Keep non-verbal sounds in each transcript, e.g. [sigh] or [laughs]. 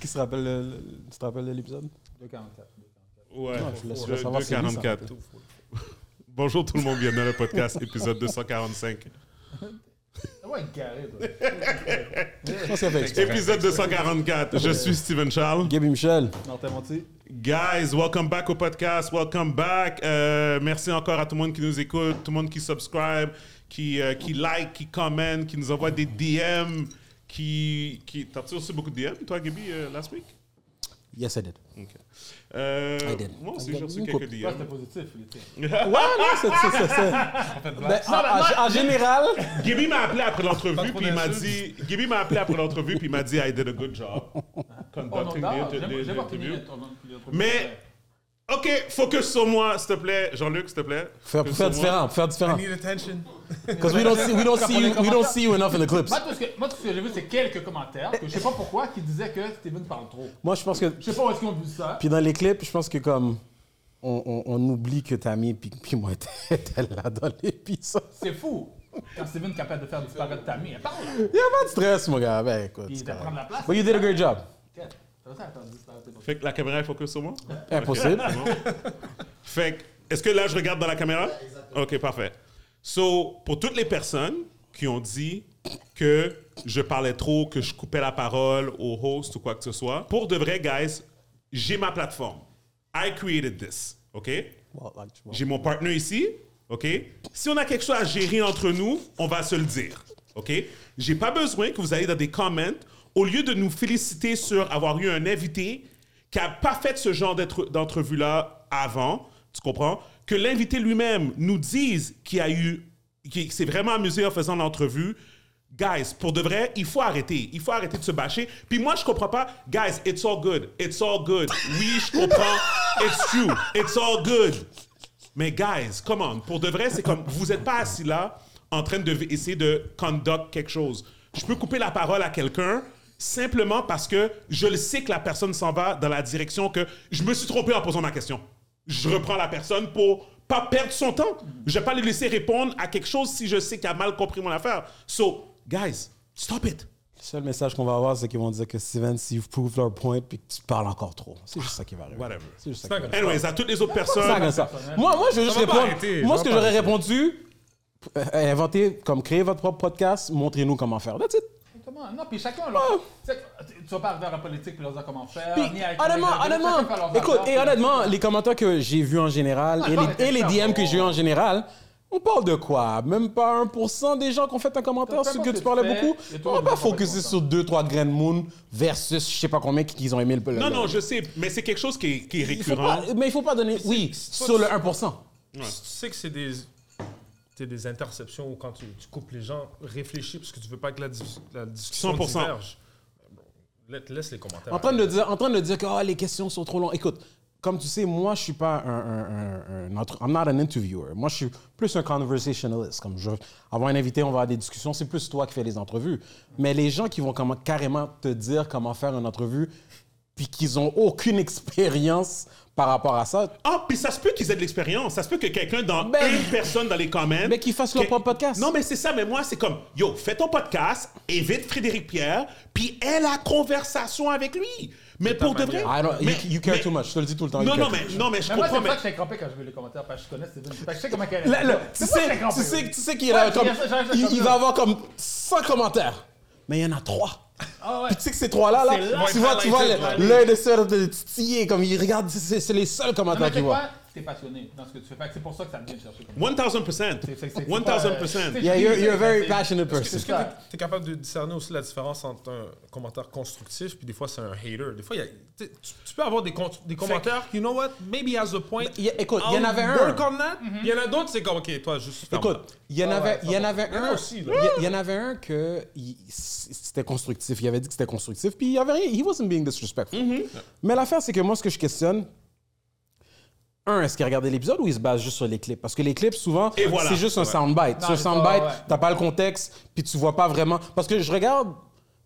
Qui se rappelle, le- le- tu te rappelles de l'épisode? 244. Ouais, Non, je laisserai deux- savoir si lui, ça 2,44. rappelle. Bonjour tout le monde, bienvenue dans le [laughs] podcast, épisode 245. Ça va être carré, Ah toi. Je pense qu'il avait exprès. Épisode 244, je suis Steven Charles. Gabe et Michel. Martin Monti. Guys, welcome back au podcast, welcome back. Euh, merci encore à tout le monde qui nous écoute, tout le monde qui subscribe, qui, euh, qui like, qui commente, qui nous envoie des DM, qui... qui... T'as-tu reçu beaucoup de DM, toi, Gaby, euh, last week? Yes, I did. OK. Euh, I did. Moi aussi, I j'ai did. reçu Une quelques couple. DM. Toi, Ah, c'était positif, les tirs. Ouais, non, c'est ça. ça, Ben, en, en- en général, Gibby m'a appelé après Pas l'entrevue, trop puis il m'a d'insultes. dit. Gibby m'a appelé après l'entrevue, puis il m'a dit I did a good job Oh non, conducting the non, inter- the- j'ai the j'ai pas fini interview. ton- ton- ton- Mais ok, focus sur moi, s'il te plaît, Jean-Luc, s'il te plaît. faire, Focus faire sur moi. différent, faire différent. need attention. Because we don't see, we don't see, you, we don't see you enough in the clips. Moi, tout ce que, moi, tout ce que j'ai vu, c'est quelques commentaires, que je sais pas pourquoi, qui disaient que Steven parle trop. Moi, je pense que, Je sais pas où est-ce qu'on vu ça. puis dans les clips, je pense que comme on, on, on oublie que Tammy puis puis moi était était là dans l'épisode. C'est fou. Quand Steven est capable de faire disparaître Tammy, elle parle. Y'a pas de stress, mon gars. Ben, écoute. Il c'est va prendre la correct. place. But you did a great job. T'as ça, elle fait disparaître. Fait que la caméra est focus sur moi. Ah, Impossible. Fait que, est-ce que là, je regarde dans la caméra? Ok, parfait. So, pour toutes les personnes qui ont dit que je parlais trop, que je coupais la parole au host ou quoi que ce soit, pour de vrai, guys, j'ai ma plateforme. I created this. OK? Well, like, well. J'ai mon partenaire ici, OK? Si on a quelque chose à gérer entre nous, on va se le dire, OK? J'ai pas besoin que vous ayez dans des comments, au lieu de nous féliciter sur avoir eu un invité qui a pas fait ce genre d'entre- d'entrevue-là avant, tu comprends? Que l'invité lui-même nous dise qu'il a eu, qu'il s'est vraiment amusé en faisant l'entrevue, Guys, pour de vrai, il faut arrêter. Il faut arrêter de se bâcher. Puis moi, je comprends pas. Guys, it's all good. It's all good. Oui, je comprends. It's true. It's all good. Mais guys, come on. Pour de vrai, c'est comme vous n'êtes pas assis là en train de v- essayer de conduct quelque chose. Je peux couper la parole à quelqu'un simplement parce que je le sais que la personne s'en va dans la direction que je me suis trompé en posant ma question. Je reprends la personne pour pas perdre son temps. Je vais pas le laisser répondre à quelque chose si je sais qu'il a mal compris mon affaire. So, guys, stop it. Le seul message qu'on va avoir, c'est qu'ils vont dire que Steven, si vous provez leur point, puis que tu parles encore trop. C'est juste ça qui va arriver. Whatever. C'est juste ça. qui va Not arriver. gonna- Anyways, à toutes les autres C'est pas comme personnes, ça. Moi, moi, je veux juste va pas répondre. arrêter, moi, ça ce va que pas j'aurais répondu, euh, inventez, comme créer votre propre podcast, montrez-nous comment faire. That's it. Comment? Non, puis chacun a leur- Tu sais, tu- tu vas pas arriver à la politique et leur dire comment faire. Puis, ni à- honnêtement, chacun fait leur honnêtement, valeur, écoute, puis- et honnêtement, les commentaires que j'ai vus en général Ah, et je vais les, et les arrêter ça, DM que j'ai eu moi. en général, on parle de quoi Même pas 1% des gens qui ont fait un commentaire Peu sur importe que ce tu que parlais tu fais, beaucoup. il y a toujours On va des pas gens qui ont fait focuser un sur 2-3 grains de moon versus je sais pas combien qui ils ont aimé le. le- Non, le- non, je sais, mais c'est quelque chose qui est, qui est Il faut récurrent. pas- mais il faut pas donner. Oui, c'est- sur le 1%. Tu sais que c'est des, c'est des interceptions où quand tu, tu coupes les gens, réfléchis parce que tu veux pas que la, dis- la discussion 100%. diverge. Laisse, laisse les commentaires. En train de dire, en train de dire que Ah, les questions sont trop longues. Écoute, comme tu sais, moi, je suis pas un, un, un- un entre- I'm not an interviewer. Moi, je suis plus un conversationalist. Comme je, avoir un invité, on va avoir des discussions. C'est plus toi qui fais les entrevues. Mais les gens qui vont comment- carrément te dire comment faire une entrevue, puis qu'ils ont aucune expérience par rapport à ça, Ah, puis ça se peut qu'ils aient de l'expérience. Ça se peut que quelqu'un dans Ben- une personne dans les comments. Mais qu'ils fassent leur que- propre podcast. Non, mais c'est ça, mais moi, c'est comme Yo, fais ton podcast, évite Frédéric Pierre, puis aie la conversation avec lui. Mais pour de vrai. I don't, you- mais- you, care mais- too much. Je te le dis tout le temps. you Non, care non, too mais, much. non, mais je Mais moi, c'est comprends, pour mais. ça que j'ai crampé quand j'ai vu les commentaires, parce que je connais Steven. Parce que je sais comment elle Là, là, tu, C'est pour ça que sais, j'ai crampé, tu, sais, oui. tu sais qu'il y a Ouais, comme- j'ai- j'ai- j'ai- il, il j'ai- va avoir comme 100 commentaires, mais il y en a 3. Ah ouais. Puis tu sais que ces trois-là, là, C'est là tu qu'ils vois, vont tu vois highlighter, le- ouais. l'œil de sœur de titiller, comme il regarde, c'est c'est les seuls Non, mais commentaires tu sais qu'il voit. quoi? T'es passionné dans ce que tu fais. Fait que C'est pour ça que ça me vient chercher. comme ça. 1000%. C'est- c'est- c'est- 1000%. c'est- Yeah, you're, you're a very C'est- passionate Est-ce person. que tu es capable de discerner aussi la différence entre un commentaire constructif puis des fois c'est un hater? Des fois, il y a- tu, tu peux avoir des, con- des commentaires, you know what, maybe has a point. il y a- écoute, il y en I'll avait un. Mm-hmm. work on that. Il y en a d'autres, c'est comme, OK, toi, juste ferme Écoute, il y en Ah avait, ouais, il y en ça avait va. Il y en un, a aussi, là. il y- il y en avait un que il- c'était constructif. Il avait dit que c'était constructif, puis il avait rien. He wasn't being disrespectful. Mm-hmm. Mais l'affaire, c'est que moi, ce que je questionne, un, est-ce qu'il regardait l'épisode ou il se base juste sur les clips Parce que les clips, souvent, Et voilà. c'est juste un Ouais. soundbite. Non, Sur le c'est ça, soundbite, ouais. t'as pas le contexte, puis tu vois pas vraiment. Parce que je regarde,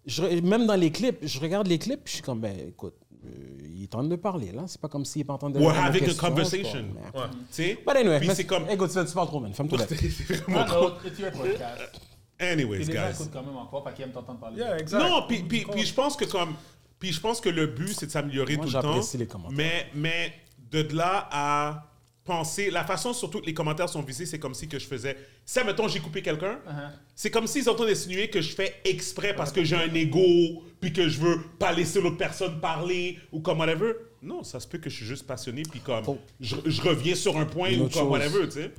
je re- même dans les clips, je regarde les clips, puis je suis comme, ben écoute, euh, il est en train de parler là. C'est pas comme s'il est pas en train de. We're répondre aux having a questions, conversation. je sais pas. Ouais. Tu sais? But anyway, Puis mais- c'est comme. Écoute, tu parles trop, man. Femme toi. [laughs] C'est vraiment Un con. autre, it's your podcast. Anyways, Les gens guys. écoutent quand même encore, fait qu'ils aiment t'entendre parler. Yeah, exact. Non, puis, puis, puis je pense que comme Puis je pense que le but, c'est de s'améliorer Moi, tout le temps. j'apprécie les commentaires. Mais, mais de là à penser, la façon surtout que les commentaires sont visés, c'est comme si que je faisais. Ça, mettons, j'ai coupé quelqu'un. Uh-huh. C'est comme s'ils entendent insinuer que je fais exprès parce que j'ai un ego, puis que je veux pas laisser l'autre personne parler, ou comme whatever. Non, ça se peut que je suis juste passionné, puis comme Oh. je, je reviens sur un point, Une ou autre comme chose. whatever, tu sais.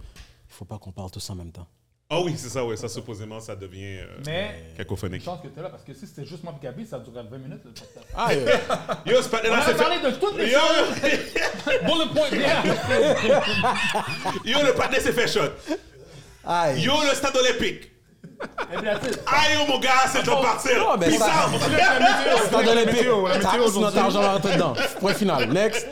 Faut pas qu'on parle tous en même temps. Ah oui, c'est ça, ouais, ça supposément, ça devient euh, Mais, une cacophonique. chance que t'es là, parce que si c'était juste moi et Gabi, ça durait 20 minutes. le podcast. Ah, Yo, c'est pas On là, a c'est parlé fait. de toutes les Yo, choses. yo. Bullet point, yeah. Yo, le partner s'est fait shot. Aïe. Yo, le stade olympique. Et puis, that's it. Aïe, yo, mon gars, c'est le temps de Non, partir. mais Peace ça- out. Stade olympique. météo, la météo T'as mis notre aujourd'hui. argent à rentrer dedans. Point final. Next.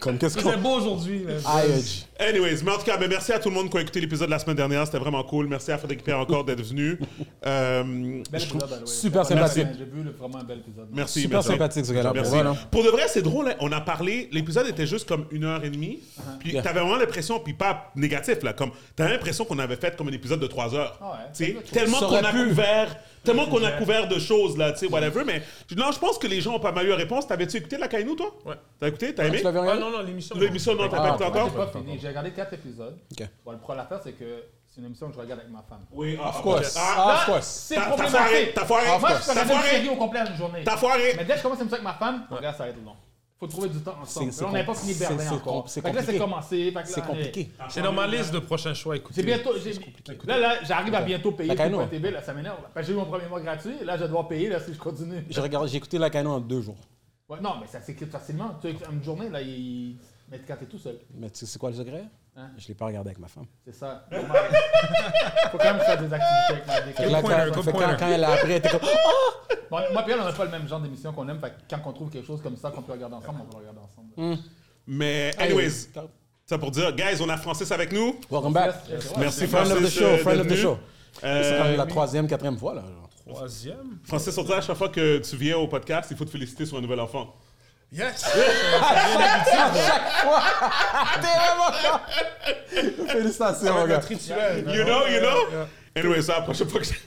Comme qu'est-ce C'était qu'on... beau aujourd'hui. mais- Aïe, Edge. Anyways, mais en tout cas, ben, merci à tout le monde qui a écouté l'épisode de la semaine dernière. C'était vraiment cool. Merci à Frédéric Pierre encore d'être venu. Euh, Bel je trouve- épisode, by the way. super C'était pas mal, sympathique. mais J'ai vu le- vraiment un bel épisode. Merci, Super merci. sympathique, ce gars-là, pour Merci. vrai, là. Pour de vrai, c'est drôle. hein. On a parlé. L'épisode était juste comme une heure et demie. Puis Uh-huh. Yeah. t'avais vraiment l'impression, puis pas négatif, là. Comme t'avais l'impression qu'on avait fait comme un épisode de trois heures. Ah ouais. Tu sais, Ça doit être- tellement Ça qu'on aurait a pu. couvert, tellement qu'on a couvert de choses là, tu sais, whatever. Mais non, je pense que les gens ont pas mal eu la réponse. T'avais-tu écouté la Kainou, toi Ouais. T'as écouté T'as aimé Tu l'avais Ah regardé? non, non, l'émission. L'émission, non, t'as Ah, pas écouté ouais, Moi, encore j'ai pas fini. J'ai regardé 4 épisodes. Ok. Bon, le problème l'affaire, c'est que c'est une émission que je regarde avec ma femme. Oui, Of course. Ah, Ah, of course. C'est T'as- t'as foiré, problématique. t'as foiré. Moi, Of je peux course. T'as regarder une foiré. série au complet en une journée. T'as foiré. Mais dès que je commence une série avec ma femme, on regarde, ça arrête long. Faut trouver du temps ensemble. C'est- Là, on c'est n'a pas com- fini c'est- Berlin c'est encore. com- Fait c'est que là, c'est compliqué. commencé. fait que C'est là, compliqué. C'est dans ma liste de prochains choix, écoutez. C'est bientôt. j'ai- Là, là, j'arrive à bientôt payer La cano. pour TV, là, ça m'énerve. Parce que J'ai eu mon premier mois gratuit, là, je vais devoir payer là, si je [laughs] continue. J'ai regardé, j'ai écouté la canon en deux jours. Ouais, non, mais ça s'écrit facilement. Tu sais, une journée, là, il... mais quand t'es tout seul, Mais tu sais c'est quoi le secret? Hein? Je l'ai pas regardé avec ma femme. c'est ça. [laughs] Faut quand même faire des activités avec ma Fait que là, pointer, quand, comme fait que quand, pointer. quand elle a appris, elle était [laughs] comme... Oh! Bon, moi et elle, on n'a pas le même genre d'émission qu'on aime. Fait que quand on trouve quelque chose comme ça qu'on peut regarder ensemble, on va regarder ensemble. Mais, anyways, ça pour dire, guys, on a Francis avec nous. Welcome back. Ouais, c'est vrai. Merci, Friend Francis. of the euh, show, friend d'être of the venu. show. C'est Euh, comme la troisième, quatrième fois, là. genre. Troisième. Francis, on dirait à chaque fois que tu viens au podcast, il faut te féliciter sur un nouvel enfant. [laughs] Yes! [laughs] Ah, Félicitations, mon gars. Notre rituel. You know, you know? Anyway, ça, la prochaine fois que j'ai-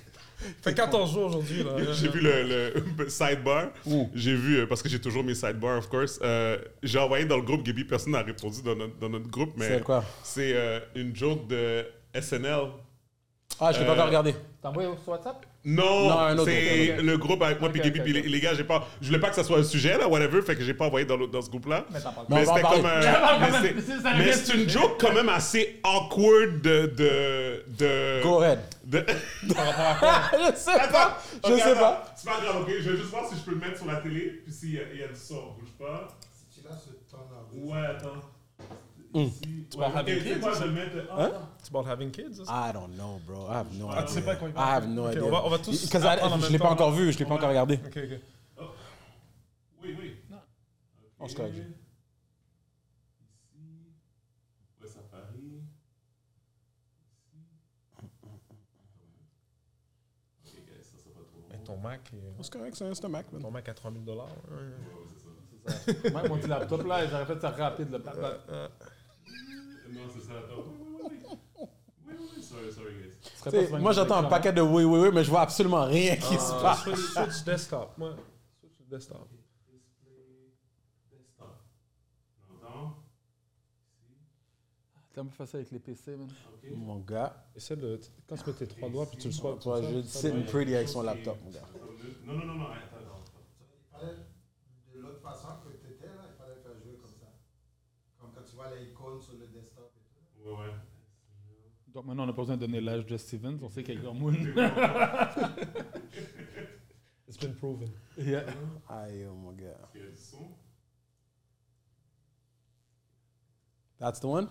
Fait 14 jours aujourd'hui. là. [laughs] j'ai vu le, le [laughs] sidebar, j'ai vu, euh, parce que j'ai toujours mes sidebars, of course, euh, j'ai envoyé dans le groupe Gibby, personne n'a répondu dans notre, dans notre groupe, mais C'est quoi? c'est euh, une joke de SNL. Ah, je l'ai pas Euh, encore regardé. T'as envoyé sur WhatsApp? Non, Non, un autre c'est groupe, le groupe avec moi puis Ok, Gibby, ok, puis les- ok. les gars, j'ai pas, je voulais pas que ça soit un sujet, là, whatever, fait que j'ai pas envoyé dans, l'autre- dans ce groupe-là. Mais t'en parles Mais Mais on va en c'était parler. comme [laughs] un- parle mais quand même. c'est- Ça Mais revient c'est dessus. une joke quand même assez awkward de. de, de Go ahead. [laughs] de- [laughs] je sais Attends, pas. Je ok, sais attends. pas. C'est pas grave, ok. Je vais juste voir si je peux le mettre sur la télé, puis s'il y, a- il y a du son. Bouge pas. Tu l'as ce temps-là. Ouais, attends. Hum. Ici, vas ouais, ramener ok, le moi, kit, je vais le mettre. Hein? ah, It's about having kids. ça? I don't know, bro. I have no idea. Ah, tu sais pas quoi il parle. I have no Ok, idea. on va- on va tous Because I- apprendre en je même l'ai pas temps, encore vu, je l'ai pas encore regardé. Ok, ok. Oui, oui. On se corrige. Ici. Ouais, Safari. Ici. Ok, guys, ça, c'est pas trop. Mais ton Mac, est- C'est correct, c'est un Mac, man. ton Mac à 3000 dollars. hein. Moi, mon petit laptop, là, j'aurais fait ça rapide. Là. Ce Non, c'est ça, attends. Oui, oui, oui. Oui, oui, sorry, sorry, guys. serait T'sais, pas souvent moi, une j'entends un émission, paquet de oui, hein. oui, oui, mais je vois absolument rien qui Ah, se passe. Euh, Switch, switch desktop. Ouais. Switch desktop. Desktop. J'entends. hein. C'est un peu facile avec les PC, man. Mon gars, Essaie de. Quand tu mets tes trois doigts puis tu le swipes. toi, comme ça, je ça sitting doit- pretty avec son laptop, mon gars. Non, non, non, non, attends, attends. Il fallait, de l'autre façon que tu étais là, il fallait le faire jouer comme ça. Comme quand tu vois les icônes sur le desktop et tout. Ouais, ouais. Donc maintenant, on n'a pas besoin de donner l'âge de Stevens. On sait qu'il y a grand [laughs] moon. It's been proven. Yeah. Aïe, oh, mon gars. Il y a du son. That's the one?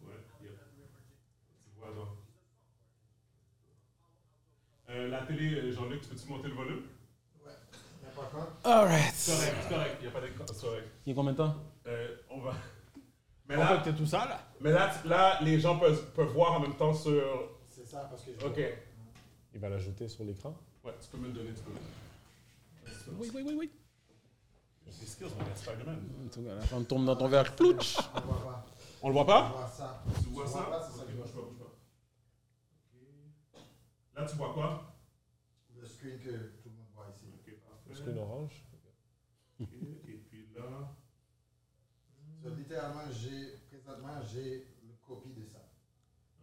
Ouais, yep. Tu vois, genre. Euh, la télé, euh, Jean-Luc, peux-tu monter le volume? Mais par contre, Alright. C'est correct, c'est correct, il n'y a pas de... C'est correct. Il y a combien de temps? Euh, on va... Mais On là, fait que t'es tout ça, là. mais là, tu- là, les gens peuvent, peuvent voir en même temps sur... c'est ça parce que je OK. Ouais, Il va l'ajouter sur l'écran. tu peux me le donner, tu peux me le donner. Oui, oui, oui, oui. Les skills, on est Spider-Man. La femme tombe dans ton verre. Plouch! ne vois pas. On le voit Je pas? vois ça. Tu vois Je ça? vois pas, c'est ça que Ok, je bouge pas, bouge pas. Ok. Là, tu vois quoi? Le screen que tout le monde voit ici. Ok, parfait. Screen orange. OK, Et puis là. So, Mm. littéralement, j'ai, présentement, j'ai le copie de ça.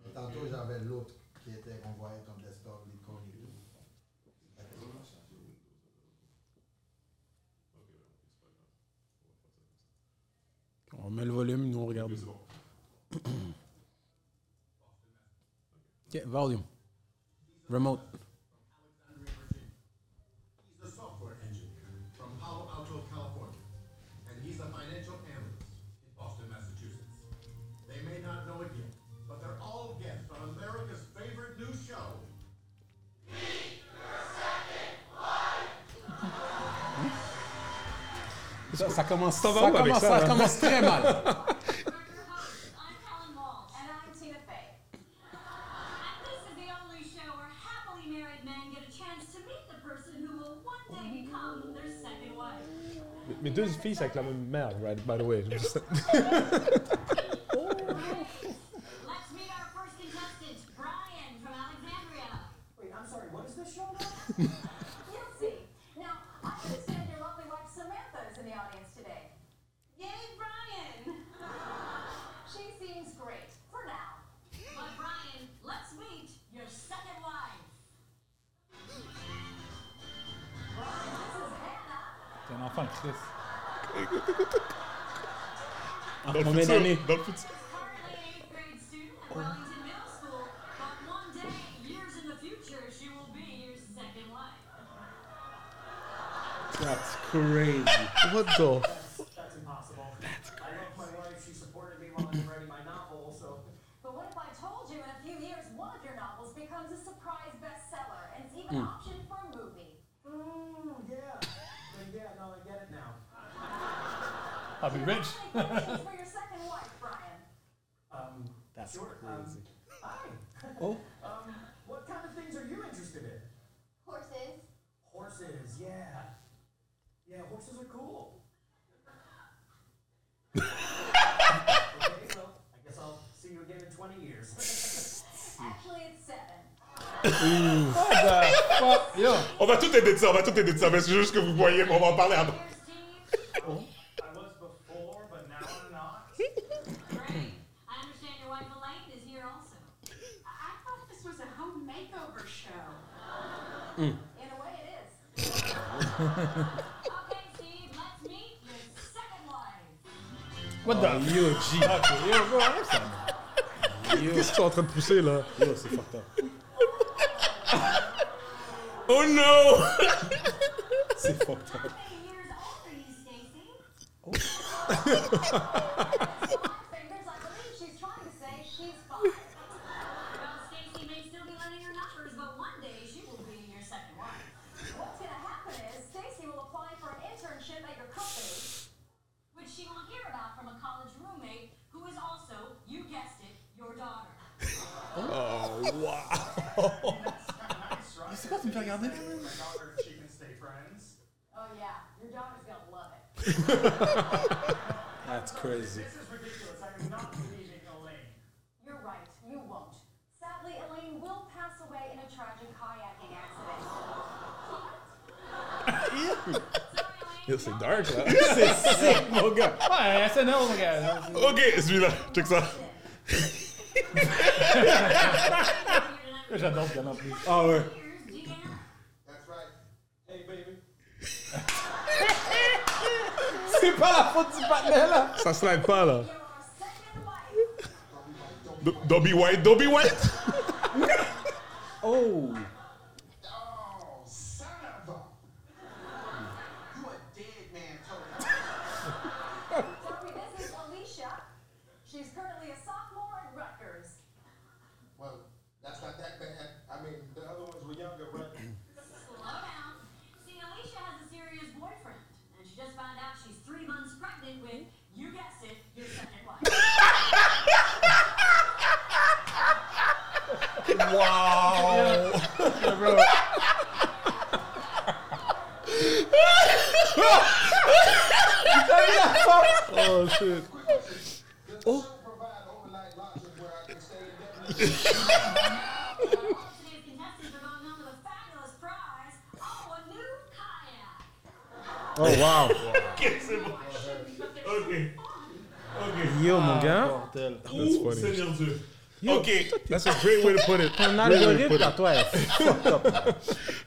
Mais tantôt, j'avais l'autre qui était renvoyé comme desktop, l'icône et tout. Fait que ça va changer. On met le volume, nous on regarde. [coughs] OK, volume. Remote. He's a software engineer from Palo Alto, California, and he's a financial analyst in Boston, Massachusetts. They may not know it yet, but they're all guests on America's favorite new show. Ça, ça commence, ça va où avec commence, ça, ça là? commence très mal. We're your hosts. I'm Helen Wald. And I'm Tina Fey. And this is the only show where happily married men get a chance to meet the person who will one day become their second wife. Mes deux filles, c'est avec la même mère, right, by the way. Juste- Let's meet our first contestant, Brian from Alexandria. Wait, I'm sorry, what is this show now? [laughs] You'll see. Now, I understand your lovely wife Samantha is in the audience today. Yay, Brian! [laughs] she seems great, for now. But, Brian, let's meet your second wife. Brian, this is Hannah. T'es un enfant de Christ. En Dans le combien futur, d'années? Dans le futur. Currently an eighth grade student at Wellington Middle School, but one day, years in the future, she will be your second wife. That's crazy. What the? That's, that's impossible. I love my wife, she supported me while I was writing my novel, so. But what if I told you in a few years one of your novels becomes a surprise bestseller and is even optioned for a movie? Mm, yeah. Then, yeah, no, I get it now. I'll be Ah, rich. Congratulations for your second wife, Brian. Um, That's sure. crazy. Um, hi. Oh. [laughs] Um, what kind of things are you interested in? Horses. Horses, yeah. Yeah, horses are cool. okay, well, I guess I'll see you again in 20 years. Actually, it's seven. On va tout aider de ça, on va tout aider de ça, mais c'est juste que vous voyez, mais on va en parler après. Here's Steve. I was before, but now I'm not. Great. I understand your wife Elaine is here also. I thought this was a home makeover show. In a way, it is. [laughs] okay, Steve, let's meet your second wife. What the? Yo, G. Qu'est-ce que tu es en train de pousser, là? Yo, c'est fucked up. Oh non! C'est fucked up. How many years old are you, Stacy? fingers, I believe she's trying to say she's five. Well, Stacy may still be learning her numbers, but one day she will be your second wife. What's going to happen is Stacy will apply for an internship at your company, which she will hear about from a college roommate who is also, you guessed it, your daughter. C'est quoi, tu me fais regarder? Oh yeah, your daughter's gonna love it. That's crazy. You're right, you won't. Sadly, Elaine will pass away in a tragic kayaking accident. Sorry, Elaine, C'est dark, là. C'est sick, mon gars. Ouais, SNL, mon gars. Ok, celui-là, check ça. don't- J'adore ce gars-là en plus. Ah ouais. Here's Deanna. That's right. Hey, baby. C'est pas la faute du panel, là. Ça slide pas, là. You're our second wife. Oh, Do- Dobby White, Dobby White! Oh. Oh, son of a! You a dead man, Tony. Sorry, this is Alicia. She's currently a sophomore at Rutgers. Well, that's not that bad. I mean, the other ones were younger, right? Slow down. See, Alicia has a serious boyfriend, and she just found out she's three months pregnant with, you guessed it, your second wife. Oh, Does shit. the Oh. show provide overnight lodging where I can stay indefinitely? Today's contestants are going home with a fabulous prize, oh, a new kayak. Oh, wow. Ok, c'est bon. Ok. Ok. Yo, mon gars. Mortel. Ouh, funny. Seigneur Dieu. Yo, Ok. That's a great way to put it. Ton Great way to put algorithme, it. là, toi, est fucked up.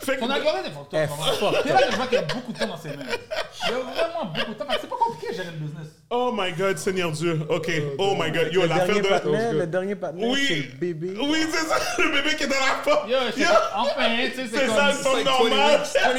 Fait que, Ton algorithme est fucked Eh, up. vraiment. C'est là que je vois qu'il y a beaucoup de temps dans ses mains. Il y a vraiment beaucoup de temps. Fait que C'est pas compliqué de gérer le business. oh my God, Seigneur Dieu. Ok. Oh my God. Yo, Le dernier l'affaire de... partenaire, le dernier partenaire, Oui. c'est le bébé. Oui, c'est ça, [laughs] le bébé qui est dans la porte. Yo, c'est- enfin, tu sais, C'est c'est ça, le comme... temps normal. Mais,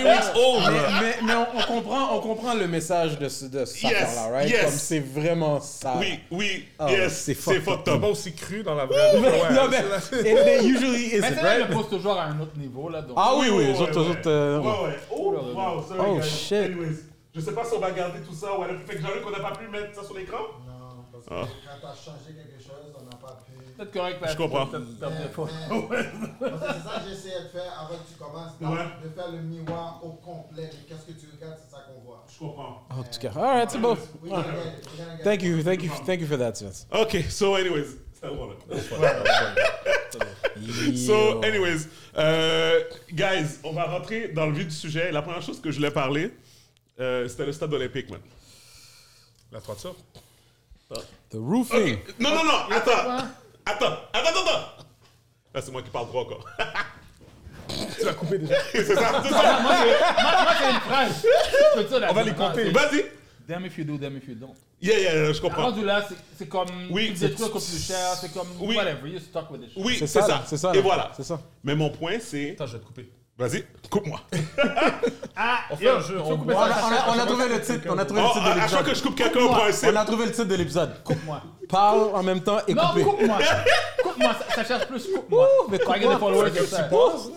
mais- mais on, on comprend, on comprend le message de, ce, de cette Yes, affaire-là, right? yes. Comme c'est vraiment ça. Oui, oui, Ah, yes, c'est c'est fucked fucked C'est up. pas aussi cru dans la vraie vie. Ouais, non, mais c'est la- it- they usually Mais isn't, c'est là, right? il le pose toujours à un autre niveau, là, donc... Ah oui, oui, Ouais, les autres, ouais, les ouais. autres, euh, oui. Ouais, ouais. Oh, wow, sorry, Oh, guys. shit. Anyways, je sais pas si on va garder tout ça ou alors. Fait que Jean-Luc, on n'a pas pu mettre ça sur l'écran. Non, parce que quand t'as changé quelque chose, on n'a pas pu. [laughs] Peut-être correct, parce Je comprends. que peut-être Mais- perdre des fois. mais- parce que C'est ça que j'essayais de faire avant que tu commences, Ouais. de faire le miroir au complet. de Qu'est-ce que tu regardes, c'est ça qu'on voit. Je comprends. En tout cas, oh, all right, c'est Oui, beau. regarde, regarde, Thank you, thank you, thank you for that, Spence. Ok, so anyways. Ça va, là. Yo. So anyways, euh, guys, on va rentrer dans le vif du sujet. La première chose que je voulais parler, euh, c'était le stade olympique, man. La toiture. The roofing. Non, non, non, attends. Attends, attends, attends. Là, c'est moi qui parle trop encore. Tu l'as coupé déjà. [laughs] c'est ça, c'est Ah, ça. Moi, c'est une phrase. Je peux dire la On va les vraie phrase, compter. c'est Vas-y. Damn if you do, damn if you don't. Yeah, yeah, yeah, je Ah, comprends. Rendu là, c'est- c'est comme... Oui, Oui. c'est- Des trucs au plus cher, c'est comme... Oui. Whatever, you're stuck with this shit. Oui, C'est c'est ça, ça. là, c'est ça, Et là. voilà. C'est ça. Mais mon point, c'est. Attends, je vais te couper. Vas-y, coupe-moi. Ah, On fait yo, un jeu, tu on veux couper On ça, a, on ça, a- ça, on a ça, trouvé ça, le ça, titre, on a trouvé Oh, le titre de à, à chaque fois l'épisode. que je coupe quelqu'un, on prend un sip. On a trouvé le titre de l'épisode. Coupe-moi. Parle en même temps et Non, couper. coupe-moi. Coupe-moi, ça, ça cherche plus. Coupe-moi. Ouh, mais Faut coupe-moi. regarder les followers C'est comme ça.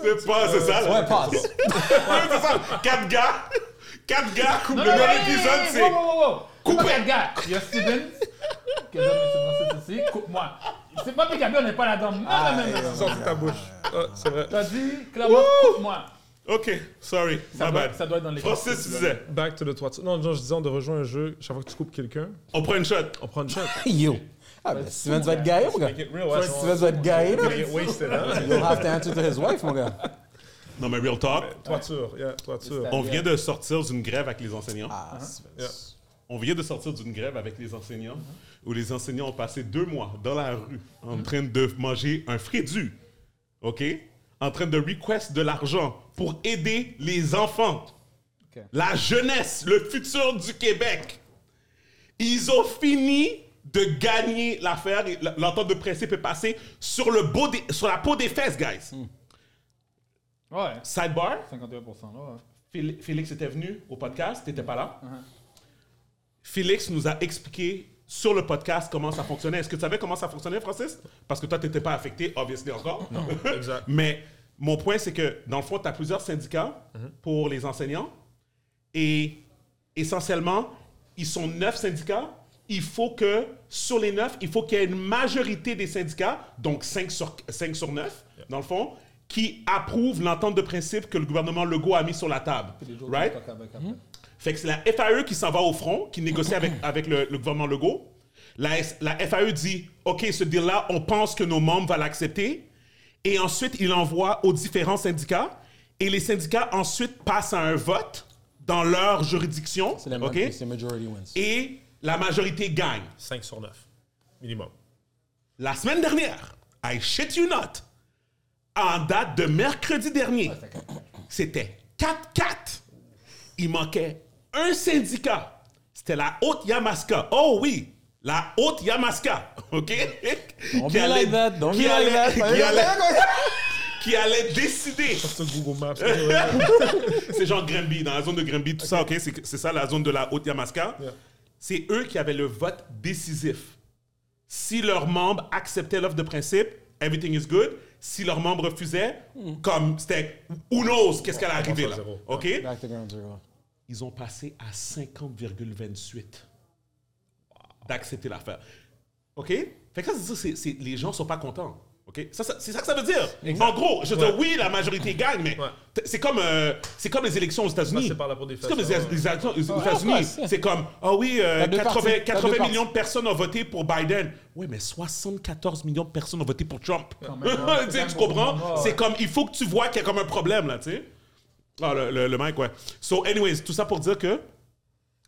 C'est pas, c'est ça. là. [laughs] Ouais, passe. Ouais, c'est ça. Quatre gars. Quatre gars. Non, Le non, non, dernier non, épisode, non, c'est. non, non, non, non. C'est pas Couper. quatre gars. Il y a Steven, que j'aime M. Francis aussi. Coupe-moi. C'est pas Picabé, on n'est pas là-dedans. Non, non, non, non, non. Sors de ta bouche. Ah, c'est vrai. T'as dit, clairement, coupe-moi. Ok, sorry, Ça my doit- bad. Oh, ça doit être dans les Francis cartes. disait, Back to the toiture. Non, non, je disais, on doit rejoindre un jeu. Chaque fois que tu coupes quelqu'un, on prend une shot. on prend une shot. Yo. Ah, ben, Steven va être gaillé, mon gars. Make it real, ouais. Steven va être gaillé, là. Make it wasted, [laughs] hein. You'll have to answer to his wife, mon gars. Non mais real talk, Toiture, yeah, toiture. on vient de sortir d'une grève avec les enseignants. Ah, Steven. Yeah. On vient de sortir d'une grève avec les enseignants Mhm. où les enseignants ont passé deux mois dans la rue en train de manger un frédu, OK? En train de request de l'argent pour aider les enfants, Ok. la jeunesse, le futur du Québec. Ils ont fini de gagner l'affaire. et l- L'entente de principe est passée sur, le beau des- sur la peau des fesses, guys. Mhm. Ouais, Sidebar, 51%. Là, ouais. Féli- Félix était venu au podcast, t'étais pas là. Félix nous a expliqué sur le podcast comment ça fonctionnait. Est-ce que tu savais comment ça fonctionnait, Francis? Parce que toi, t'étais pas affecté, obviously, encore. [laughs] Non, exact. Mais mon point, c'est que, dans le fond, tu as plusieurs syndicats pour les enseignants. Et essentiellement, ils sont neuf syndicats. Il faut que, sur les neuf, il faut qu'il y ait une majorité des syndicats, donc 5 sur, 5 sur 9, dans le fond, qui approuvent l'entente de principe que le gouvernement Legault a mis sur la table. Right? Fait que c'est la FAE qui s'en va au front, qui négocie [coughs] avec, avec le, le gouvernement Legault. La, S- la FAE dit OK, ce deal-là, on pense que nos membres vont l'accepter. Et ensuite, il envoie aux différents syndicats. Et les syndicats ensuite passent à un vote dans leur juridiction. C'est la OK? c'est majority wins. Et la majorité gagne. 5 sur 9, minimum. La semaine dernière, I shit you not, en date de mercredi Ah, dernier, c'était 4-4. Il manquait un syndicat. C'était la Haute Yamaska. Oh oui, la Haute Yamaska. [laughs] OK? Don't Qui be allait- like that, don't qui be like allait- that. qui Allez, allait- allez, allez. Qui allait décider. C'est Google Maps. ouais. [laughs] C'est genre Grimby, dans la zone de Grimby, tout ça, OK? C'est c'est ça la zone de la Haute Yamaska. Yeah. C'est eux qui avaient le vote décisif. Si leurs membres acceptaient l'offre de principe, everything is good. Si leurs membres refusaient, comme c'était who knows qu'est-ce qu'elle arrivait Hmm. là. va faire zéro. OK? Back to ground zero. Ils ont passé à 50,28 d'accepter l'affaire. OK? Fait que ça, c'est ça, c'est- c'est- les gens sont pas contents. OK? Ça, ça- c'est ça que ça veut dire. En gros, je veux dire, oui, la majorité gagne, mais Ouais. t- c'est comme, euh, c'est comme les élections aux États-Unis. Passer par la peau des C'est comme les, fesses, les élections aux ouais, États-Unis. c'est- C'est comme, ah oui, euh, T'as deux 80, parties. T'as deux 80 parties. millions de personnes ont voté pour Biden. Oui, mais 74 millions de personnes ont voté pour Trump. même, ouais. Ah, Tu sais, tu Quand même, ouais, comprends? ouais. C'est comme, il faut que tu vois qu'il y a comme un problème, là, tu sais. Ah, le, le, le mic, ouais. So, anyways, tout ça pour dire que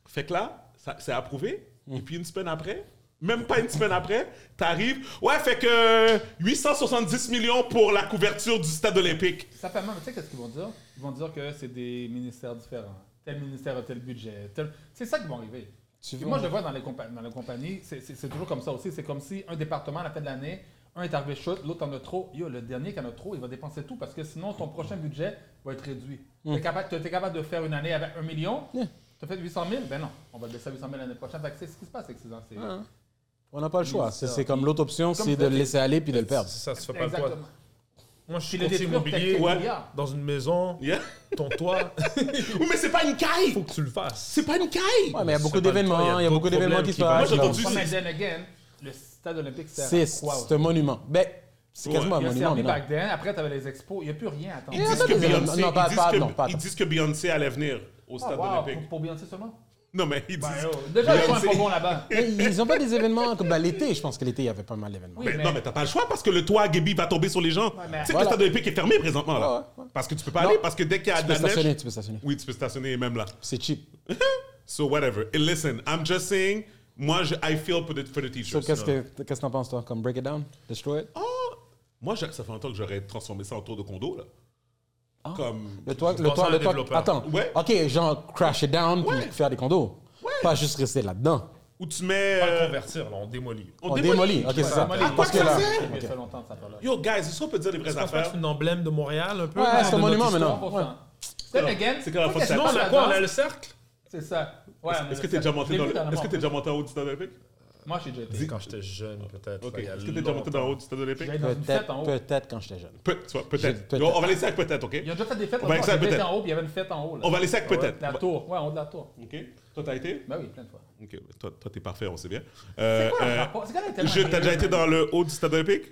Fait que là, ça- c'est approuvé. Et puis une semaine après, même pas une semaine après, t'arrives. Ouais, fait que 870 millions pour la couverture du stade olympique. Certainement, mais tu sais qu'est-ce qu'ils vont dire? Ils vont dire que c'est des ministères différents. Tel ministère a tel budget. tel- C'est ça qui va arriver. Tu Puis vois, moi, je le vois dans les, compa- dans les compagnies, c'est- c'est c'est toujours comme ça aussi. C'est comme si un département, à la fin de l'année, un est arrivé short, l'autre en a trop. Yo, le dernier qui en a trop, il va dépenser tout parce que sinon, ton prochain budget va être réduit. Hmm. Tu es capable, t'es- t'es capable de faire une année avec un million, tu as fait 800 000, ben non, on va le baisser à 800 000 l'année prochaine. Fait que C'est ce qui se passe avec ces anciens. Ah. on n'a pas le choix. C'est ça. c'est comme l'autre option, Comme c'est de ça, le laisser aller puis de le perdre. Ça se fait pas le poids. Exactement. Moi, je suis Puis le courtier détruire, immobilier. peut-être ouais. des milliards. Dans une maison, Yeah. ton toit, [laughs] Oui, mais c'est pas une caille! faut que tu le fasses. C'est pas une caille! Ouais, mais il y a Ça beaucoup va le temps, d'événements, il y a d'autres beaucoup d'événements problèmes qui se vont- Moi, passent. j'ai entendu- là. Pas c'est- mal then again, le stade olympique, c'est C'est quoi c'est un monument. Ben, c'est Ouais. quasiment un Il y a monument Serbie maintenant. back then, après t'avais les expos, il n'y a plus rien à attendre. Ils Yeah. disent attends, que désolé. Beyoncé- Non, pas- ils disent pas- que- non, pas- ils disent que Beyoncé allait venir au Ah, stade wow, olympique. pour, pour Beyoncé seulement? Non, mais ils disent. Bah, Ben, oh, déjà, ils sont Beyoncé- pas bons là-bas. Mais Ils n'ont pas des événements comme ben, l'été, je pense que l'été, il y avait pas mal d'événements. Oui, Ben, mais- Non, mais t'as pas le choix parce que le toit à Gaby va tomber sur les gens. mais- Tu sais que le Voilà. stade olympique est fermé présentement là. Ouais, ouais, ouais. Parce que tu peux pas Non. aller parce que dès qu'il y a Tu de peux la stationner, neige. tu peux stationner. Oui, tu peux stationner même là. C'est cheap. So whatever. And listen, I'm just saying, moi, je, I feel for the, for the So, teachers. Qu'est-ce que qu'est-ce que t'en penses, toi? Comme break it down? Destroy it? Oh! Moi, j'a- ça fait longtemps que j'aurais transformé ça en tour de condo là. Comme. Le toit, Je le pense à toit, un le toit. développeur. Attends. Ouais. OK, genre crash it down Ouais. puis faire des condos. Pas juste rester là-dedans. Où tu mets. Pas le euh, convertir, là, on démolit. On démolit. OK, c'est ça. Molly, Parce que ça là. sert? Il y a ça longtemps, ça là. euh, Yo, guys, est-ce qu'on peut dire les vraies Je pense pas que affaires? c'est un emblème de Montréal, un peu. Ouais, là, c'est de un notre monument histoire. maintenant. Ouais. C'est again. c'est quand la Fait fois que que ça- Sinon, on a quoi On a le cercle C'est ça. Ouais, Est-ce que t'es déjà monté dans le- est-ce que t'es déjà monté en haut du stade olympique? Moi, j'ai déjà été. Quand j'étais jeune, peut-être. Ok. là, il y a Est-ce que t'es déjà monté longtemps. dans le haut du stade olympique? J'ai été dans une fête en Peut-être haut. peut-être quand j'étais jeune. Peut- tu vois, Peut-être. Peut-être. Donc, on va laisser avec peut-être, OK? Ils ont déjà fait des fêtes On va là-bas. avec ça, J'ai été peut-être. en haut, puis il y avait une fête en haut. là. On va laisser avec peut-être. La tour. Ouais, en haut de la tour. OK. Toi, t'as été? Ben oui, plein de fois. OK. mais Toi, toi, t'es parfait, on sait bien. Euh, Quoi, euh, le rapport? C'est quand même tellement Ah, je- T'as déjà agréable. été dans le haut du stade olympique?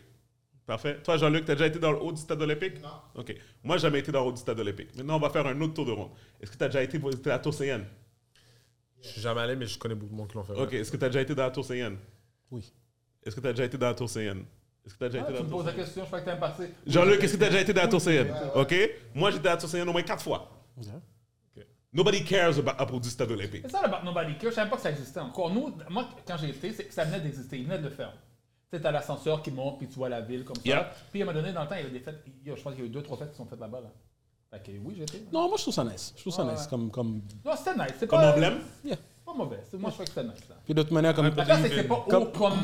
Parfait. Toi, Jean-Luc, t'as déjà été dans le haut du stade olympique? Non. OK. Moi, j'ai jamais été dans le haut du stade olympique. Maintenant, on va faire un autre tour de ronde. Est-ce que t'as déjà été visiter la tour Seyenne? Je suis jamais allé, mais je connais beaucoup de monde qui l'ont fait. OK. Est-ce que t'as déjà été dans la tour Seyenne? Oui. Est-ce que t'as déjà été dans la tour Seyenne? Est-ce que t'as déjà Ah, été dans Tu la me tour poses la Seyenne? question, je crois que t'aimes passer. Jean-Luc, est-ce que t'as déjà été dans la tour Seyenne? OK. Moi, j'étais à la tour Seyenne au moins quatre fois. OK. Nobody cares about, about du stade olympique. C'est ça, le Bat Nobody Care. Je savais pas que ça existait encore. Nous, moi, quand j'ai été, c'est que ça venait d'exister. Ils venaient de le faire. Tu sais, t'as l'ascenseur qui monte, puis tu vois la ville comme ça. Yeah. Puis à un moment donné, dans le temps, il y avait des fêtes. Yo, je pense qu'il y a eu deux, trois fêtes qui sont faites là-bas. Là. Fait que oui, j'étais. Non, Non, moi, je trouve ça nice. Je trouve ça Ouais, nice. ouais. Comme, comme... c'était nice. C'est Comme pas, emblème? Yeah. c'est pas mauvais. C'est- Moi, je trouve que c'était nice. Là. Puis d'autre manière, comme... La place, c'est que c'est pas haut Comme- comme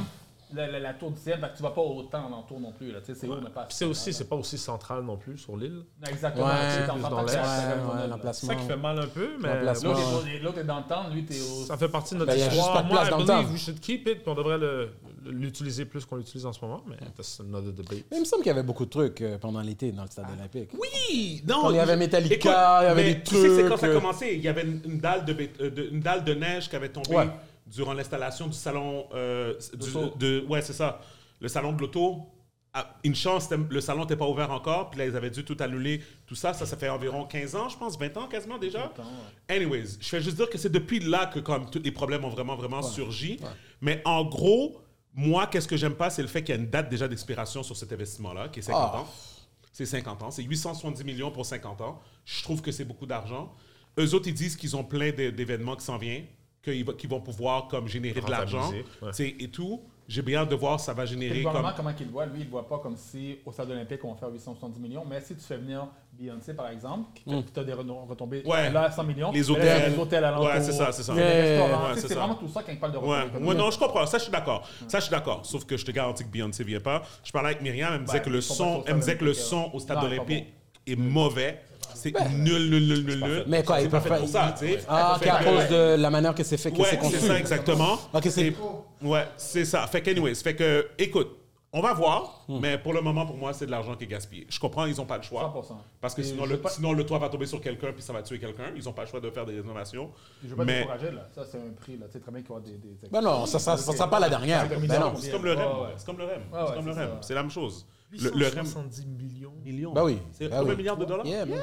la, la- la tour du ciel, fait que tu vas pas autant en tour non plus. Là. Tu sais, c'est haut, mais pas Puis C'est aussi, c'est pas aussi central non plus sur l'île. Exactement. Tu sais, Ouais, t'en plus parles dans pas que l'est. c'est la- la Ouais, grande ouais, zone, là. C'est ça qui fait l'emplacement. mal un peu, mais L'emplacement. L'autre Ouais. est pas- L'autre est dans le temps, lui, t'es au. ça fait partie de notre Ben, il y a juste pas histoire. de Moi, place I dans le believe temps. we should keep it, puis on devrait le- l'utiliser plus qu'on l'utilise en ce moment, mais that's another debate. Mais il me semble qu'il y avait beaucoup de trucs euh, pendant l'été dans le stade olympique. Ah. Oui, non. Quand il y avait Metallica, il y avait mais des Tu sais, c'est quand trucs, ça a euh. commencé. Il y avait une, une dalle de, bét- euh, de- une dalle de neige qui avait tombé Ouais. durant l'installation du salon. euh, du- L'auto. de, ouais, c'est ça. Le salon de l'auto. Ah, Une chance, c'était- le salon n'était pas ouvert encore, puis là, ils avaient dû tout annuler, tout ça. Ça, ça fait environ 15 ans, je pense, 20 ans quasiment déjà. Anyways, je vais juste dire que c'est depuis là que comme tous les problèmes ont vraiment, vraiment surgi. Mais en gros, moi, qu'est-ce que j'aime pas, c'est le fait qu'il y a une date déjà d'expiration sur cet investissement-là, qui est 50 Ah. ans. C'est 50 ans. C'est 870 millions pour 50 ans. Je trouve que c'est beaucoup d'argent. Eux autres, ils disent qu'ils ont plein d'é- d'événements qui s'en viennent, qu'ils va- qu'ils vont pouvoir comme générer de l'argent Rentabiliser, ouais. tu sais, et tout. J'ai bien hâte de voir ça va Et le générer gouvernement, comme... comment qu'il le voit Lui, il ne voit pas comme si au stade olympique, on va faire 870 millions. Mais si tu fais venir Beyoncé, par exemple, qui fait- puis tu as des re- retombées Mm. Ouais. là, 100 millions, Les mais là, il y a hôtels. des hôtels alentours, Ouais, c'est ça, c'est ça. il y a des Yeah. restaurants. Ouais, Tu sais, c'est c'est ça. vraiment tout ça quand il parle de Ouais, retombées moi économiques. non, je comprends. Ça, je suis d'accord. Ça, je suis d'accord. Sauf que je te garantis que Beyoncé vient pas. Je parlais avec Myriam, elle me disait Ouais, que le ils sont pas sur son, le elle me disait stade que le olympique, son au stade Non, olympique est mauvais. C'est nul, nul, nul, nul, nul. Mais quoi, C'est ils pas peuvent fait pas- pour ça, tu sais. Ah, Fait qu'à que- cause de la manière que c'est fait, que c'est Ouais, conçu. c'est ça exactement. Ok, c'est- Ouais, c'est ça. Fait que, anyways, fait que, écoute, on va voir, Hmm. mais pour le moment, pour moi, c'est de l'argent qui est gaspillé. Je comprends, ils n'ont pas le choix. 100%. Parce que Et sinon je le, veux pas- sinon, le toit va tomber sur quelqu'un puis ça va tuer quelqu'un. Ils n'ont pas le choix de faire des rénovations. Je ne veux pas mais Bah, décourager, là. Ça, c'est un prix, là. Tu sais très bien qu'il y aura des. des... Ben non, ça ça- ça sera pas la dernière. Ben non. c'est comme le REM. hein. Ouais, ouais. ouais, C'est comme le REM. ouais, c'est comme le c'est REM. ça. C'est la même chose. Le, le REM. 70 millions. Million. Ben oui. C'est Ben combien oui. milliards de dollars? Yeah, man.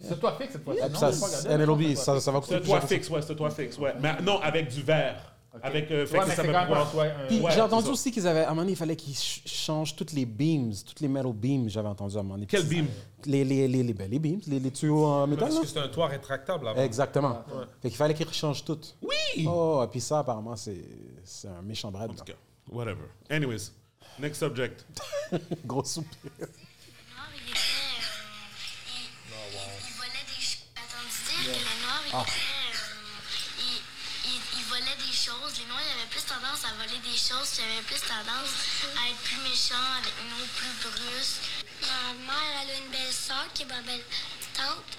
C'est toi fixe cette fois-ci. Ça, and it'll be- ça, ça va C'est coûter un plus cher toit que ça. fixe, ouais, c'est un toit fixe, ouais. Mais non, avec du verre. Avec, euh, fait Ouais, que mais ça c'est va quand même pouvoir- un choix, un- Puis Ouais, j'ai entendu c'est ça. aussi qu'ils avaient, à un moment donné, il fallait qu'ils ch- changent toutes les beams, toutes les metal beams, j'avais entendu à un moment donné. Puis Quel c'est- beam? Les, les, les, les, ben, les beams, les, les tuyaux en métal. Parce là. Eh, que c'est un toit rétractable avant. Exactement. Fait qu'il fallait qu'ils rechangent tout. Oui! Oh, et puis ça, apparemment, c'est c'est un méchant brad. En tout cas, whatever. Anyways, next subject. Gros soupir. Noir, il était. euh, il, il volait des. ch- Attends, tu sais, que le noir, il était. euh, il, il, il volait des choses. Les noirs, ils avaient plus tendance à voler des choses. Ils avaient plus tendance à être plus méchants, avec une eau plus brusque. Ma mère, elle a une belle soeur qui est ma belle tante.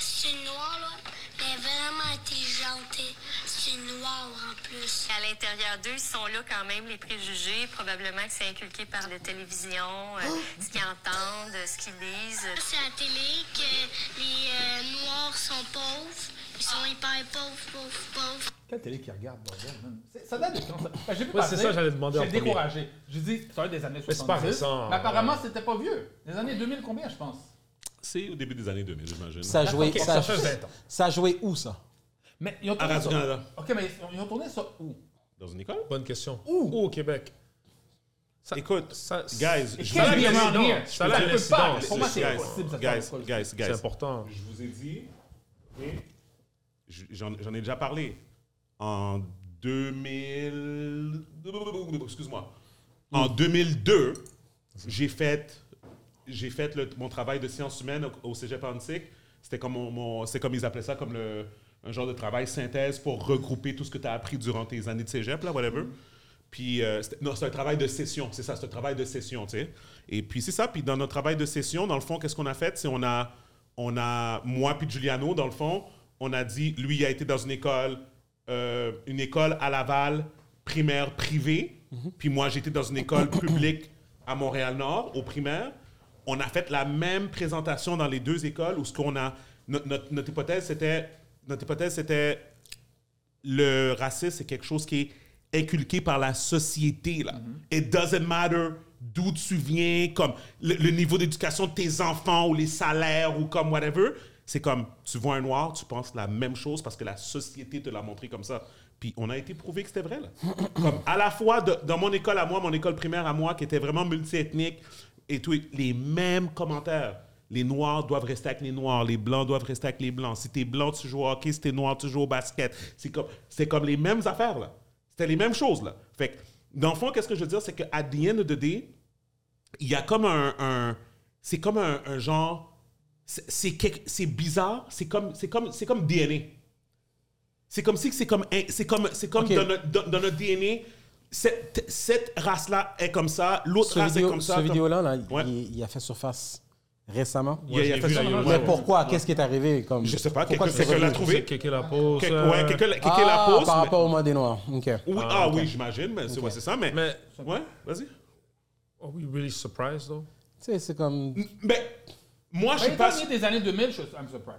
C'est une noire, là, mais elle est vraiment intelligente. et C'est une noire en plus. À l'intérieur d'eux, ils sont là quand même, les préjugés. Probablement que c'est inculqué par la télévision, euh, ce qu'ils entendent, euh, ce qu'ils lisent. C'est à la télé que les euh, noirs sont pauvres. Ils sont hyper pauvres, pauvres, pauvres. Quelle télé qui regarde, bordel, man? C'est- Ça date de quand ça? Ben, j'ai vu Ouais, passer, c'est ça que j'allais demander en J'ai premier. découragé. J'ai dit, ça va des années 70. c'est pas récent, Mais apparemment, ouais. c'était pas vieux. Les années 2000, combien, je pense? C'est au début des années 2000, j'imagine. Ça a joué, ok, ça a ça jou- fait 20 ans. ça a joué où, ça? Ah, Mais ils ont À tourné ça. Radio-Canada. OK, mais ils ont- ils ont tourné ça où? Dans une école? Bonne question. Où Où au Québec Ça- Écoute, ça- guys, je vous Quel ai bien bien non, venir? ça Je peux l'a pas. laissé dans. Pour moi, c'est Guys, impossible. ça Guys, parle pas. guys, C'est guys. important. Je vous ai dit, et je- j'en j'en ai déjà parlé. En 2000. Excuse-moi. En 2002, j'ai fait, j'ai fait le- mon travail de sciences humaines au, au cégep antique. C'était comme, mon, mon- c'est comme ils appelaient ça, comme le, un genre de travail synthèse pour regrouper tout ce que tu as appris durant tes années de cégep, là, whatever. Puis, euh, c'était- non, c'est un travail de session, c'est ça, c'est un travail de session, tu sais. Et puis, c'est ça. Puis, dans notre travail de session, dans le fond, qu'est-ce qu'on a fait? C'est on a, on a, moi puis Giuliano, dans le fond, on a dit, lui, il a été dans une école, euh, une école à Laval, primaire privée. Puis moi, j'étais dans une école publique à Montréal-Nord, au primaire. On a fait la même présentation dans les deux écoles où ce qu'on a. no- notre- notre hypothèse, c'était. Notre hypothèse, c'était le racisme, c'est quelque chose qui est inculqué par la société. Là. It doesn't matter d'où tu viens, comme le, le niveau d'éducation de tes enfants ou les salaires ou comme whatever. C'est comme, tu vois un noir, tu penses la même chose parce que la société te l'a montré comme ça. Puis on a été prouvé que c'était vrai. Là. comme à la fois de- dans mon école à moi, mon école primaire à moi, qui était vraiment multiethnique et tout, les mêmes commentaires. Les Noirs doivent rester avec les Noirs, les Blancs doivent rester avec les Blancs. Si t'es blanc, tu joues au hockey, si t'es noir, tu joues au basket. C'est comme, c'est comme les mêmes affaires, là. C'était les mêmes choses, là. Fait que, dans le fond, qu'est-ce que je veux dire, c'est qu'à the end of the day, il y a comme un... un- c'est comme un, un genre... C'est, c'est quelque- c'est bizarre, c'est comme, c'est, comme, c'est comme DNA. C'est comme si que c'est comme, un- c'est comme, c'est comme Ok. dans, notre, dans- dans notre DNA, cette, cette race-là est comme ça, l'autre Ce race est vidéo- comme ça. ce comme- vidéo-là, là, Ouais. il, il a fait surface récemment. Il y a- il y a j'ai fait vu ça- la- ouais, Mais ouais. pourquoi? Qu'est-ce qui est arrivé? Comme, Je sais pas, Pourquoi quelqu'un- c'est quelqu'un l'a revenu? trouvé. Quelqu'un la pose. Quel- euh, ouais, quelqu'un la- quelqu'un la Ah, pose. par mais- rapport au mois des Noirs. OK. Oui, ah, oui, j'imagine, mais c'est ouais, c'est ça, mais. Mais Ouais, vas-y. are we really surprised, though? Tu sais, c'est comme... Ben, moi, je Ben, suis les pas. derniers des années 2000, je suis I'm surprised.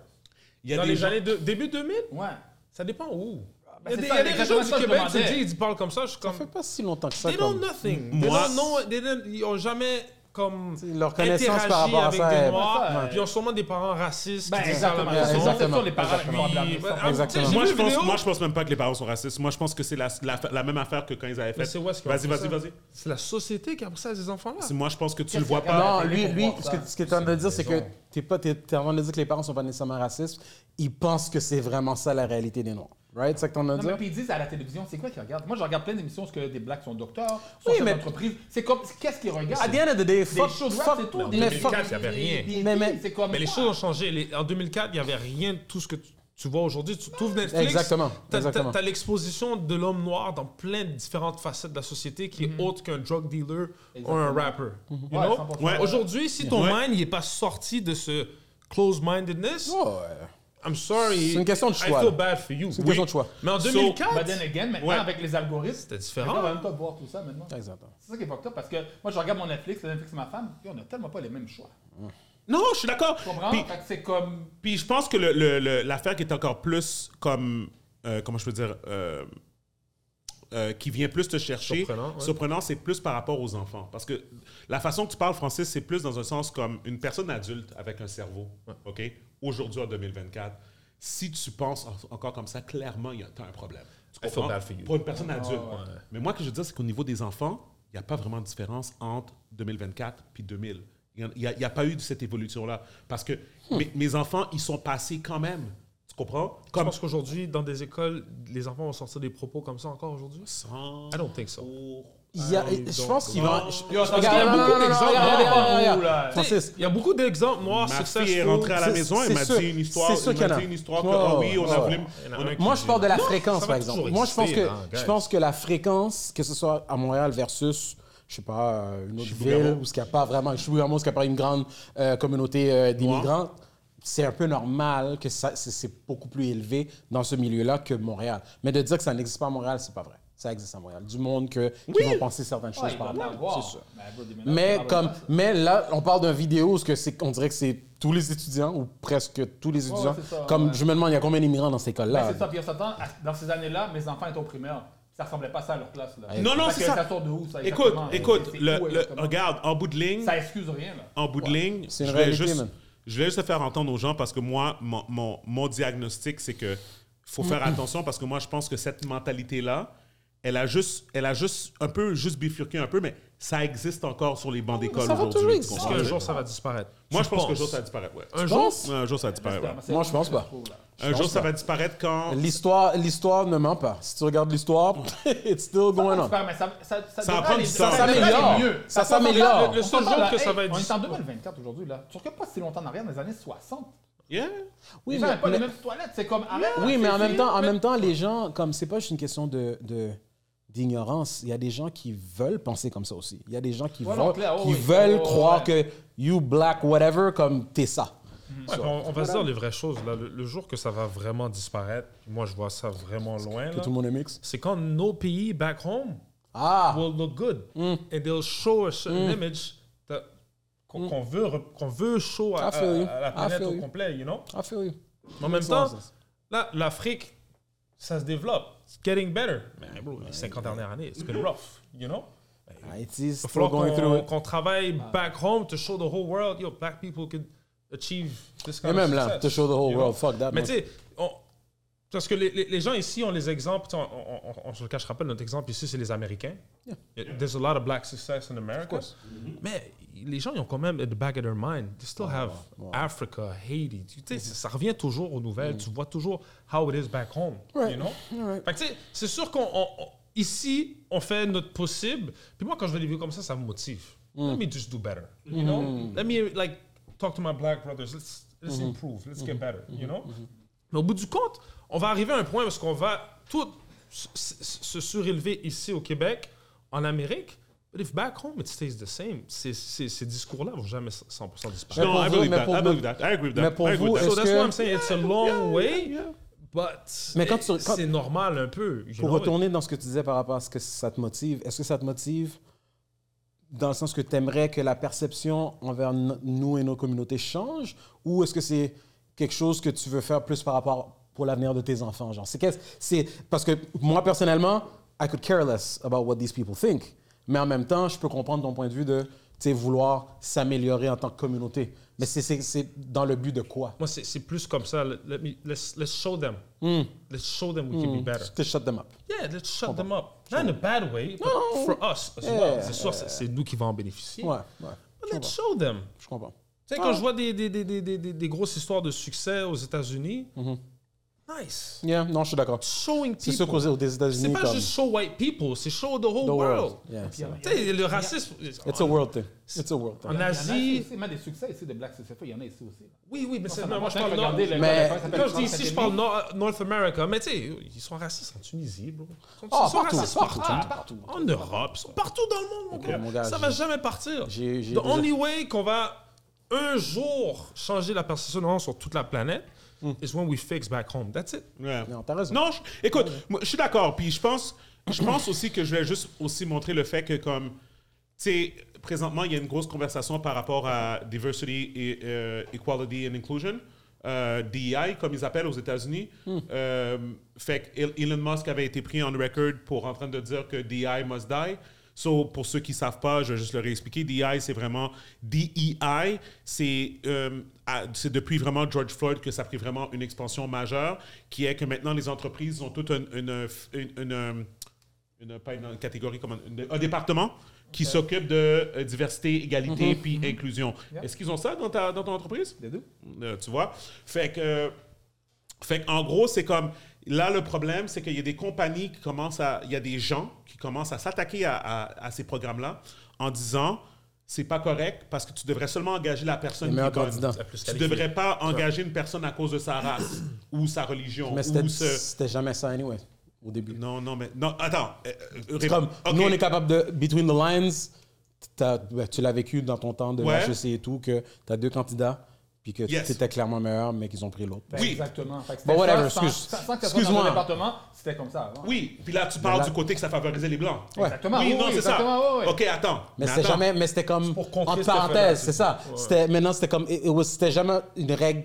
Il y a Dans des les gens- années de- début 2000, Ouais. ça dépend où. ben, Ah, il y a c'est des, ça, il y a des régions exactement du ça que je Québec, tu demandais. dis, ils parlent comme ça, je suis Ça comme... fait pas si longtemps que ça. They don't comme- nothing. Moi- Moi, they don't know, they don't- ils ont jamais comme leur connaissance par rapport à interagi ça avec est- des noirs, Ouais. puis ils ont sûrement des parents racistes. Ben, qui disent ça à la exactement. maison. Exactement. C'est sûr, les parents, Puis, ils vont blâmer ben, ça. ah, Exactement. tu sais, j'ai Moi vu je, une pense, vidéo- moi, je pense même pas que les parents sont racistes. Moi, je pense que c'est la, la, la même affaire que quand ils avaient fait. Mais ben, c'est où est-ce qu'on Vas-y, fait vas-y, ça? vas-y. C'est la société qui a pris ça à ces enfants-là. C'est- Moi, je pense que tu le vois qu'il y a pas. dans- Non, lui, pour lui voir ce ça. que, ce que tu en train de dire, c'est que tu es, en train de dire que les parents sont pas nécessairement racistes. Ils pensent que c'est vraiment ça la réalité des Noirs. Right? C'est ça que tu en train de Non, mais dire? puis ils disent à la télévision, c'est quoi qu'ils regardent? Moi, je regarde plein d'émissions parce que des blacks sont docteurs, sont Oui, chefs mais- d'entreprise. C'est comme, qu'est-ce qu'ils regardent? À the end of the day, fuck, shows de rap, fuck, c'est tout, des mais musiques. fuck, il n'y avait rien. Mais- mais, mais- c'est comme Mais les quoi? choses ont changé. Les- en 2004, il n'y avait rien de tout ce que tu, tu vois aujourd'hui. Tu trouves Netflix. Exactement, t'as- exactement. T'as t'as l'exposition de l'homme noir dans plein de différentes facettes de la société qui est autre qu'un drug dealer ou un rapper. You Mhm. Ouais, know? 100%. Ouais. Aujourd'hui, si ton Ouais. mind n'est pas sorti de ce close-mindedness, Ouais. I'm sorry. C'est une question de choix, I feel là. bad for you. C'est une question de choix. Mais en So, 2004, But then again, maintenant, Ouais. avec les algorithmes, c'était on différent. va même pas voir tout ça maintenant. Exactement. C'est ça qui est fucked up parce que moi, je regarde mon Netflix, le Netflix, c'est ma femme, puis on a tellement pas les mêmes choix. Non, je suis d'accord. Tu comprends? Puis- Fait que c'est comme. Puis je pense que le- le- le- l'affaire qui est encore plus comme. euh, comment je peux dire euh, euh, Qui vient plus te chercher. Surprenant, ouais. surprenant, c'est plus par rapport aux enfants. Parce que la façon que tu parles français, c'est plus dans un sens comme une personne adulte avec un cerveau. OK Aujourd'hui, en 2024, si tu penses en- encore comme ça, clairement, il y a- t'as un problème. Tu I feel bad for you. Ah, Pour une personne adulte. Mais moi, ce que je veux dire, c'est qu'au niveau des enfants, il n'y a pas vraiment de différence entre 2024 puis 2000. Il n'y a, il y a pas eu de cette évolution-là. Parce que mes, mes enfants, ils sont passés quand même. Tu comprends? Je Comme pense qu'aujourd'hui, dans des écoles, les enfants vont sortir des propos comme ça encore aujourd'hui. sans. I Ah don't think so. Il y a- I je don't pense qu'il va. think so. je- Yo, parce qu'il regarde, y a non, non, beaucoup non, non, d'exemples regarde, noirs regarde, regarde, où, là, regarde. tu sais, Francis. Il y a beaucoup d'exemples noirs Ma successful. fille est rentrée à la C'est- maison, c'est elle m'a sûr- dit une histoire. c'est sûr Elle qu'il y en m'a a. dit une histoire que, Ouais, ah oui, ouais, on a ouais. voulu. Il y en a on a- un qui- Moi, je parle de la Non, fréquence, ça va par exemple. toujours Moi, je pense, exister, que, hein, je guys. pense que la fréquence, que ce soit à Montréal versus, je sais pas, euh, une autre Chibougamau. ville où ce qu'il n'y a pas vraiment, Chibougamau, où ce qu'il n'y a pas une grande euh, communauté euh, d'immigrants, c'est un peu normal que ça, c'est, c'est beaucoup plus élevé dans ce milieu-là que Montréal. Mais de dire que ça n'existe pas à Montréal, c'est pas vrai. Ça existe à Montréal. Du monde que, qui vont penser certaines choses par rapport. C'est sûr. Mais, comme, mais là, on parle d'une vidéo où ce que c'est- on dirait que c'est tous les étudiants, ou presque tous les étudiants. c'est ça, comme ouais. je me demande, il y a combien d'immigrants dans cette école-là? c'est ça, puis on s'attend, à- dans ces années-là, mes enfants étaient au primaire. Ça ressemblait pas à ça à leur classe. Là. Non, non, Parce c'est que ça. sort de où, ça, Écoute, exactement? écoute, C'est où, le- le- exactement? regarde, en bout de ligne, Ça excuse rien, là. en bout de ligne, C'est une je voulais réalité, juste, man. je voulais juste le faire entendre aux gens parce que moi, mon, mon- mon diagnostic, c'est que faut faire Mm-hmm. attention parce que moi, je pense que cette mentalité-là, elle a juste, elle a juste un peu, juste bifurqué un peu, mais ça existe encore sur les Ah bancs d'école ça va aujourd'hui. toujours tu exister. comprends? Parce qu'un jour, ça va disparaître. Moi, Tu je pense qu'un penses. jour, ça va disparaître. ouais. Un jour, Ouais, Un jour, ça va disparaître. ouais. Moi, je pense pas. Un pense jour, ça pas. va disparaître quand. L'histoire, l'histoire ne ment pas. Si tu regardes l'histoire, [laughs] it's still going on. Super, mais ça, ça, ça, Ça devrait prend aller- du Ça temps. devrait aller s'améliore. mieux. Ça s'en- s'améliore. Le, le seul On parle jour de- que ça hey, va être. on On est est en en 2024 aujourd'hui, là. Tu regardes pas si longtemps en arrière, dans les années 60. Yeah. Oui, Oui, ils n'avaient pas mais, les mêmes toilettes. C'est comme. arrête, oui, c'est mais en même fini, temps, en mais- même temps, les gens, comme c'est pas juste une question de, de- d'ignorance, il y a des gens qui veulent penser comme ça aussi. Il y a des gens qui, Ouais, vont- non, clair, oh qui oui. veulent Oh, croire que you black whatever comme t'es ça. Ouais, puis on, on va se dire les vraies choses. Là. Le, le jour que ça va vraiment disparaître, moi je vois ça vraiment loin. Que là. tout le monde est mix. C'est quand nos pays back home Ah, will look good and they'll show a certain Mm. image that- qu'on qu'on veut re- qu'on veut show à, I feel you. à- à la I planète feel au you. complet, you know. I feel you. Mais en même Ça, temps, ça, là l'Afrique, ça se développe, it's getting better. Mais bro, les 50 dernières années, it's been rough, you know. Haïti, Il va Ah, still falloir going through qu'on Ah. it. qu'on travaille back home to show the whole world, yo, black people could achieve this kind Et of même là, success, to show the whole you world, know. fuck that. Mais man. tu sais, on- parce que les, les- les gens ici ont les exemples. tu sais, On, on- on- on se le cache, je rappelle, notre exemple ici, c'est les Américains. Yeah, There's a lot of black success in America. Mm-hmm. Mais les gens, ils ont quand même, at the back of their mind, they still have Africa, Haiti. Tu Mm-hmm. sais, ça revient toujours aux nouvelles. Tu vois toujours how it is back home. Right. You know? Alright. Fait que tu sais, c'est sûr qu'on... on- on- Ici, on fait notre possible. Puis moi, quand je vais les vivre comme ça, ça me motive. Mm. Let me just do better. Mm-hmm. You know? Let me, like, talk to my black brothers. Let's, let's Mm-hmm. improve. Let's get better. You know? Mais au bout du compte, on va arriver à un point parce qu'on va tout s- s- se surélever ici au Québec, en Amérique. But if back home it stays the same, ces, ces- ces discours-là vont jamais 100% disparaître. Non, pour I vous, believe mais that. pour I vous- believe that. I agree with that. mais pour I agree vous, with that. So est-ce that's que- why I'm saying it's a long way, but Mais quand tu- it- quand- c'est normal un peu. you Pour know? retourner dans ce que tu disais par rapport à ce que ça te motive, est-ce que ça te motive dans le sens que tu aimerais que la perception envers no- nous et nos communautés change ou est-ce que c'est quelque chose que tu veux faire plus par rapport pour l'avenir de tes enfants genre c'est qu'est-ce- c'est parce que moi personnellement I could care less about what these people think mais en même temps je peux comprendre ton point de vue de tu sais, vouloir s'améliorer en tant que communauté mais c'est- c'est c'est dans le but de quoi Moi, c'est c'est plus comme ça. Let me- let's, let's show them. Hmm. Let's show them we can be better. to shut them up Yeah, let's shut them up. Not in a bad way, but for us as well. C'est sûr, c'est- c'est nous qui va en bénéficier. ouais ouais But let's show them. je Ah. comprends Tu sais, quand je vois des, des, des, des, des, des- des grosses histoires de succès aux États-Unis, nice. yeah non je suis d'accord Showing people. Mm-hmm. C'est sûr qu'aux aux C'est États-Unis, pas comme juste show white people, c'est show the whole the world. world. Yeah, c'est vrai. Tu sais, le racisme. It's a world thing. It's a world thing. En Il y en a ici Asie. aussi, même des succès ici de Black Successful, il y en a ici aussi. là. Oui, oui, mais c'est- Ça non, m'a moi je fait parle nord. regarder le- Mais- comment ça s'appelle, Quand je dis ici, je Academy. parle nor- North America, mais tu sais, ils sont racistes en Tunisie, bro. Ils sont, Ah, ils sont partout, racistes partout, partout, partout. En Europe, ils sont partout dans le monde, mon gars. mon gars, ça va j'ai- jamais partir. j'ai- j'ai The déjà- only way qu'on va un jour changer la perception sur toute la planète Hmm. is when we fix back home. That's it. Ouais. Non, t'as raison. Non, je- écoute, moi, je suis d'accord. Puis je pense, je pense aussi que je vais juste aussi montrer le fait que comme, tu sais, présentement, il y a une grosse conversation par rapport à diversity, et, euh, equality and inclusion, euh, DEI, comme ils appellent aux États-Unis. Hmm. Euh, fait que El- Elon Musk avait été pris on record pour en train de dire que DEI must die. So, pour ceux qui ne savent pas, je vais juste le réexpliquer. DEI, c'est vraiment DEI. C'est euh, à- c'est depuis vraiment George Floyd que ça a pris vraiment une expansion majeure, qui est que maintenant les entreprises ont toutes une, une- une- une, euh, une- pas une catégorie, comme un, une- un département qui s'occupe de euh, diversité, Mhm. égalité puis inclusion. Est-ce qu'ils ont ça dans, ta, dans ton entreprise? Les deux. tu vois? Fait que. euh, fait en gros, c'est comme. Là, le problème, c'est qu'il y a des compagnies qui commencent à. Il y a des gens qui commencent à s'attaquer à, à- à ces programmes-là en disant c'est pas correct parce que tu devrais seulement engager la personne Les qui est meilleurs bonne. candidats. La plus Tu qualifiée. devrais pas engager une personne à cause de sa [coughs] race ou sa religion Mais ou c'était ce- c'était jamais ça, anyway, au début. Non, non, mais. Non, attends. euh, euh, C'est rép- comme, Ok. nous, on est capable de, between the lines, t'as- ben, tu l'as vécu dans ton temps de Ouais. HEC et tout, que tu as deux candidats, puis que Yes. tu étais clairement meilleur, mais qu'ils ont pris l'autre. Ben, Exactement. Fait que c'était Bon, whatever, ça, sans- excuse- sans- sans que ça soit dans excuse-moi. un département, c'était comme ça avant. Oui, puis là, tu parles là- du côté que ça favorisait les Blancs. Exactement, Oui, oui, non, oui, c'est ça. exactement, oui, oui. OK, attends. Mais c'était attends. jamais, mais c'était comme, contrer entre ce phénomène, parenthèses, c'est ça. c'est- ouais. C'était, maintenant, c'était comme, it- it was- c'était jamais une règle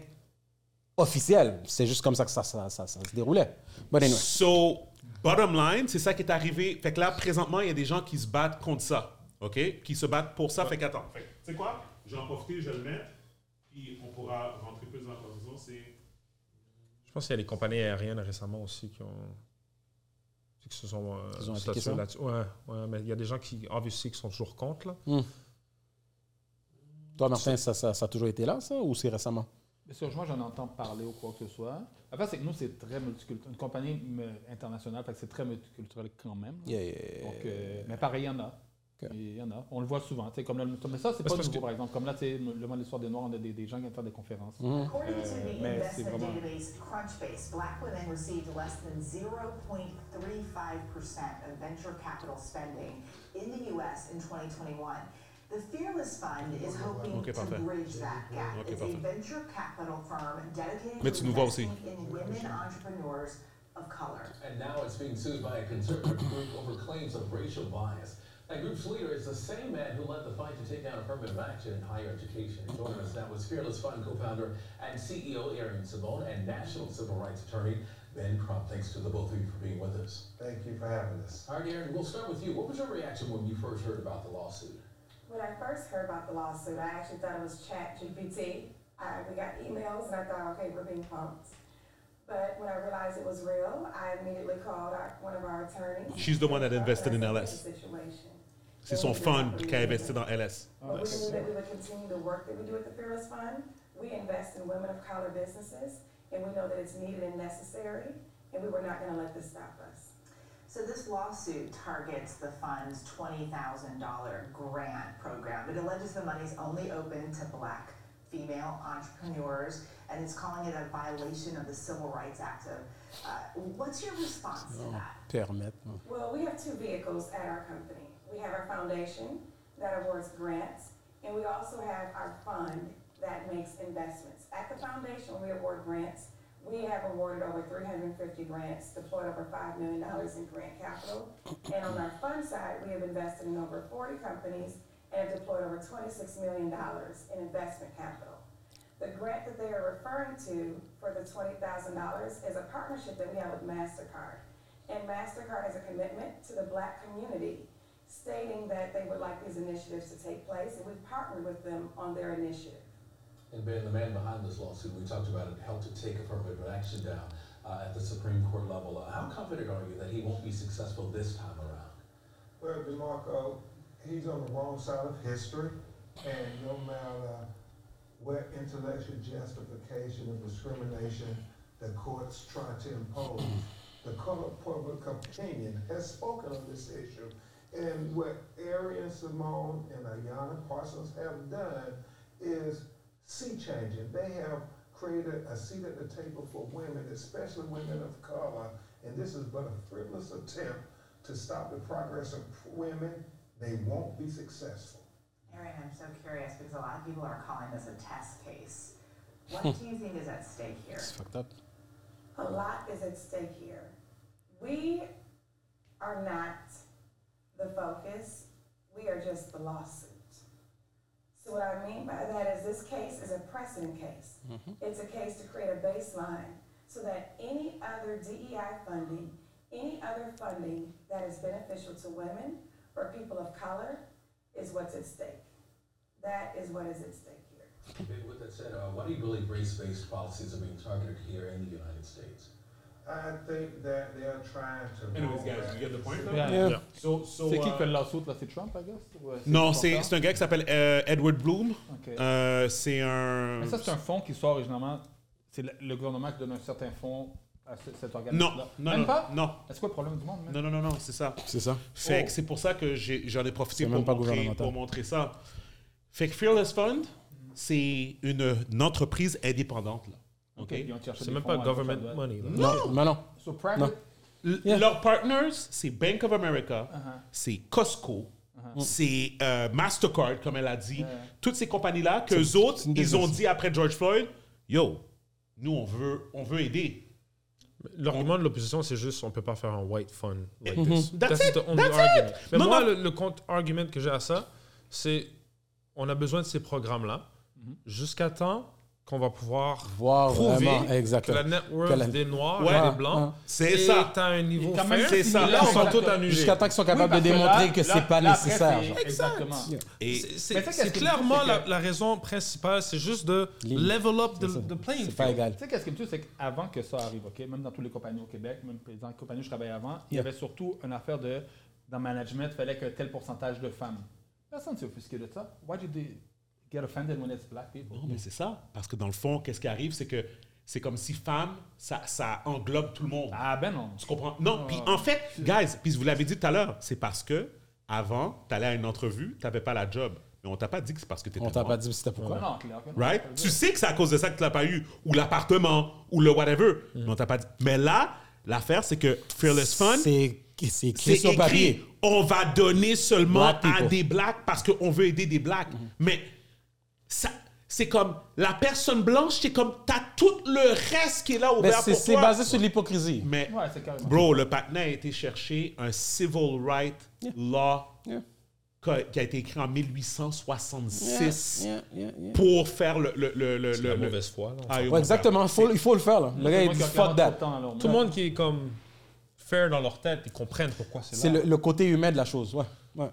officielle. C'est juste comme ça que ça, ça, ça- ça se déroulait. But anyway. So, bottom line, c'est ça qui est arrivé. Fait que là, présentement, il y a des gens qui se battent contre ça. OK? Qui se battent pour ça. Fait qu'attends. Fait que, tu sais quoi? Je vais en profiter, je vais le mettre. Puis on pourra rentrer plus dans la conversation. C'est. Je pense qu'il y a des compagnies aériennes récemment aussi qui ont. qui se sont. euh, Ils ont statués appliqué ça? là-dessus. Ouais, ouais, mais il y a des gens qui, obviously, qui sont toujours contre, là. Toi, Martin, ça, ça- ça a toujours été là, ça, ou c'est récemment? Bien sûr, moi, j'en entends parler ou quoi que ce soit. Après, c'est que nous, c'est très multiculturel. Une compagnie m- internationale, fait que c'est très multiculturel quand même. Yeah, yeah, yeah, Donc, yeah. euh, mais pareil, il y en a. Ok. Il y en a. On le voit souvent. Tu sais, Comme là, le- mais ça, c'est Parce pas que- nouveau, par exemple. Comme là, tu sais, le mois de l'histoire des Noirs, on a des, des gens qui viennent faire des conférences. Mhm. According to Euh, the mais c'est investment vraiment- database Crunchbase, black women received less than 0.35% of venture capital spending in the U.S. in 2021. The Fearless Fund is hoping Okay, to parfait. bridge that gap. Okay, it's a parfait. venture capital firm dedicated Mais to tu nous vois investing in women entrepreneurs of color. And now it's being sued by a conservative group over claims of racial bias. That group's leader is the same man who led the fight to take down affirmative action in higher education. Joining us now is Fearless Fund co-founder and CEO Aaron Simone and national civil rights attorney Ben Crump. Thanks to the both of you for being with us. Thank you for having us. All right, Aaron, we'll start with you. What was your reaction when you first heard about the lawsuit? When I first heard about the lawsuit, I actually thought it was Chat GPT. I, we got emails and I thought, okay, we're being punked. But when I realized it was real, I immediately called our, one of our attorneys. She's the one that invested in That's LS. The situation. C'est son fund qui a investi dans LS. But we knew that we would continue the work that we do at the Fearless Fund. We invest in women of color businesses, and we know that it's needed and necessary, and we were not going to let this stop us. So this lawsuit targets the fund's $20,000 grant program. It alleges the money's only open to black female entrepreneurs, and it's calling it a violation of the Civil Rights Act. Of, uh, what's your response to that? Permettre. hein. Well, we have two vehicles at our company. We have our foundation that awards grants, and we also have our fund that makes investments. At the foundation, we award grants. We have awarded over 350 grants, deployed over $5 million in grant capital. And on our fund side, we have invested in over 40 companies and have deployed over $26 million in investment capital. The grant that they are referring to for the twenty thousand dollars is a partnership that we have with MasterCard. And MasterCard has a commitment to the black community stating that they would like these initiatives to take place and we've partnered with them on their initiative. And Ben, the man behind this lawsuit, we talked about it, helped to take affirmative action down uh, at the Supreme Court level. Uh, how confident are you that he won't be successful this time around? Well, DeMarco, he's on the wrong side of history, and no matter what intellectual justification of discrimination the courts try to impose, the color public opinion has spoken on this issue. And what Arian Simone and Ayanna Parsons have done is sea changing. They have created a seat at the table for women, especially women of color, and this is but a frivolous attempt to stop the progress of women. They won't be successful. Erin, I'm so curious because a lot of people are calling this a test case. [laughs] What do you think is at stake here? It's fucked up. A lot is at stake here. We are not the focus, we are just the lawsuit. So, what I mean by that is this case is a precedent case. It's a case to create a baseline so that any E other DEI funding, any other funding that is beneficial to women for people of color is what's at stake. That is what is at stake here. With that said, uh, why do you believe race-based policies are being targeted here in the United States? I think that they're trying to. Anyways, roll guys, back you get the point, system. though? Yeah. Yeah. So, so, C'est qui euh, qui fait le lawsuit, là? C'est Trump, I guess? Ou, euh, Non, son c'est corps? c'est un gars qui s'appelle euh, Edward Bloom. Ok. Euh, c'est un. Mais ça, c'est un fonds qui sort originalement. C'est le, le gouvernement qui donne un certain fonds à ce- cet organisme. Non, non, Même non, pas? non. C'est quoi le problème du monde? man? Non, non, non, non, c'est ça. C'est ça. Fait Oh. que c'est pour ça que j'ai- j'en ai, C'est profité même pour pas montrer, gouvernemental. pour montrer ça. Fait que Fearless Fund, c'est une, une entreprise indépendante. Là. Ok, OK? ils ont cherché C'est des même pas fonds à government gauche, à droite. money, là. Non, mais non. So private- Non. L- Leurs partners, c'est Bank of America, Uh-huh. c'est Costco, c'est euh, Mastercard, comme elle a dit. Toutes ces compagnies-là, qu'eux autres, une ils ont business. dit après George Floyd, yo, nous, on veut, on veut aider. L'argument de l'opposition, c'est juste on peut pas faire un white fun like Mhm. this. That's it, the only that's it. argument. Mais Non, moi, non. le, le contre-argument que j'ai à ça, c'est on a besoin de ces programmes-là jusqu'à temps qu'on va pouvoir Voir prouver vraiment, exactement. que la net worth Que la- des Noirs Ouais. et des Blancs Ah. C'est est ça. à un niveau Et quand fair. même, C'est ça. Là, on va tout annuler. Jusqu'à temps qu'ils soient capables de démontrer que c'est pas nécessaire. genre. Exactement. Et C'est- c'est- Mais C'est tu sais, qu'est-ce qui me clairement tue, c'est la, que- la raison principale, c'est juste de level up the, the playing field. Tu sais, qu'est-ce qui me tue, c'est qu'avant que ça arrive, OK, même dans tous les compagnies au Québec, même dans les compagnies où je travaillais avant, il y Yeah. avait surtout une affaire de, dans le management, il fallait que tel pourcentage de femmes. Personne s'est offusqué de ça. Why did they get offended when it's black people? Non, mais c'est ça. Parce que dans le fond, qu'est-ce qui arrive, c'est que c'est comme si femme, ça, ça englobe tout le monde. Ah ben non. Tu comprends? Non, Ah. puis en fait, guys, puis vous l'avez dit tout à l'heure, c'est parce que avant, t'allais à une entrevue, t'avais pas la job. Mais on t'a pas dit que c'est parce que t'étais On t'a noir. pas dit c'était pourquoi. Ben Non, clair que non. Right? Tu sais que c'est à cause de ça que tu l'as pas eu, ou l'appartement, ou le whatever. Mm. Mais on t'a pas dit. Mais là, l'affaire, c'est que Fearless Fun, C'est c'est écrit sur papier. On va donner seulement Black à people. Mm-hmm. des blacks parce qu'on veut aider des blacks. Mais ça, c'est comme la personne blanche, c'est comme t'as tout le reste qui est là Mais ouvert Ben, c'est- pour c'est toi. basé sur l'hypocrisie. Mais Ouais, c'est carrément. bro, le patin a été chercher un civil right law qu'a- qui a été écrit en 1866 Yeah, yeah, yeah, yeah. pour faire le le le le, la le- mauvaise foi, là, on Ah, s'en- yo, Ouais, exactement, faut- il faut le faire. Là. Le gars, il dit fuck that. Tout le monde qui est comme fair dans leur tête, ils comprennent pourquoi c'est là. C'est le, le côté humain de la chose, ouais. ouais.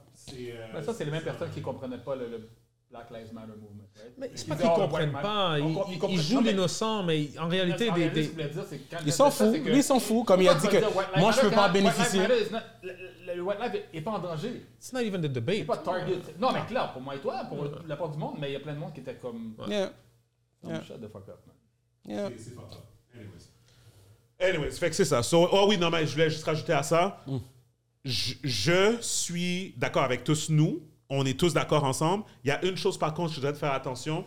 Mais ça, c'est les mêmes personnes qui ne comprenaient pas le, le Black Lives Matter movement. right? Mais c'est Ils pas disaient, qu'ils oh, le comprennent white pas, man- ils, on com- ils comprennent- jouent non, mais- l'innocent, mais en réalité, En des, réalité, des- ce que je voulais dire, c'est que quand Ils le- s'en le- ça, fout. c'est que- Lui, il s'en fout. Comme il a Pourquoi dit on va que dire White moi, Lives je peux Matter pas en quand White Lives bénéficier? Matter is not- le- le- Le White Lives n'est pas en danger. It's not even the C'est debate. pas target. Non, mais clair, pour moi et toi, pour la part du monde, mais il y a plein de monde qui était comme. Yeah. Don't Yeah. shut the fuck up, man. Yeah. C'est- c'est pas grave. Anyways. Anyways, fait que c'est ça. So, oh oui, non, mais je voulais juste rajouter à ça. Mm. Je, je suis d'accord avec tous nous. On est tous d'accord ensemble. Il y a une chose, par contre, je voudrais te faire attention.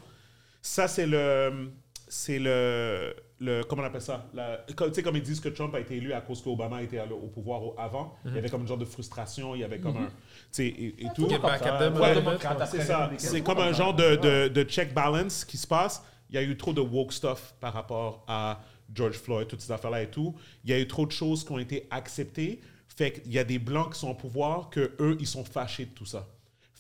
Ça, c'est le. C'est le, le. Comment on appelle ça? La- comme- Tu sais, comme ils disent que Trump a été élu à cause qu'Obama était à- au pouvoir au- avant. Mm-hmm. Il y avait comme une genre de frustration. Il y avait comme un. Tu sais, et, et tout. Get back at them a Ouais, little bit. c'est ça. C'est comme un genre de, de, de check balance qui se passe. Il y a eu trop de woke stuff par rapport à George Floyd, toutes ces affaires-là et tout. Il y a eu trop de choses qui ont été acceptées. Fait qu'il y a des blancs qui sont au pouvoir, que eux, ils sont fâchés de tout ça.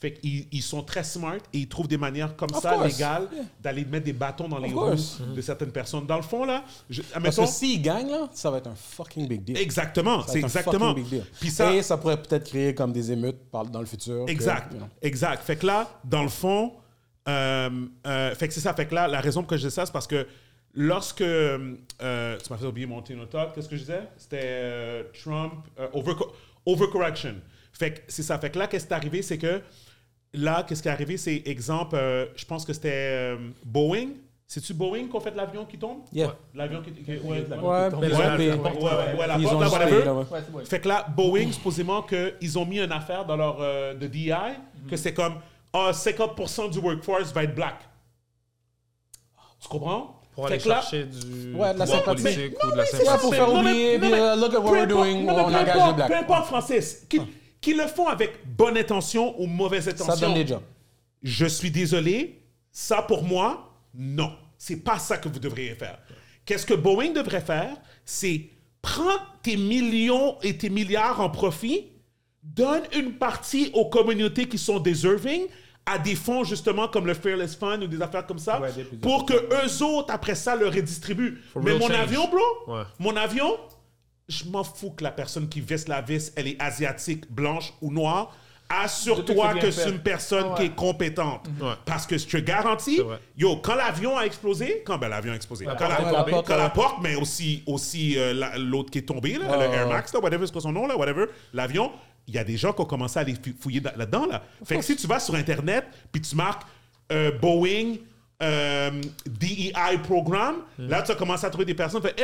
Fait qu'ils ils sont très smart et ils trouvent des manières comme Of ça, course. légales, d'aller mettre des bâtons dans les course. roues de certaines personnes. Dans le fond, là, je, Parce admettons- que s'il gagne, là, ça va être un fucking big deal. Exactement, Ça va c'est être un exactement. fucking big deal. Puis ça- Et ça pourrait peut-être créer comme des émeutes par- dans le futur. que- Exact, you know. exact. Fait que là, dans le fond, euh, euh, fait que c'est ça. Fait que là, la raison pour que je dis ça, c'est parce que lorsque euh, tu m'as fait oublier mon tino top, qu'est-ce que je disais C'était euh, Trump euh, overco- overcorrection. Fait que c'est ça. Fait que là, qu'est-ce qui est arrivé, c'est que là, qu'est-ce qui est arrivé, c'est exemple, euh, je pense que c'était euh, Boeing. C'est-tu Boeing qu'on fait de l'avion qui tombe? Yeah. Ouais, L'avion qui, qui- ouais, ouais, Ouais, tombe. puis ils ont Ouais, payé. la porte, ouais, ouais, ouais, la Ils porte, ont là, juste whatever. payé, là, ouais. Ouais, c'est bon. Fait que là, Boeing, supposément qu'ils ont mis une affaire dans leur euh, de DI, Mhm. que c'est comme ah, 50% du workforce va être black. Tu comprends? Pour aller Fait que là- chercher du Ouais, de la pouvoir sympathie. politique Non, ou de mais la c'est ça, ça, pour c'est- faire non, mais- oublier, non, puis, mais- uh, look at what peu we're importe- doing, non, mais on peu engage importe- les blacks. Peu importe, Francis, Ah. qu'ils qu'ils le font avec bonne intention ou mauvaise intention. Ça donne des jobs. Je suis désolé, ça pour moi, non. C'est pas ça que vous devriez faire. Qu'est-ce que Boeing devrait faire? C'est prends tes millions et tes milliards en profit, donne une partie aux communautés qui sont deserving, à des fonds justement comme le Fearless Fund ou des affaires comme ça, pour que eux autres, après ça, le redistribuent. For Mais real mon change. avion, bro, Ouais. mon avion, je m'en fous que la personne qui visse la vis, elle est asiatique, blanche ou noire. Assure-toi Depuis que que c'est bien c'est une fait. personne Ouais. qui est compétente. Parce que je te garantis, yo, quand l'avion a explosé, quand ben, l'avion a explosé, La quand, porte la, est tombée. quand Ouais. la porte, Ben, mais aussi, aussi euh, la- l'autre qui est tombé, là, Ouais, le ouais, Air ouais. Max, là, whatever, c'est quoi son nom, là, whatever, l'avion, il y a des gens qui ont commencé à aller fou- fouiller da- là-dedans. Là. Fait que si tu vas sur Internet, puis tu marques euh, Boeing. euh, DEI programme, Mm. là tu as commencé à trouver des personnes, fait, Eh,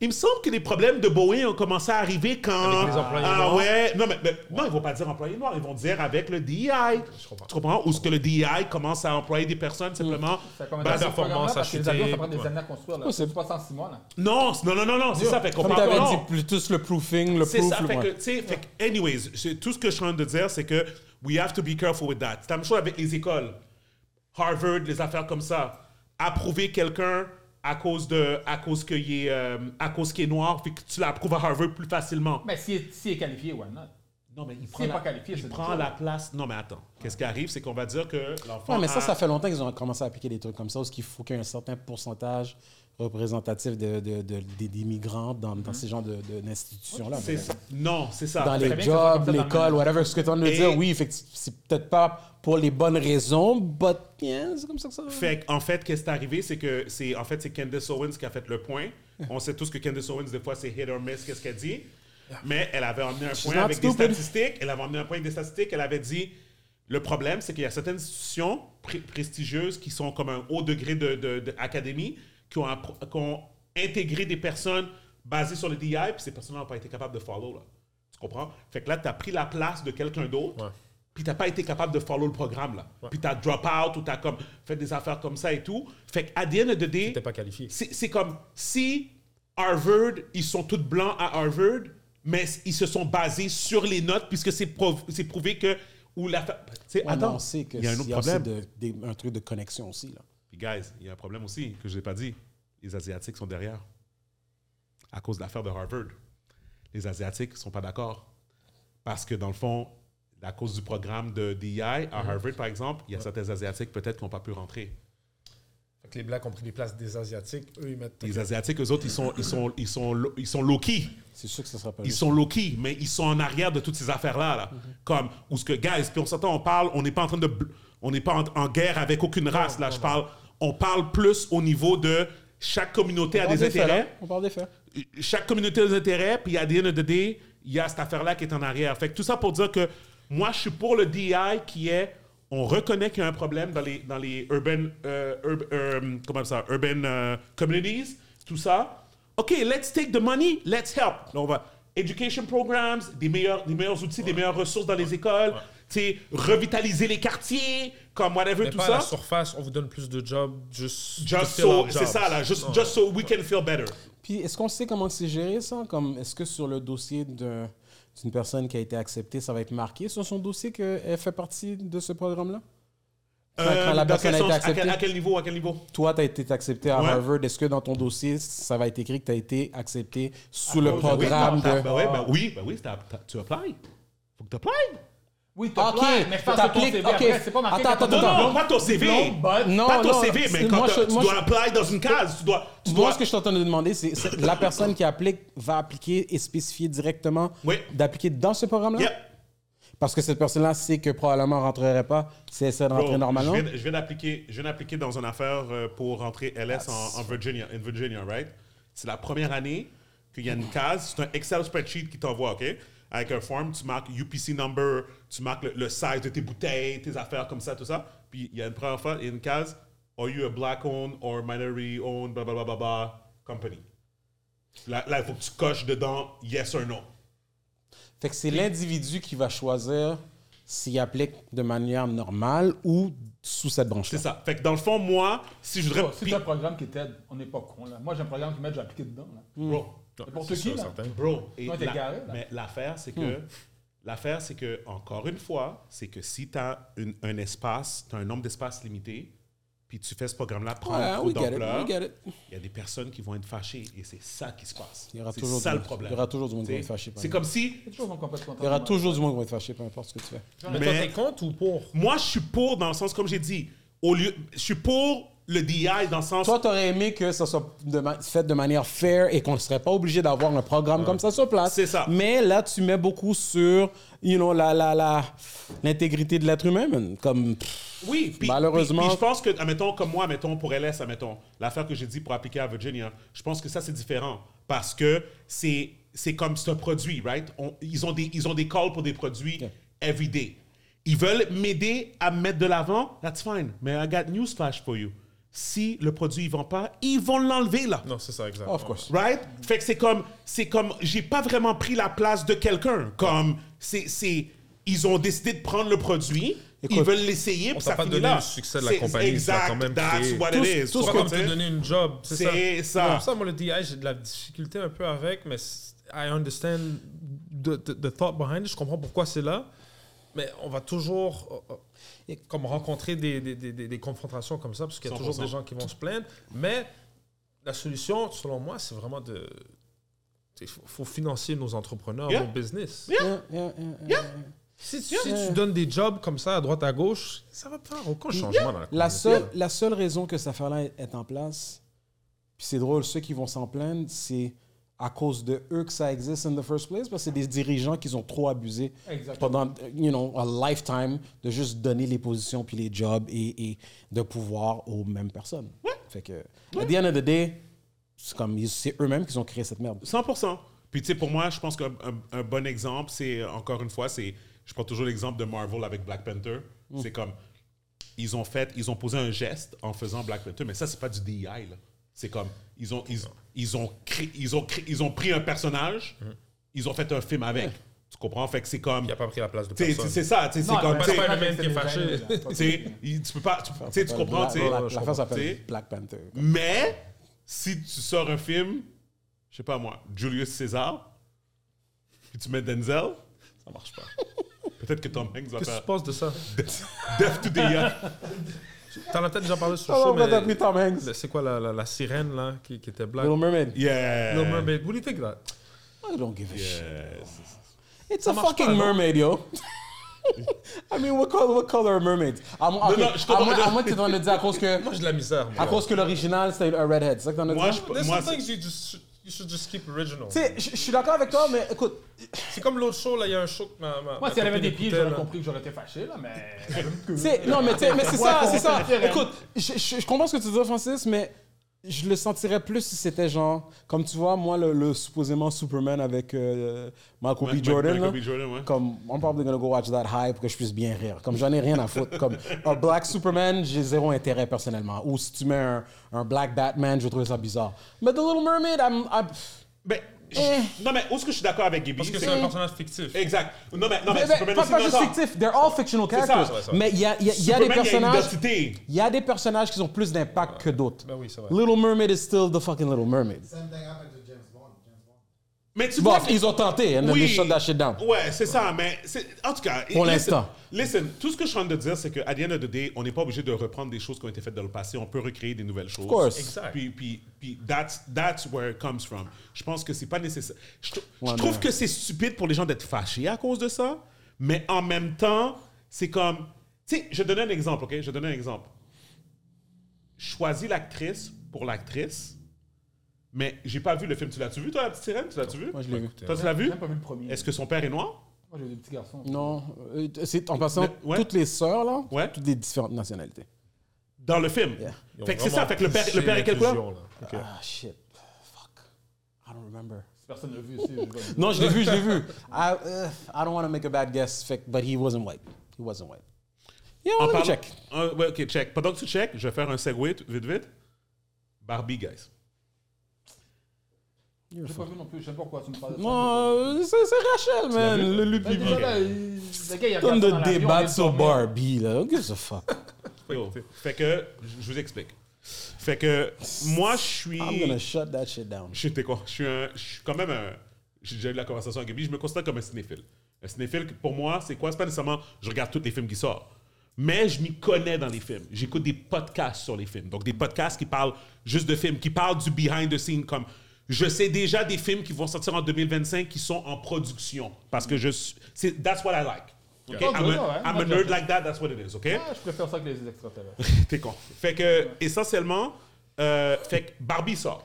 il me semble que les problèmes de Boeing ont commencé à arriver quand Avec les employés ah noirs. ouais, non, mais, mais- non, ils vont pas dire employé noir, ils vont dire avec le DEI. Tu comprends? Ou ce que le DEI commence à employer des personnes simplement Comme basées- dans ce programme-là, parce que Les avions, ça prend des années à construire. là. Ouais, C'est pas 100 six mois. là. Non, c'est- non, non, non, non, c'est ça. Fait qu'on Comme parle- t'avais non. dit, plus le proofing, le C'est proof. ça, le- fait que, ouais. tu sais, fait que, anyways, c'est- tout ce que je suis en train de dire, c'est que we have to be careful with that. C'est la même chose avec les écoles. Harvard, les affaires comme ça. Approuver quelqu'un à cause de, à cause qu'il est, euh, à cause qu'il est noir, puis que tu l'approuves à Harvard plus facilement. Mais s'il est- s'il est qualifié, why not? Non, mais il S'il n'est pas qualifié, il c'est prend la place. Non, mais attends. Qu'est-ce qui arrive, c'est qu'on va dire que l'enfant. Ouais, mais ça, a- ça fait longtemps qu'ils ont commencé à appliquer des trucs comme ça, parce qu'il faut qu'il y ait un certain pourcentage représentatif de, de, de- des- des migrants dans, dans ces genres de, de- d'institutions-là. C'est ça. Non, c'est ça. Dans Très bien les que ce soit comme jobs, ça dans le l'école, monde. whatever, ce que tu viens de Et- dire, oui, effectivement, c'est peut-être pas pour les bonnes raisons, but yeah, c'est comme ça que ça va. Fait qu'en fait, qu'est-ce qui est arrivé, c'est que c'est en fait c'est Candace Owens qui a fait le point. On sait tous que Candace Owens des fois c'est hit or miss qu'est-ce qu'elle dit, mais elle avait emmené un She's point not avec des stupid. statistiques. Elle avait emmené un point avec des statistiques. Elle avait dit le problème c'est qu'il y a certaines institutions pré- prestigieuses qui sont comme un haut degré de, de- de académie qui ont, appro- qui ont intégré des personnes basées sur le DI puis ces personnes n'ont pas été capables de follow là. Tu comprends? Fait que là, tu as pris la place de quelqu'un d'autre, puis tu n'as pas été capable de follow le programme, là. Puis tu as drop out ou tu as comme fait des affaires comme ça et tout. Fait que ADN de D. Tu pas qualifié. C'est c'est comme si Harvard, ils sont tous blancs à Harvard, mais ils se sont basés sur les notes, puisque c'est prov- c'est prouvé que. Ou la fa- Tu sais, Ouais, mais attends, on sait que il y a un autre s'il aussi problème. de- des- un truc de connexion aussi. Là. Puis, guys, il y a un problème aussi que je n'ai pas dit. Les Asiatiques sont derrière. À cause de l'affaire de Harvard. Les Asiatiques ne sont pas d'accord. Parce que, dans le fond, à cause du programme de DI à Harvard, par exemple, il y a certains Asiatiques peut-être qui n'ont pas pu rentrer. Fait que les Blacks ont pris les places des Asiatiques. Eux, ils mettent. Les Asiatiques, eux autres, ils sont, ils sont, ils sont, lo- ils sont low-key. C'est sûr que ça sera pas Ils juste. sont low-key, mais ils sont en arrière de toutes ces affaires-là. Là. Comme, où ce que, guys, puis on s'entend, on parle, on n'est pas en train de. bl- On n'est pas en, en guerre avec aucune race. Là, je parle. On parle plus au niveau de chaque communauté a parle des des faits, intérêts. là. On parle des faits. Chaque communauté a des intérêts, puis à the end of the day, il y a cette affaire-là qui est en arrière. Fait que tout ça pour dire que moi, je suis pour le DI qui est. On reconnaît qu'il y a un problème dans les, dans les urban, euh, urb- euh, comment on appelle ça, urban euh, communities, tout ça. OK, let's take the money, let's help. Là, on va education programs, des meilleurs, des meilleurs outils, des meilleures ressources dans les écoles, tu sais, revitaliser les quartiers, comme whatever, Mais tout pas à ça. la surface, on vous donne plus de jobs, juste. to Just fill so, our c'est jobs. ça, là, just, Ouais. just so we can feel better. Puis est-ce qu'on sait comment c'est géré ça? Comme est-ce que sur le dossier de- d'une personne qui a été acceptée, ça va être marqué sur son dossier qu'elle fait partie de ce programme-là? Quand- Euh, quand la dans personne quel a été sens? à, quel, acceptée? à quel niveau, à quel niveau? Toi, tu as été accepté à Ouais. Harvard. Est-ce que dans ton dossier, ça va être écrit que tu as été accepté sous À le cause de- programme oui, non, de. t'as- ben oui, ben oui, ben oui, t'as- t'as- tu applies. Faut que tu applies. Oui, t'as Ok, applied, mais je pense que ton t'appliques, CV après, ok. c'est pas marqué Attends, que ton- attends, Non, non, attends. pas ton CV. Diplôme, but- Non, ben, pas ton non, CV, mais c'est- quand moi, t'as- je- tu moi, dois je- applier dans une case, tu dois. Tu Moi, dois ce que je suis en train de demander, c'est c'est la personne qui applique va appliquer et spécifier directement d'appliquer dans ce programme-là? Parce que cette personne-là sait que probablement ne rentrerait pas si elle essaie de Bro, rentrer normalement. Je viens, je viens d'appliquer, je viens d'appliquer dans une affaire euh, pour rentrer Ah, LS en, en Virginia, in Virginia, right? C'est la première année qu'il y a une case, c'est un Excel spreadsheet qui t'envoie, ok? Avec un form, tu marques UPC number, tu marques le, le size de tes bouteilles, tes affaires comme ça, tout ça. Puis il y a une première fois, il y a une case, are you a black owned or minority owned, blah blah blah blah blah company. Là, là, il faut que tu coches dedans yes or no. Fait que c'est l'individu qui va choisir s'il applique de manière normale ou sous cette branche-là. C'est ça. Fait que dans le fond, moi, si je voudrais. Oh, Si t'as un programme qui t'aide, on n'est pas con. Là. Moi, j'ai un programme qui m'aide, j'ai appliqué dedans. Là. Bro. N'importe C'est qui, sûr, là. certain. Bro. et Toi, t'es la- garé, là. Mais l'affaire, c'est que. Hmm. L'affaire, c'est que, encore une fois, c'est que si tu as un espace, tu as un nombre d'espaces limité, puis tu fais ce programme-là, prendre Ouais, trop we get it, d'ampleur, we get it. il y a des personnes qui vont être fâchées et c'est ça qui se passe. Il y aura C'est toujours ça du- le problème. il y aura toujours du monde qui va T'sais, être fâché, par C'est exemple. comme si. Il y a toujours du monde qui va pas être content. Il y aura toujours du monde qui va être fâché, peu importe ce que tu fais. Mais- contre ou pour Moi, je suis pour dans le sens, comme j'ai dit, au lieu, je suis pour le DI dans le sens. Toi, t'aurais aimé que ça soit de ma- fait de manière fair et qu'on ne serait pas obligé d'avoir un programme comme ça sur place. C'est ça. Mais là, tu mets beaucoup sur, you know, la, la, la, l'intégrité de l'être humain, man. Comme, pff, Oui, puis- Malheureusement. puis- puis je pense que, admettons, comme moi, admettons, pour LS, admettons, l'affaire que j'ai dit pour appliquer à Virginia, je pense que ça, c'est différent parce que c'est, c'est comme c'est un produit, right? On- ils, ont des, ils ont des calls pour des produits everyday. Ils veulent m'aider à me mettre de l'avant, that's fine. Mais I got news flash for you. Si le produit ne vend pas, ils vont l'enlever là. Non, c'est ça, exactement. Of course. Right? Fait que c'est comme, c'est comme, j'ai pas vraiment pris la place de quelqu'un. Comme, c'est, c'est, ils ont décidé de prendre le produit, ils Écoute, veulent l'essayer, on puis t'a ça pas finit donné là. le succès de la C'est compagnie, Exact, ça a quand même that's créé. what Tout- it is. tout ce Comme qu'on tu t'a sais. donné une job, c'est ça. C'est C'est ça. pour ça, moi, le DI, j'ai de la difficulté un peu avec, mais c'est- I understand the, the, the thought behind it. Je comprends pourquoi c'est là. Mais on va toujours euh, euh, comme rencontrer des, des, des, des- des confrontations comme ça, parce qu'il y a toujours 100%. des gens qui vont se plaindre. Mais la solution, selon moi, c'est vraiment de... Il faut, faut financer nos entrepreneurs, Yeah. nos business. yeah, yeah, yeah, yeah. Si, tu- Yeah. si tu donnes des jobs comme ça à droite à gauche, ça va faire aucun changement dans la La communauté, seule, là. la seule raison que cette affaire-là est- est en place, puis c'est drôle, ceux qui vont s'en plaindre, c'est à cause de eux que ça existe in the first place, parce que c'est des dirigeants qui ont trop abusé Exactement. pendant, you know, a lifetime de juste donner les positions puis les jobs et, et de pouvoir aux mêmes personnes. Fait que, at the end of the day, c'est comme, ils- c'est eux-mêmes qui ont créé cette merde. 100%. Puis, tu sais, pour moi, je pense qu'un un- un bon exemple, c'est, encore une fois, c'est, je prends toujours l'exemple de Marvel avec Black Panther. Mm. C'est comme, ils ont fait, ils ont posé un geste en faisant Black Panther, mais ça, c'est pas du DEI, là. C'est comme, ils ont, ils, ils ont, créé- ils, ont créé- ils ont pris un personnage, Mm. ils ont fait un film avec. Tu comprends? Fait que c'est comme... Il a pas pris la place de C'est personne. c'est ça, tu sais, Non, c'est comme... mais tu sais, Spider-Man qui est fâché. Tu sais, il- tu peux pas... Tu, tu sais, tu comprends, La- tu sais. la- L'affaire Tu s'appelle sais. Black Panther. Mais si tu sors un film, je sais pas moi, Julius César, puis tu mets Denzel, ça marche [laughs] pas. Peut-être que Tom Hanks va Qu'est-ce que faire. tu penses de ça? Death to the Young. T'en as peut-être déjà parlé sur Ah le show, non, mais... peut-être plus Tom Hanks. le- C'est quoi la, la, la sirène, là, qui, qui était black? Little Mermaid. Yeah. Little Mermaid. What do you think of that? I don't give a shit. It's Ça a marche fucking pas, non? mermaid, yo. I mean, what color, what color are mermaids? À moins Non, non, je comprends pas. que tu dois me dire à cause que. Moi, j'ai de la misère. moi. À cause que l'original, c'était un redhead. C'est ça que t'en as Moi, dit? je... There's some things you, just, you should just keep original. Tu sais, je je suis d'accord avec toi, mais écoute. C'est comme l'autre show, là, il y a un show que ma... ma Moi, ma si elle avait copine des pieds, écoutait, j'aurais là. compris que j'aurais été fâché, là, mais. Tu sais, non, mais, tu sais, mais c'est ça, c'est ça. Écoute, je, je- je comprends ce que tu dis, Francis, mais je le sentirais plus si c'était genre, comme tu vois, moi, le, le supposément Superman avec euh, Michael Ouais, B. Jordan. Michael là, B. Jordan, ouais. Comme, I'm probably gonna go watch that high pour que je puisse bien rire. Comme, j'en ai rien à foutre. Comme, un black Superman, j'ai zéro intérêt personnellement. Ou si tu mets un, un black Batman, je vais trouver ça bizarre. Mais The Little Mermaid, I'm. I'm- Ben, je- Eh. Non, mais où est-ce que je suis d'accord avec Gibby? Parce que c'est un personnage fictif. Exact. Non, mais, non, mais, Mais- mais Superman Eh ben, pas aussi, pas dans juste ça. fictif, they're all fictional C'est ça, characters. c'est vrai, c'est vrai. mais il y a, il y a- il y a Superman, il des y a une personnages. identité. Il y a des personnages qui ont plus d'impact que d'autres. Ben oui, c'est vrai. Little Mermaid is still the fucking Little Mermaid. Same thing happened to James Bond. James Bond. Mais tu Bon, vois. ils ont tenté, and then they shut that shit down. Ouais, c'est ça, mais c'est- en tout cas. Pour listen- l'instant. Listen, tout ce que je suis en train de dire, c'est qu'à the end of the day, on n'est pas obligé de reprendre des choses qui ont été faites dans le passé. On peut recréer des nouvelles choses. course. Exact. Puis, puis, puis that's, that's where it comes from. Je pense que c'est pas nécessaire. Je, tr- je Ouais, trouve mais- que c'est stupide pour les gens d'être fâchés à cause de ça, mais en même temps, c'est comme. Tu sais, je donne un exemple, OK? Je donne un exemple. Choisis l'actrice pour l'actrice. Mais j'ai pas vu le film. Tu l'as-tu vu, toi, La Petite Sirène? Tu l'as-tu vu? Moi, je l'ai vu. Toi, tu l'as vu? J'ai même pas vu le premier. Est-ce que son père est noir? Moi, j'ai des petits garçons. Non, euh, c'est en passant, Mais- ouais. toutes les sœurs, là, Ouais. toutes des différentes nationalités. Dans le film. Ils ont Fait que c'est vraiment ça. Fait que le père, le père est quel poussé couleur? l'inclusion, là. Ok. Ah, shit. Fuck. I don't remember. Personne l'a vu aussi. je vois- Non, je l'ai vu, je l'ai vu. [laughs] I, euh, I don't want to make a bad guess, fait que- but he wasn't white. He wasn't white. Yeah, En let me parlant- check. Ah, ouais, ok, check. Pendant que tu check, je vais faire un segue t- vite, vite. Barbie, guys. J'ai pas vu non plus, je sais pas pourquoi tu me parles de ça. Non, euh, c'est c'est Rachel, man. Le, le Ben, déjà, là, il- le gars, il a Tonne regardé dans de l'avion, il débat est sur dormi. Barbie, là. Who gives a fuck? Yo, fait que, je je vous explique. Fait que, moi, je suis... I'm gonna shut that shit down. Je suis, t'es quoi? Je suis, un- je suis quand même un. J'ai déjà eu la conversation avec Gaby. Je me considère comme un cinéphile. Un cinéphile, pour moi, c'est quoi? C'est pas nécessairement je regarde tous les films qui sortent. Mais je m'y connais dans les films. J'écoute des podcasts sur les films. Donc, des podcasts qui parlent juste de films, qui parlent du behind the scene. Comme je sais déjà des films qui vont sortir en 2025 qui sont en production. Parce que je suis. c'est- That's what I like. OK? Oh, I'm, good, ouais. a, I'm a nerd like that, that's what it is, OK? Ah, je préfère ça que les extraterrestres. [laughs] T'es con. Fait que, essentiellement, euh, fait que Barbie sort.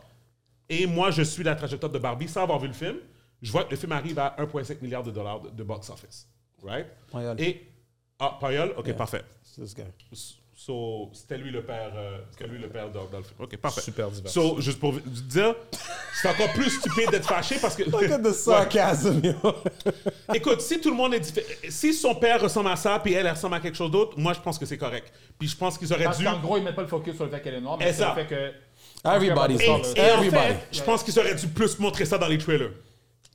Et moi, je suis la trajectoire de Barbie sans avoir vu le film. Je vois que le film arrive à 1,5 milliard de dollars de, de box office. Right? Payol. Et. Ah, Payol? OK, parfait. C'est ce gars. So, c'était lui le père, euh, c'était lui le père dans, dans le film. OK, parfait. Super divers. So, juste pour vous dire, c'est encore plus stupide d'être fâché parce que. [laughs] Look at the sarcasm, yo. Écoute, si tout le monde est différent, si son père ressemble à ça, puis elle elle ressemble à quelque chose d'autre, moi je pense que c'est correct. Puis je pense qu'ils auraient Parce dû. qu'en gros, ils mettent pas le focus sur le fait qu'elle est noire, Et mais sur ça. le fait que. Everybody's Et, et en [laughs] Everybody. fait, ben, je pense qu'ils auraient dû plus montrer ça dans les trailers.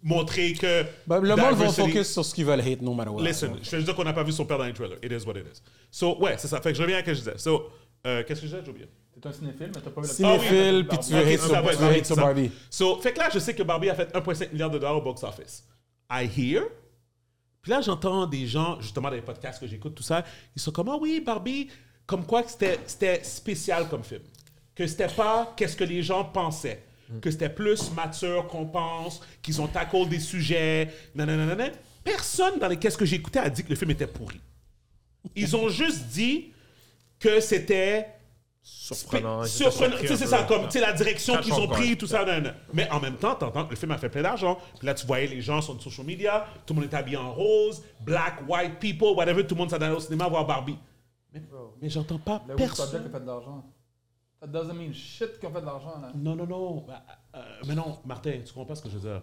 Montrer que. Ben, le monde va diversity- focus sur ce qu'ils veulent hate no matter what. Listen, je veux juste dire qu'on n'a pas vu son père dans les trailers. It is what it is. So, ouais, c'est ça. Fait que je reviens à ce que je disais. So, euh, qu'est-ce que je disais? J'ai oublié. T'es un cinéphile, mais t'as pas vu le Cinéphile, Ah oui, puis Barbie. tu veux Ok, hate ça sur- va être tu veux hate sur ça. Barbie. So, fait que là, je sais que Barbie a fait 1,5 milliard de dollars au box-office. I hear. Puis là, j'entends des gens, justement, dans les podcasts que j'écoute, tout ça, ils sont comme, ah oui, Barbie, comme quoi que c'était- c'était spécial comme film. Que c'était pas qu'est-ce que les gens pensaient. Mm. Que c'était plus mature qu'on pense, qu'ils ont tackle des sujets, nanana. nanana. Personne dans les qu'est-ce que j'écoutais a dit que le film était pourri. Ils ont juste dit que c'était Surprenant. ils étaient surprenant. surpris Tu sais, un c'est peu. ça, comme tu sais, la direction Catch qu'ils on ont guard. pris, tout ça. nan, nan. Mais en même temps, t'entends que le film a fait plein d'argent. Puis là, tu voyais les gens sur les social media, tout le monde est habillé en rose, black, white people, whatever, tout le monde s'en allait au cinéma voir Barbie. Mais, mais j'entends pas Là où tu as personne. bien qu'ils ont fait de l'argent. That doesn't mean shit qu'ils ont fait de l'argent, là. Non, non, non. Bah, euh, mais non, Martin, tu comprends pas ce que je veux dire.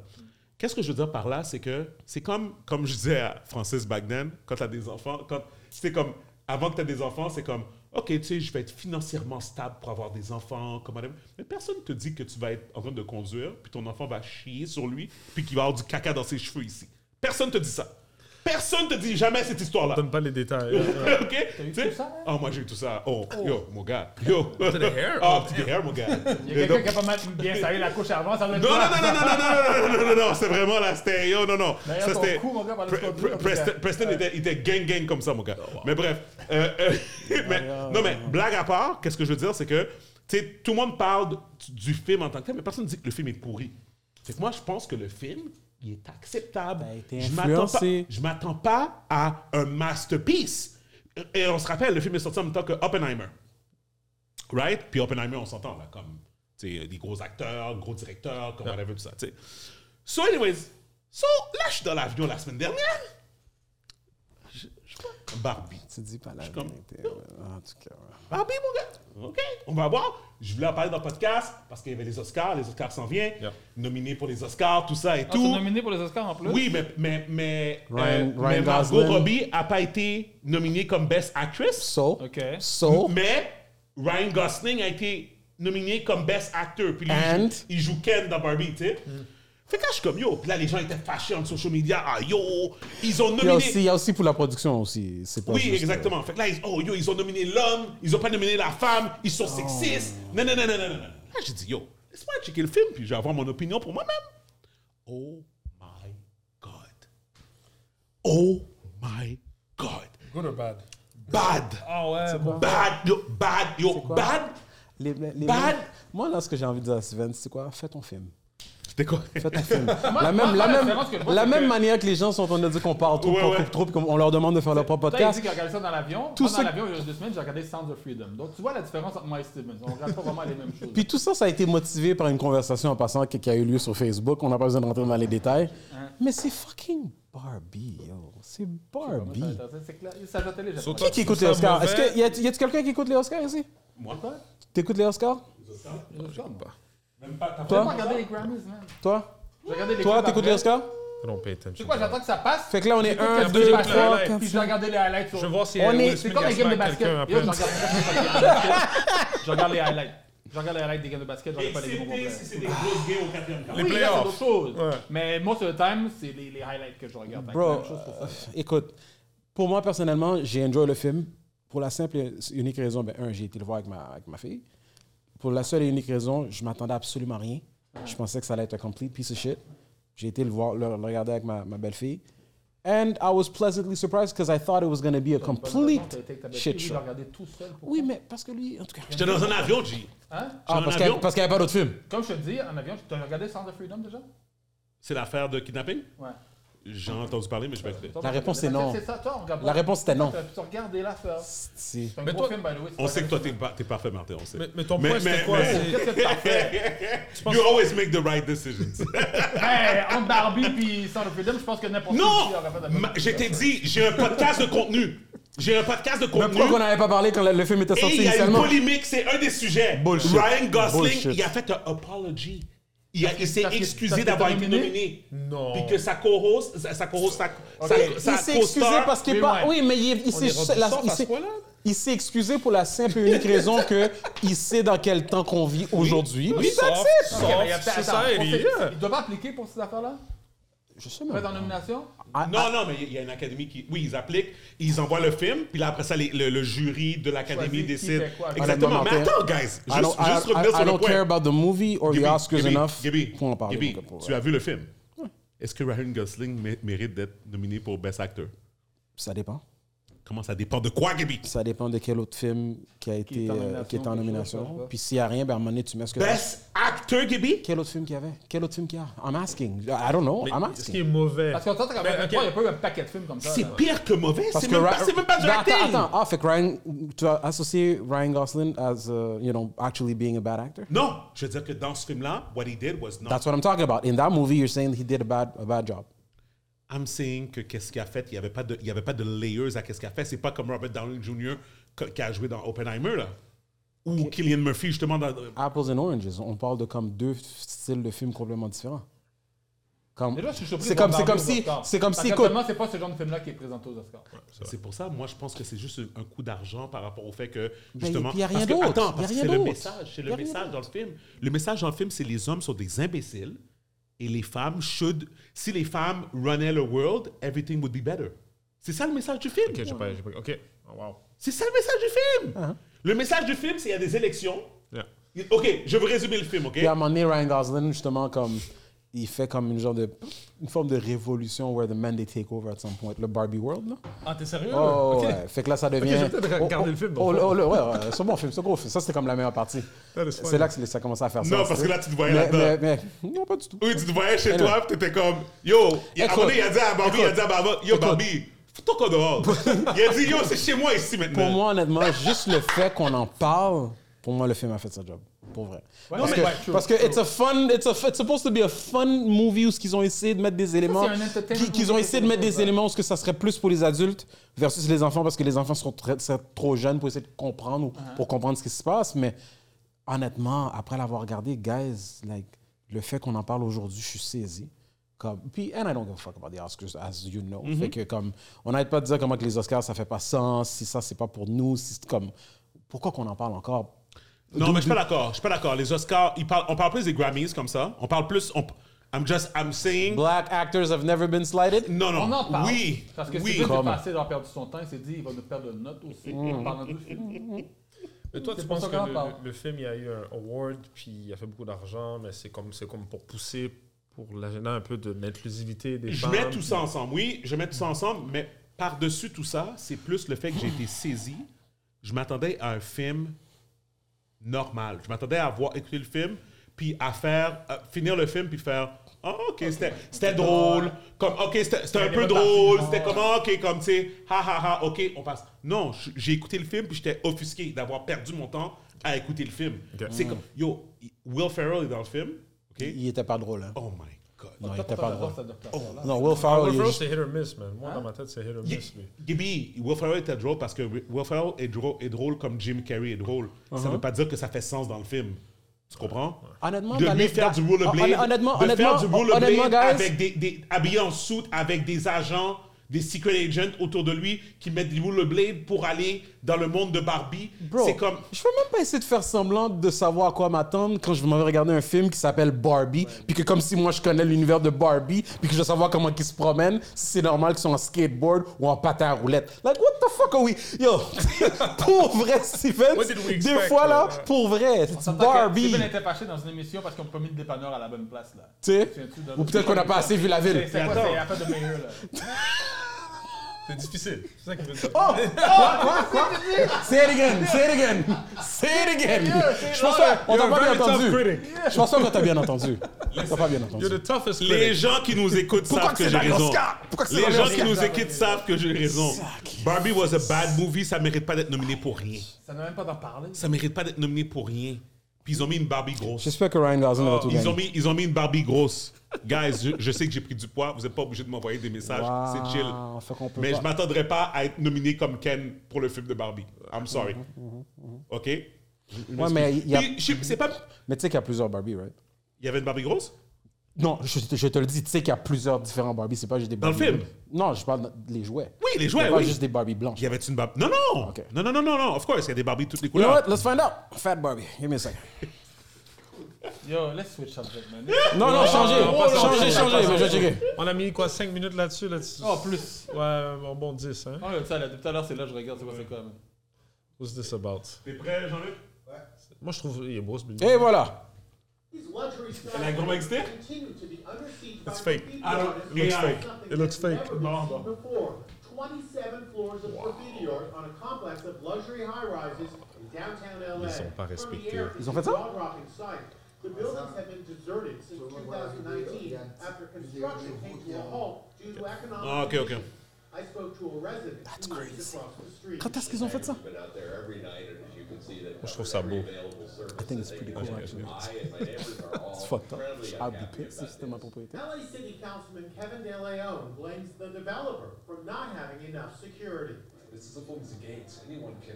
Qu'est-ce que je veux dire par là, c'est que c'est comme, comme je disais à Francis back then, quand tu as des enfants, quand c'est comme, avant que tu aies des enfants, c'est comme, OK, tu sais, je vais être financièrement stable pour avoir des enfants, comme madame. Mais personne te dit que tu vas être en train de conduire, puis ton enfant va chier sur lui, puis qu'il va avoir du caca dans ses cheveux ici. Personne te dit ça. Personne te dit jamais cette [laughs] histoire-là. Donne pas les détails. OK? Tu sais? Oh, moi, j'ai eu tout ça. Oh, yo, mon gars. Yo. Up the hair? [laughs] Ah, up to the hair, mon gars. Il y a quelqu'un qui a pas mal bien salé la couche avant, ça veut Non, non, non, non, non, non, non, non, non, non, non, c'est vraiment la stéréo, non, non. D'ailleurs, Ça, ton c'était- cou, mon gars, par le Pre- scope bleu, Pre- comme ça. Preston, Preston était, il était gang gang comme ça, mon gars. Mais bref. euh, euh, [laughs] mais- non, mais blague à part, qu'est-ce que je veux dire, c'est que tu sais, tout le monde parle d- du film en tant que tel, mais personne ne dit que le film est pourri. Fait que moi, je pense que le film, il est acceptable. été Je m'attends pas- influencé. je m'attends pas à un masterpiece. Et on se rappelle, le film est sorti en même temps que Oppenheimer. Right? Puis Oppenheimer, on s'entend, là, comme tu sais, des gros acteurs, gros directeurs, comme whatever, tout ça. tu sais. So, anyways, so, là, je suis dans l'avion la semaine dernière. Je, je vois Barbie. Tu dis pas la suis comme- vérité. ouais. En tout cas, ouais. Barbie, mon gars. OK, on va voir. Je voulais en parler dans le podcast parce qu'il y avait les Oscars. Les Oscars s'en viennent. Yeah. Nominé pour les Oscars, tout ça et Ah, t'es tout. nominé pour les Oscars en plus? Oui, mais, mais, mais, Ryan- euh, Ryan mais Margot Gosling. Robbie n'a pas été nominée comme Best Actress. So, Ok. so, Mais Ryan Gosling a été nominé comme Best Actor. Puis lui, il, And? Mm. joue, il joue Ken dans Barbie, tu sais. Fait que là, je suis comme yo. Puis là, les gens étaient fâchés en social media. Ah yo, ils ont il y, a nominé. aussi, il y a aussi pour la production aussi. C'est pas Oui, juste, euh, exactement. Fait que là, ils, oh, yo, ils ont nominé l'homme, ils ont pas nominé la femme, ils sont sexistes. Non, non, non, non, non, non. non. Là, j'ai dit, yo, laisse-moi checker le film, puis je vais avoir mon opinion pour moi-même. Oh my God. Oh my God. Good or bad? Bad. Ah ouais, bon. Bad, yo, bad, yo, quoi? bad. Les, les- les- Bad. Moi, là, ce que j'ai envie de dire à Steven, c'est quoi Fais ton film. C'était quoi? Fais [laughs] ton film. moi, la même, la la même, différence que je vois, la c'est même que- manière que les gens sont en train de dire qu'on parle trop, Ouais, qu'on ouais. coupe trop, puis qu'on- on leur demande de faire leur propre Toi, il dit podcast. qu'il regardait ça dans l'avion. Tout Moi, dans ça- l'avion, il y a deux semaines, j'ai regardé Sounds of Freedom. Donc, tu vois la différence entre moi et Stevens. On regarde pas vraiment les mêmes choses. Puis tout ça, ça a été motivé par une conversation en passant qui qui a eu lieu sur Facebook. On n'a pas besoin de rentrer dans les détails. Mais c'est fucking Barbie, yo. C'est Comment ça Barbie. m'intéresse? C'est clair. Ça jetait les gens. Qui, qui écoute les ça Oscars? mauvais. Est-ce que y a- y a-t-il quelqu'un qui écoute les Oscars ici? Moi? T'écoutes les Oscars? Même pas. J'ai Toi? pas regardé les Grammys, man. Toi? J'ai regardé les Toi, clips t'écoutes après. les Oscars? I don't pay Tu sais attention. quoi, j'attends que ça passe. Fait que là, on est J'écoute 1, ce qui 2, passe, 3, ouais. 4, Puis je regarde les highlights sur. Je vais voir si On est- Will C'est Smith comme a les games de smack basket. quelqu'un Yo, je après. regarde je regarde les highlights. Je regarde les highlights des games de basket, je regarde pas les gros Excepté complets. si c'est des grosses games au quatrième quart. Les Oui, là, c'est playoffs. d'autres choses. Ouais. Mais moi, sur le time, c'est les, les highlights que je regarde. Fait que Bro, même chose pour ça. euh, écoute, pour moi personnellement, j'ai enjoyé le film pour la simple et unique raison, ben un, j'ai été le voir avec ma, avec ma fille. Pour la seule et unique raison, je m'attendais absolument à rien. Je pensais que ça allait être un complete piece of shit. J'ai été le voir, le, le regarder avec ma, ma belle-fille. And I was pleasantly surprised because I thought it was going to be a complete shit Je show. l'ai regardé tout seul. pour- Oui, mais parce que lui, en tout cas. J'étais dans un avion, G. Hein? Ah, parce qu'il n'y avait pas d'autre film. Comme je te dis, en avion, tu as regardé Sound of Freedom déjà? C'est l'affaire de kidnapping? Ouais. J'ai entendu parler, mais je vais écouter. La réponse est non. C'est ça, toi, on regarde La pas. réponse était non. Tu tu regardes et là, ça. C'est un gros film, by the way. c'est On pas sait que toi, vrai. t'es, pas- t'es parfait, Martin, on sait. Mais- mais ton point, c'était quoi? C'est- Qu'est-ce que [laughs] t'as fait? Tu penses- You always make the right decisions. [laughs] Hey, entre Barbie puis Sound of Freedom, je pense que n'importe Non! qui aurait fait Ma- Je t'ai dit, j'ai un podcast de contenu. J'ai un podcast de Mais contenu. pourquoi on n'avait pas parlé quand le le film était Et sorti il y a une initialement? polémique, c'est un des sujets. Bullshit. Ryan Gosling, Bullshit. il a fait un apology. Il, a- il s'est parce que- parce excusé que d'avoir t'as été nominé. nominé? Non. Puis que sa co-host, sa, sa co-host, sa, sa- Il- sa il s'est excusé co-star- parce qu'il est pas. Oui, mais il, il s'est- la- il s'est. Il s'est excusé pour la simple et unique raison que il sait dans quel temps qu'on vit aujourd'hui. Oui, Puis soft, that's it. soft. Ok, mais attends, Soft attends, society, on sait- yeah. Il doit pas appliquer pour ces affaires-là? Je sais Pas en même. nomination? Ah, Non, non, mais il y a une académie qui. Oui, ils appliquent, ils envoient le film, puis là, après ça, les- le, le jury de l'académie Choisit qui décide. fait quoi. Exactement. Mais Honnêtement, attends, guys, juste, I don't, I- juste revenir I- sur I le don't point. care about the movie or the Gibi, Oscars Gibi, enough Gibi, pour en parler. Gibi, donc, pour- tu as vu le film. Est-ce que Ryan Gosling mé- mérite d'être nominé pour Best Actor? Ça dépend. Comment ça dépend de quoi, Gabi? Ça dépend de quel autre film qui a été est en euh, qui est en nomination, quelque chose, nomination. là. Puis s'il n'y a rien, ben à un moment donné, tu mets ce que t'as. Best Actor, Gabi? Quel autre film qu'il y avait Quel autre film qu'il y a I'm asking. I don't know. I'm Est-ce qu'il est asking. mauvais? Parce qu'en tant qu'à Mais, Ben, 2023, il ok. n'y a pas eu un paquet de films comme ça. là. C'est pire que mauvais, c'est même, Ra- pas- c'est même pas du Ben, acting. attends, attends. Ah, fait que Ryan, tu as associé Ryan Gosling as, uh, you know, actually being a bad actor? Non, je veux dire que dans ce film-là, what he did was not. That's what I'm talking about. In that movie, you're saying he did a bad, a bad job. I'm saying que qu'est-ce qu'il a fait, il n'y avait, pas de- il y avait pas de layers à qu'est-ce qu'il a fait. C'est pas comme Robert Downey Jr. que- qui a joué dans Oppenheimer, là. Ou Killian Murphy, justement, dans. Apples and Oranges, on parle de comme deux styles de films complètement différents. Comme, Déjà, je suis surpris c'est de voir comme, c'est comme Barbie aux si, Oscars. c'est comme Parce si, que écoute, actuellement, c'est pas ce genre de film-là qui est présenté aux Oscars. C'est pour ça, moi, je pense que c'est juste un coup d'argent par rapport au fait que, Ben, justement. puis y a rien parce que- d'autre, y Attends, a parce que rien c'est le d'autre. message. C'est Y a le rien message dans le film. Le message dans le film, c'est les hommes sont des imbéciles et les femmes should. Si les femmes runnaient le world, everything would be better. C'est ça le message du film. Ok, j'ai pas. j'ai pas- Ok. Oh, wow. C'est ça le message du film. Uh-huh. Le message du film, c'est qu'il y a des élections. Yeah. Il- OK, je vais résumer le film, OK? puis à un moment donné, Ryan Gosling, justement, comme, il fait comme une genre de, une forme de révolution where the men they take over at some point. Le Barbie World, là. Ah, t'es sérieux? Oh, Ok. ouais. Fait que là, ça devient. Ok, je vais peut-être regarder Oh, le film, Oh, dans oh, oh, ouais, ouais, c'est un bon film, c'est un gros film. Ça, c'était comme la meilleure partie. That is C'est funny. là que ça commence à faire ça. Non, parce que là, tu te voyais mais, là-dedans. mais, mais- non, pas du tout. Oui, tu te voyais chez Anyway. toi, puis t'étais comme, yo, il a, à un Écoute. moment donné, il a dit à Barbie, il a Écoute. dit à Barbie, yo, Barbie, fous-toi qu'on [laughs] dehors. il a dit, yo, c'est chez moi ici maintenant. Pour moi, honnêtement, juste le fait qu'on en parle, pour moi, le film a fait sa job. Pour vrai. parce, mais- que, ouais, true, parce que it's a fun, it's a fu- it's supposed to be a fun movie où ce qu'ils ont essayé de mettre des éléments, c'est un entertainment qui- qu'ils ont movie, essayé de mettre c'est des ça. éléments où ce que ça serait plus pour les adultes versus les enfants parce que les enfants sont très- sont trop jeunes pour essayer de comprendre ou Uh-huh. pour comprendre ce qui se passe. Mais honnêtement, après l'avoir regardé, guys, like, le fait qu'on en parle aujourd'hui, je suis saisi. Comme, puis, and I don't give a fuck about the Oscars, as you know. Mm-hmm. Fait que, comme, on n'arrête pas de dire comment que les Oscars, ça fait pas sens, si ça, c'est pas pour nous, si c'est comme, pourquoi qu'on en parle encore? Non, D'où- mais je suis d'où- pas d'accord. Je suis pas d'accord. Les Oscars, ils parlent, on parle plus des Grammys comme ça. On parle plus. On, I'm just. I'm saying. Black actors have never been slighted? Non, non. On en parle. Oui. Parce que oui. Steven est Comme. Mm. passé d'avoir perdu son temps. Il s'est dit, il va nous perdre une note aussi en parlant du film. Mais toi, C'est tu pour penses ça que qu'on en le, parle. le- le film, il y a eu un award, puis il a fait beaucoup d'argent, mais c'est comme, c'est comme pour pousser pour l'agenda un peu de l'inclusivité des Je femmes. mets tout ça ensemble. Oui, je mets tout ça ensemble, mais par-dessus tout ça, c'est plus le fait que j'ai été saisi. Je m'attendais à un film normal. Je m'attendais à voir écouter le film, puis à faire à finir le film, puis faire. Ah, ok, c'était- c'était drôle. Comme, ok, c'était c'était un peu drôle. C'était comme, ah, ok, comme, tu sais, ha, ha, ha, ok, on passe. Non, j- j'ai écouté le film, puis j'étais offusqué d'avoir perdu mon temps à écouter le film. Ok. C'est comme, yo, Will Ferrell est dans le film, ok? Il était pas drôle, hein? Oh my God. Non, il était pas drôle. drôle. Non, Will Will Ferrell, il est Ferrell, juste- c'est hit or miss, man. Moi, dans ma tête, c'est hit or miss, lui. Gibby, Will Ferrell était drôle parce que Will Ferrell est drôle, est drôle comme Jim Carrey est drôle. Uh-huh. Ça ne veut pas dire que ça fait sens dans le film. Tu comprends? Ah, Honnêtement, de d'aller- lui faire du d'a- rollerblade, hon- honnêtement, de faire honnêtement, du rollerblade honnêtement, guys. avec des, des habillés en suit, avec des agents, des secret agents autour de lui qui mettent du rollerblade pour aller dans le monde de Barbie. Bro, C'est comme je veux même pas essayer de faire semblant de savoir à quoi m'attendre quand je m'en vais regarder un film qui s'appelle Barbie, puis que comme si moi je connais l'univers de Barbie, puis que je veux savoir comment ils se promènent, si c'est normal qu'ils sont en skateboard ou en patin à roulette. Like, what the fuck are we... Yo, [laughs] pour vrai, Steven, What did we des expect, fois là, though? pour vrai, it's Barbie. Steven était fâché dans une émission parce qu'on n'a pas mis le dépanneur à la bonne place. là. Tu sais, Te souviens-tu de- ou peut-être qu'on n'a pas assez vu la C'est ville. c'est quoi, c'est la fin de meilleur, là? C'est difficile. C'est ça qu'il veut dire. Oh! Quoi? Quoi? Quoi? Say it again! Say it again! Say it again! Je pense pas on t'a You're a pas bien very tough entendu. critic. Je pense pas qu'on t'a bien entendu. T'as pas bien entendu. You're the toughest Les critic. gens qui nous écoutent Pourquoi savent que que, c'est j'ai dans raison. l'Oscar? Pourquoi que c'est Les dans gens l'Oscar? qui nous écoutent savent que j'ai raison. Barbie was a bad movie, ça mérite pas d'être nominé pour rien. Ça n'a même pas d'en parler. Ça mérite pas d'être nominé pour rien. Puis ils ont mis une Barbie grosse. J'espère que Ryan Gosling va tout Ils ont, gagner. mis, ils ont mis une Barbie grosse. Guys, je, je sais que j'ai pris du poids. Vous n'êtes pas obligé de m'envoyer des messages. Wow, C'est chill. fait qu'on peut Mais pas. je ne m'attendrais pas à être nominé comme Ken pour le film de Barbie. I'm sorry. Mhm, OK? Je- je Ouais, mais m'excuse. il y a- Puis, je- c'est pas... Mais tu sais qu'il y a plusieurs Barbie, right? Il y avait une Barbie grosse? Non, je, te- je te le dis, tu sais qu'il y a plusieurs différents Barbie, c'est pas juste des Dans le Barbie. film? Non, je parle des jouets. Oui, les jouets, C'est pas oui. juste des Barbie blanches. Il y avait une Barbie... Non, non! OK. Non, non, non, non, non. Of course, il y a des Barbies de toutes les You know couleurs. what? Let's find out. Fat Barbie. Give me a second. Yo, let's switch subject, man. Non, non, changez. on passe- Changez, on changez. passe- mais Je vais checker. On a mis quoi, 5 minutes là-dessus? Là Oh, plus. Ouais, bon, bon 10, hein? Oh, le ça, là, depuis tout à l'heure, c'est là, je regarde, c'est quoi, c'est quoi, man. What's this about? T'es prêt, Jean-Luc? Moi, je trouve il est beau ce building. Et voilà. These luxury stars Elle a un gros continue backstage? to be under siege by It's fake. graffiti I don't- artists it looks who fake. have something It looks that's fake. never been No, seen Before 27 floors of graffiti art on a complex of luxury high-rises in downtown LA. Ils sont From pas the respectueux. air Ils ont fait ça? jaw-dropping sight, The buildings have been deserted since Tout le monde va arriver, 2019 euh, after il y a- il y construction a- came il y to a a- halt due to Ah, economic OK, OK. I spoke to a resident That's who lives across the street. Quand est-ce qu'ils ont fait ça? been out there every night, and as you can see, they've Moi, je covered trouve ça every beau. available service. I think it's pretty cool, actually. I and my [laughs] neighbors are all It's fucked up. incredibly I'll be unhappy pissed si about c'était ma propriété. LA City Councilman Kevin De Leon blames the developer for not having enough security. This is a flimsy gate. Anyone can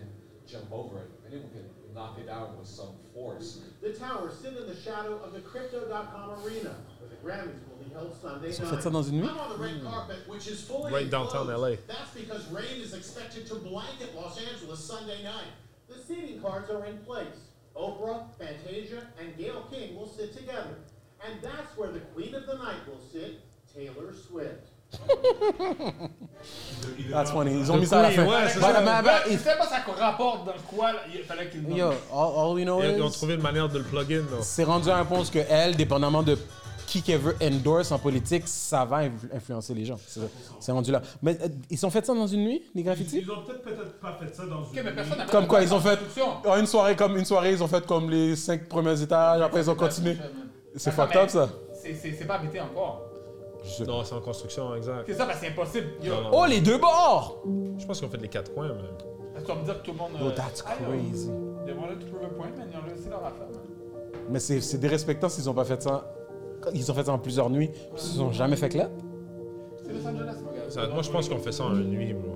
jump over it. Anyone can knock it down with some force. The towers sit in the shadow of the Crypto.com arena, where the Grammys will be held Sunday Ils ont night. fait ça dans une nuit? I'm on the red carpet, which is fully Right downtown enclosed. LA. That's because rain is expected to blanket Los Angeles Sunday night. The seating cards are in place. Oprah, Fantasia, and Gail King will sit together. And that's where the queen of the night will sit, Taylor Swift. That's funny. Ils ont Le mis ça à la couille, fin. ouais, c'est Bah, ça. bah, bah, Ben, je sais pas ça rapporte dans quoi, là, il fallait qu'il il- Yo, nomme. all, all we know Ils ils ont is... trouvé une manière de le plug-in, là. C'est rendu à un point où ce que elle, dépendamment de qui qu'elle veut endorse en politique, ça va inf- influencer les gens. C'est c'est rendu là. Mais euh, ils ont fait ça dans une nuit, les graffitis? ont peut-être peut-être pas fait ça dans Ok, mais personne n'a fait Comme de quoi, ils ont fait construction. une soirée comme une soirée, ils ont fait comme les cinq premiers étages, après ils ont continué. C'est Attends, fucked up mais ça. c'est- C'est c'est pas habité encore. Non, c'est en construction, exact. C'est ça, parce que c'est impossible. Yo, Non, non, Oh, les deux bords! Je pense qu'on fait les quatre coins, mais... tu vas me dire que tout le monde. Oh, euh, that's ah, yo, crazy. Ils ont to prove a point, man. Ils ont réussi leur affaire, man. Mais c'est c'est dérespectant s'ils ont pas fait ça. Ils ont fait ça en plusieurs nuits, puis ils ont jamais fait clap. C'est Los Angeles, mon gars. Ça, moi, je pense qu'on fait ça en une nuit, bro.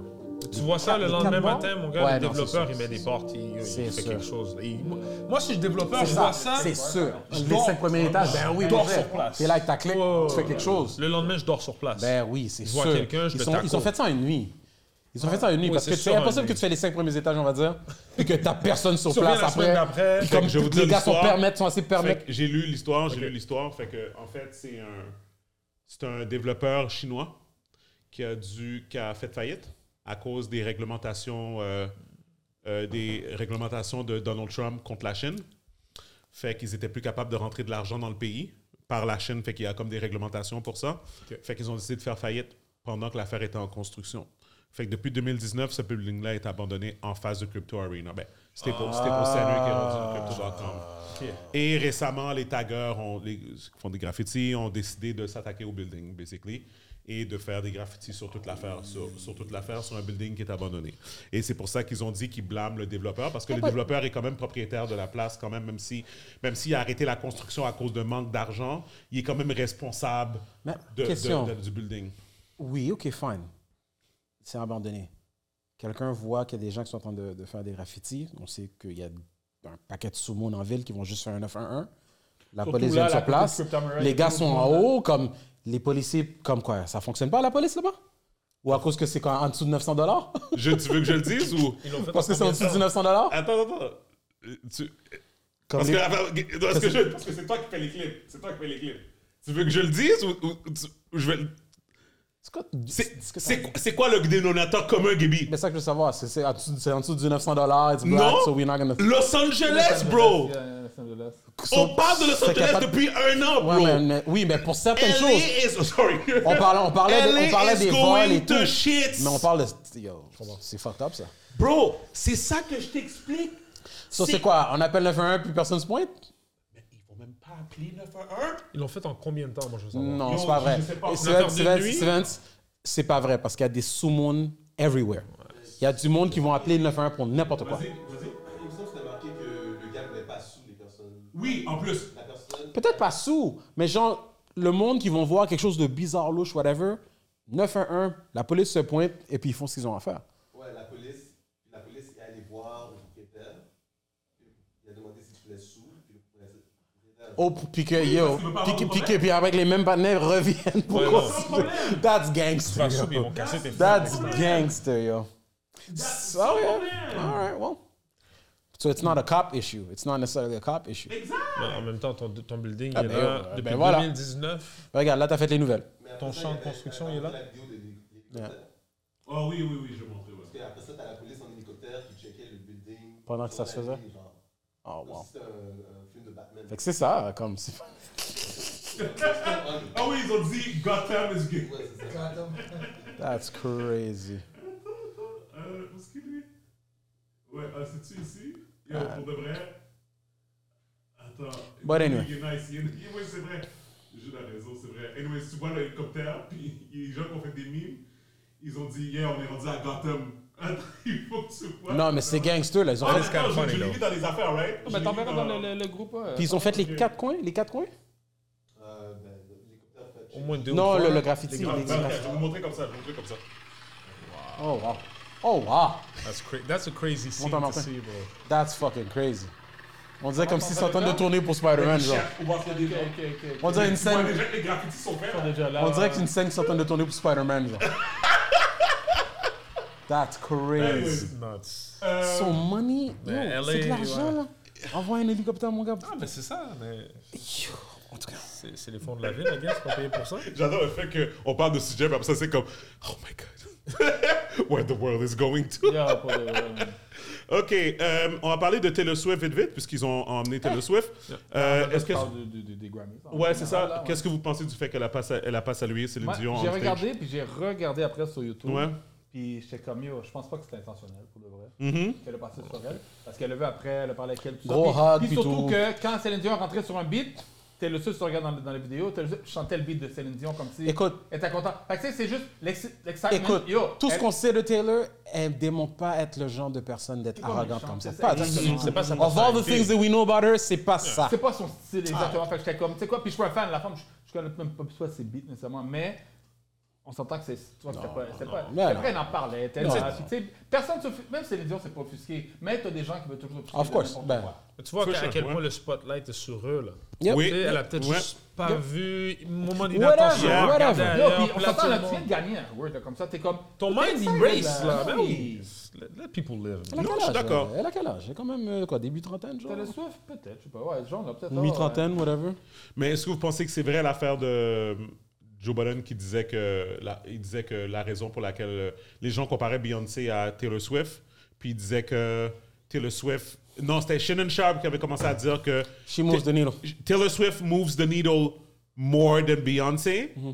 Tu vois ça le Les lendemain quatre matin, mon gars, Ouais, le non, c'est développeur, sûr, il met des portes, il, il C'est fait sûr. quelque chose. Il- moi, moi, si je suis développeur, je vois ça. C'est sûr. Les dors. cinq premiers étages, ben oui, Je mon dors frère. sur place. T'es là avec ta clé, Ouais, tu fais quelque chose. Le lendemain, je dors sur place. Ben oui, c'est Je sûr. vois quelqu'un, je ils, le sont, taco. ils ont fait ça en une nuit. Ils ont fait ça en une nuit Oui, parce que c'est c'est sûr, en une impossible que nuit. tu fais les cinq premiers étages, on va dire, puis que t'as personne sur Tu reviens place la après. semaine d'après. Puis Fait comme que je vais vous tous dire les gars sont l'histoire. permettent, sont assez Fait permettre. que J'ai lu l'histoire, j'ai lu l'histoire. Fait que, en fait, c'est un, c'est un développeur chinois qui a, dû, qui a fait faillite à cause des réglementations, euh, euh, des réglementations de Donald Trump contre la Chine. Fait qu'ils étaient plus capables de rentrer de l'argent dans le pays par la Chine. Fait qu'il y a comme des réglementations pour ça. Fait qu'ils ont décidé de faire faillite pendant que l'affaire était en construction. Fait que depuis 2019, ce building-là est abandonné en face de Crypto Arena. Ben, c'était pour, c'était pour saluer qui est rendu le Crypto.com. Et récemment, les taggers ont- les- ceux qui font des graffitis ont décidé de s'attaquer au building, basically, et de faire des graffitis sur toute l'affaire, sur, sur toute l'affaire, sur un building qui est abandonné. Et c'est pour ça qu'ils ont dit qu'ils blâment le développeur, parce que le développeur est quand même propriétaire de la place, quand même, même si, même s'il a arrêté la construction à cause de manque d'argent, il est quand même responsable Mais, de- de- question. de- du building. Oui, ok, fine. C'est abandonné. Quelqu'un voit qu'il y a des gens qui sont en train de, de faire des graffitis. On sait qu'il y a un paquet de sous en ville qui vont juste faire un 911. La Surtout là, police vient là, à sur côté place. de Crypto Murray, Les gars tout le sont en monde, là. haut, comme les policiers, comme quoi Ça fonctionne pas la police là-bas Ou à cause que c'est quand- en dessous de 900 dollars Je, tu veux que je le dise ou. Parce que c'est en dessous de 900 dollars Attends, attends. Euh, tu- Comme Parce les- que, attends, parce que je- parce que c'est toi qui fais les clips. C'est toi qui fais les clips. Tu veux que je le dise ou, ou tu- ou je vais le- C'est- C'est quoi- c'est quoi le dénominateur commun, Gaby? Mais ça que je veux savoir, c'est- c'est en dessous c'est en dessous du 900 dollars, it's black, Non. so we're not gonna... Los Angeles, bro! On parle de Los Fait qu'à Angeles pas- depuis un an, bro! Ouais, mais- mais- oui, mais pour certaines LA choses... is- oh, sorry. On parlait, on parlait, de- LA on parlait is des going vols et to tout. shits. Mais on parle de... Yo, c'est fucked up, ça. Bro, c'est ça que je t'explique. Ça, c'est quoi? On appelle 911 puis personne se pointe? Pas appelé 911. Ils l'ont fait en combien de temps, moi, je veux savoir? Non, Yo, c'est pas je vrai. sais pas. Et Neuf heures Steven, de Steven, nuit? Steven, c'est pas vrai parce qu'il y a des sous-mondes everywhere. Il y a du monde qui vont appeler le 911 pour n'importe quoi. Il me semble que c'était marqué que le gars n'est pas sous les personnes. Oui, en plus. La personne. Peut-être pas sous, mais genre, le monde qui vont voir quelque chose de bizarre, louche, whatever, 911, la police se pointe et puis ils font ce qu'ils ont à faire. Ouais, la police. La police est allée voir le propriétaire. Il a demandé s'il voulait sous. Puis le propriétaire- Oh, p- puis que, Oui, yo, parce qu'il veut pas puis, avoir de que- puis que- problème. puis avec les mêmes partenaires reviennent pour Ouais, continuer. sans problème. That's gangster. Tu vas yo. assumer, ils vont casser tes That's fenêtres. gangster, yo. So, Oh, yeah. All right, well. So it's not a cop issue. It's not necessarily a cop issue. Mais en même temps, ton, ton building, Ah, il est ben, là ouais, depuis ben, voilà. 2019. Regarde, là, t'as fait les nouvelles. Ton champ de construction, il est là. Yeah. Oh oui, oui, oui, je vais montrer. Parce qu'après ça, t'as la police en hélicoptère qui checkait le building. Pendant que ça se faisait? Oh, wow. C'était un, un uh, film de Batman. Fait que c'est ça, comme c'est [laughs] pas- Ah oui, ils ont dit Gotham is gay. That's crazy. Euh, où est-ce qu'il est? Ouais, ah, c'est-tu ici? Yo, Ah. pour de vrai. Attends. But anyway. Il est nice. Il est, il est- ouais, c'est vrai. J'ai la raison, c'est vrai. Anyway, si tu vois l'hélicoptère, [laughs] puis les gens qui ont fait des mimes, ils ont dit, yeah, on est rendu à Gotham. [laughs] Attends, il faut que tu vois. Non, mais c'est gangster, là. Ils ont Ah, fait- mais attends, je- Je l'ai vu dans les affaires, right? Je Mais l'ai t'en vu verras dans le, le- le groupe. euh, Puis ils ont fait les ok. quatre coins, les quatre coins? Euh, ben, l'hélicoptère fait Au moins deux ou Non, le, trois. le graffiti. Les les- les graffitis. Ah, ben, Je vais graffitis. vous montrer comme ça, je vais vous montrer comme ça. Oh, wow. Oh, wow. That's, cra- that's a crazy scene Montre à to Martin. see, bro. That's fucking crazy. On dirait comme Comment s'ils ça sont en train de s'appelle? tourner pour Spider-Man, genre. On va faire des Ok, gens. ok, ok, ok. On dirait une Ouais, scène. déjà, les graffitis sont faits. Ils sont déjà là. On dirait que c'est une scène qui sont en train de tourner pour Spider-Man, genre. That's crazy. It's nuts. Ah, Euh, Son money, yo, Mais LA, c'est de l'argent, ouais. là. Envoie un hélicoptère, mon gars. Ah, mais c'est ça, mais. Yo, en tout cas. C'est c'est les fonds de la ville, I guess, qu'on payait pour ça. [laughs] J'adore le fait qu'on parle de ce sujet, mais après ça, c'est comme Oh my God, [laughs] where the world is going to. Yeah, pour de vrai, man. OK, euh, on va parler de Taylor Swift vite, vite, puisqu'ils ont emmené Taylor Swift. Euh, Est-ce Ah, Je que. parle de- de- de- des Grammys. en Ouais, c'est général, là, ça. ouais. Qu'est-ce que vous pensez du fait qu'elle a pas, sa- elle a pas salué Céline Moi, Dion en J'ai stage? regardé, puis j'ai regardé après sur YouTube. Ouais. Puis j'étais comme, yo, je pense pas que c'était intentionnel, pour le vrai, Mhm. qu'elle a passé sur elle. Parce qu'elle l'a vu après, elle a parlé avec elle, tout Gros ça. hug, Puis, puis puis surtout tout. que quand Céline Dion rentrait sur un beat, Taylor Swift, si tu regardes dans, dans les vidéos, Taylor Swift chantait le beat de Céline Dion comme si Écoute. elle était contente. Fait que tu sais, c'est juste l'ex- l'excitement. Écoute, yo, tout ce elle- qu'on sait de Taylor, elle démontre pas être le genre de personne d'être C'est pas arrogante méchant, comme ça. c'est Pas ça, du exactement. tout. C'est pas sa Of all the personnalité. things that we know about her, c'est pas ça. C'est pas son style exactement. Fait que j'étais comme, tu sais quoi, puis je suis un fan de la femme, je, je connais même pas soit ses beats nécessairement, mais on s'entend que c'est. Tu vois, c'était pas. C'était pas. Mais Après, elle non. en parlait, elle Non. était là, puis tu sais, Personne se. fait- Même Céline Dion s'est pas offusqué, mais t'as des gens qui veulent toujours offusquer. Of de course, n'importe ben. quoi. Mais Tu vois For à sure, quel ouais. point le spotlight est sur eux, là. Yep. Oui. Tu sais, Elle a peut-être Ouais. juste pas Yep. vu, moment Whatever, d'inattention. yeah. regarde whatever. Yo, derrière, puis on là, tout s'entend le là, tu monde- viens de gagner un word, là, comme ça, t'es comme. Ton t'es mind il excited, race, là. Ben oui. Let, let people live. Elle Non, a quel je suis âge, euh, d'accord. Elle elle a quel âge? Elle a quand même, euh, quoi, début trentaine, genre? Taylor Swift, peut-être, je sais pas, ouais, ce genre, là, peut-être. ah, ouais. Mi-trentaine, whatever. Mais est-ce que vous pensez que c'est vrai l'affaire de euh, Joe Biden qui disait que la, il disait que la raison pour laquelle euh, les gens comparaient Beyoncé à Taylor Swift, puis il disait que Taylor Swift. Non, c'était Shannon Sharp qui avait commencé à dire que She moves the needle. Taylor Swift moves the needle more than Beyoncé. Mm-hmm.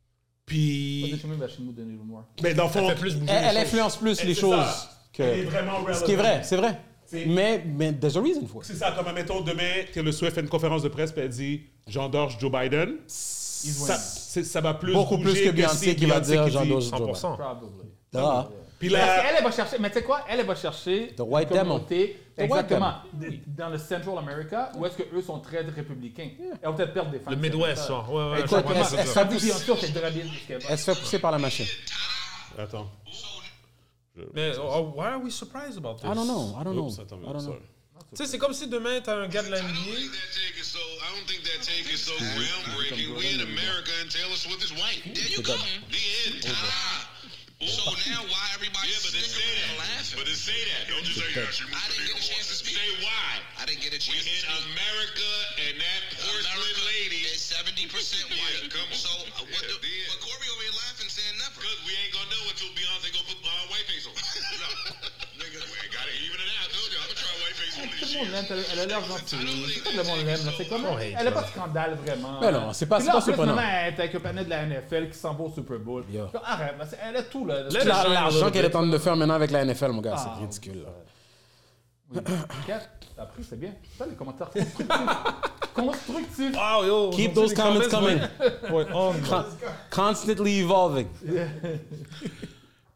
Pas Puis. des chemins, ben, chez nous, donnez-le moi. Mais Ben, dans le fond. Elle fait plus bouger Elle, elle les choses. influence plus Elle- les c'est choses ça. Elle est que... vraiment Ce qui est relevant. vrai, c'est vrai. C'est- Mais, mais there's a reason for it. C'est ça, comme admettons, demain, Taylor Swift fait une conférence de presse, puis elle dit J'endorse Joe Biden. Ça, c'est- ça va plus Beaucoup plus bouger que Beyoncé si qui va Beyoncé dire dit- j'endorse Joe Biden. 100%. Probably. Ah. Puis Parce là, qu'elle, elle va chercher, mais tu sais quoi, elle elle va chercher The white une communauté, The white exactement, d- dans le Central America, où est-ce qu'eux sont très républicains. Elles vont peut-être perdre des fans. Le Midwest, genre. Ouais, ouais, Écoute, je comprends elle- ce que tu veux elle fait dire. Tandis que Beyoncé, on fait très bien ce qu'elle va. Elle se fait pousser par la machine. Attends. Mais oh, why are we surprised about this? I don't know, I don't know, Oups, attends, Oh I don't know. sorry. Tu sais, c'est comme si demain, t'as un gars de la NBA. I don't think that take is so groundbreaking. We in America and Taylor Swift is white. There you go. The end. Ah. So now why everybody's yeah, but they say that. laughing? But they say that. Don't just say that. I didn't get a chance to speak. Say why. I didn't get a chance we to in America and that [laughs] porcelain lady is 70% white. come on. So uh, what, the, what Corey over here laughing saying uh, [laughs] le monde l'aime, elle- elle a l'air gentille. C'est tout le monde l'aime, là. C'est comme. Oh, hate, Elle n'a pas là. de scandale vraiment. Ben non, c'est pas- Puis c'est là, pas en plus, surprenant. maintenant, Elle est avec le panel de la NFL qui s'en va au Super Bowl. Comme, Arrête, là, c'est- elle a tout, là. C'est la- L'argent qu'elle est en train de faire maintenant avec la NFL, mon gars, Ah, c'est ridicule. là. Kat, t'as appris, c'est bien. Ça, les commentaires constructifs. [laughs] constructifs. Wow, yo. Keep those comments coming. Oh, Con- Constantly evolving.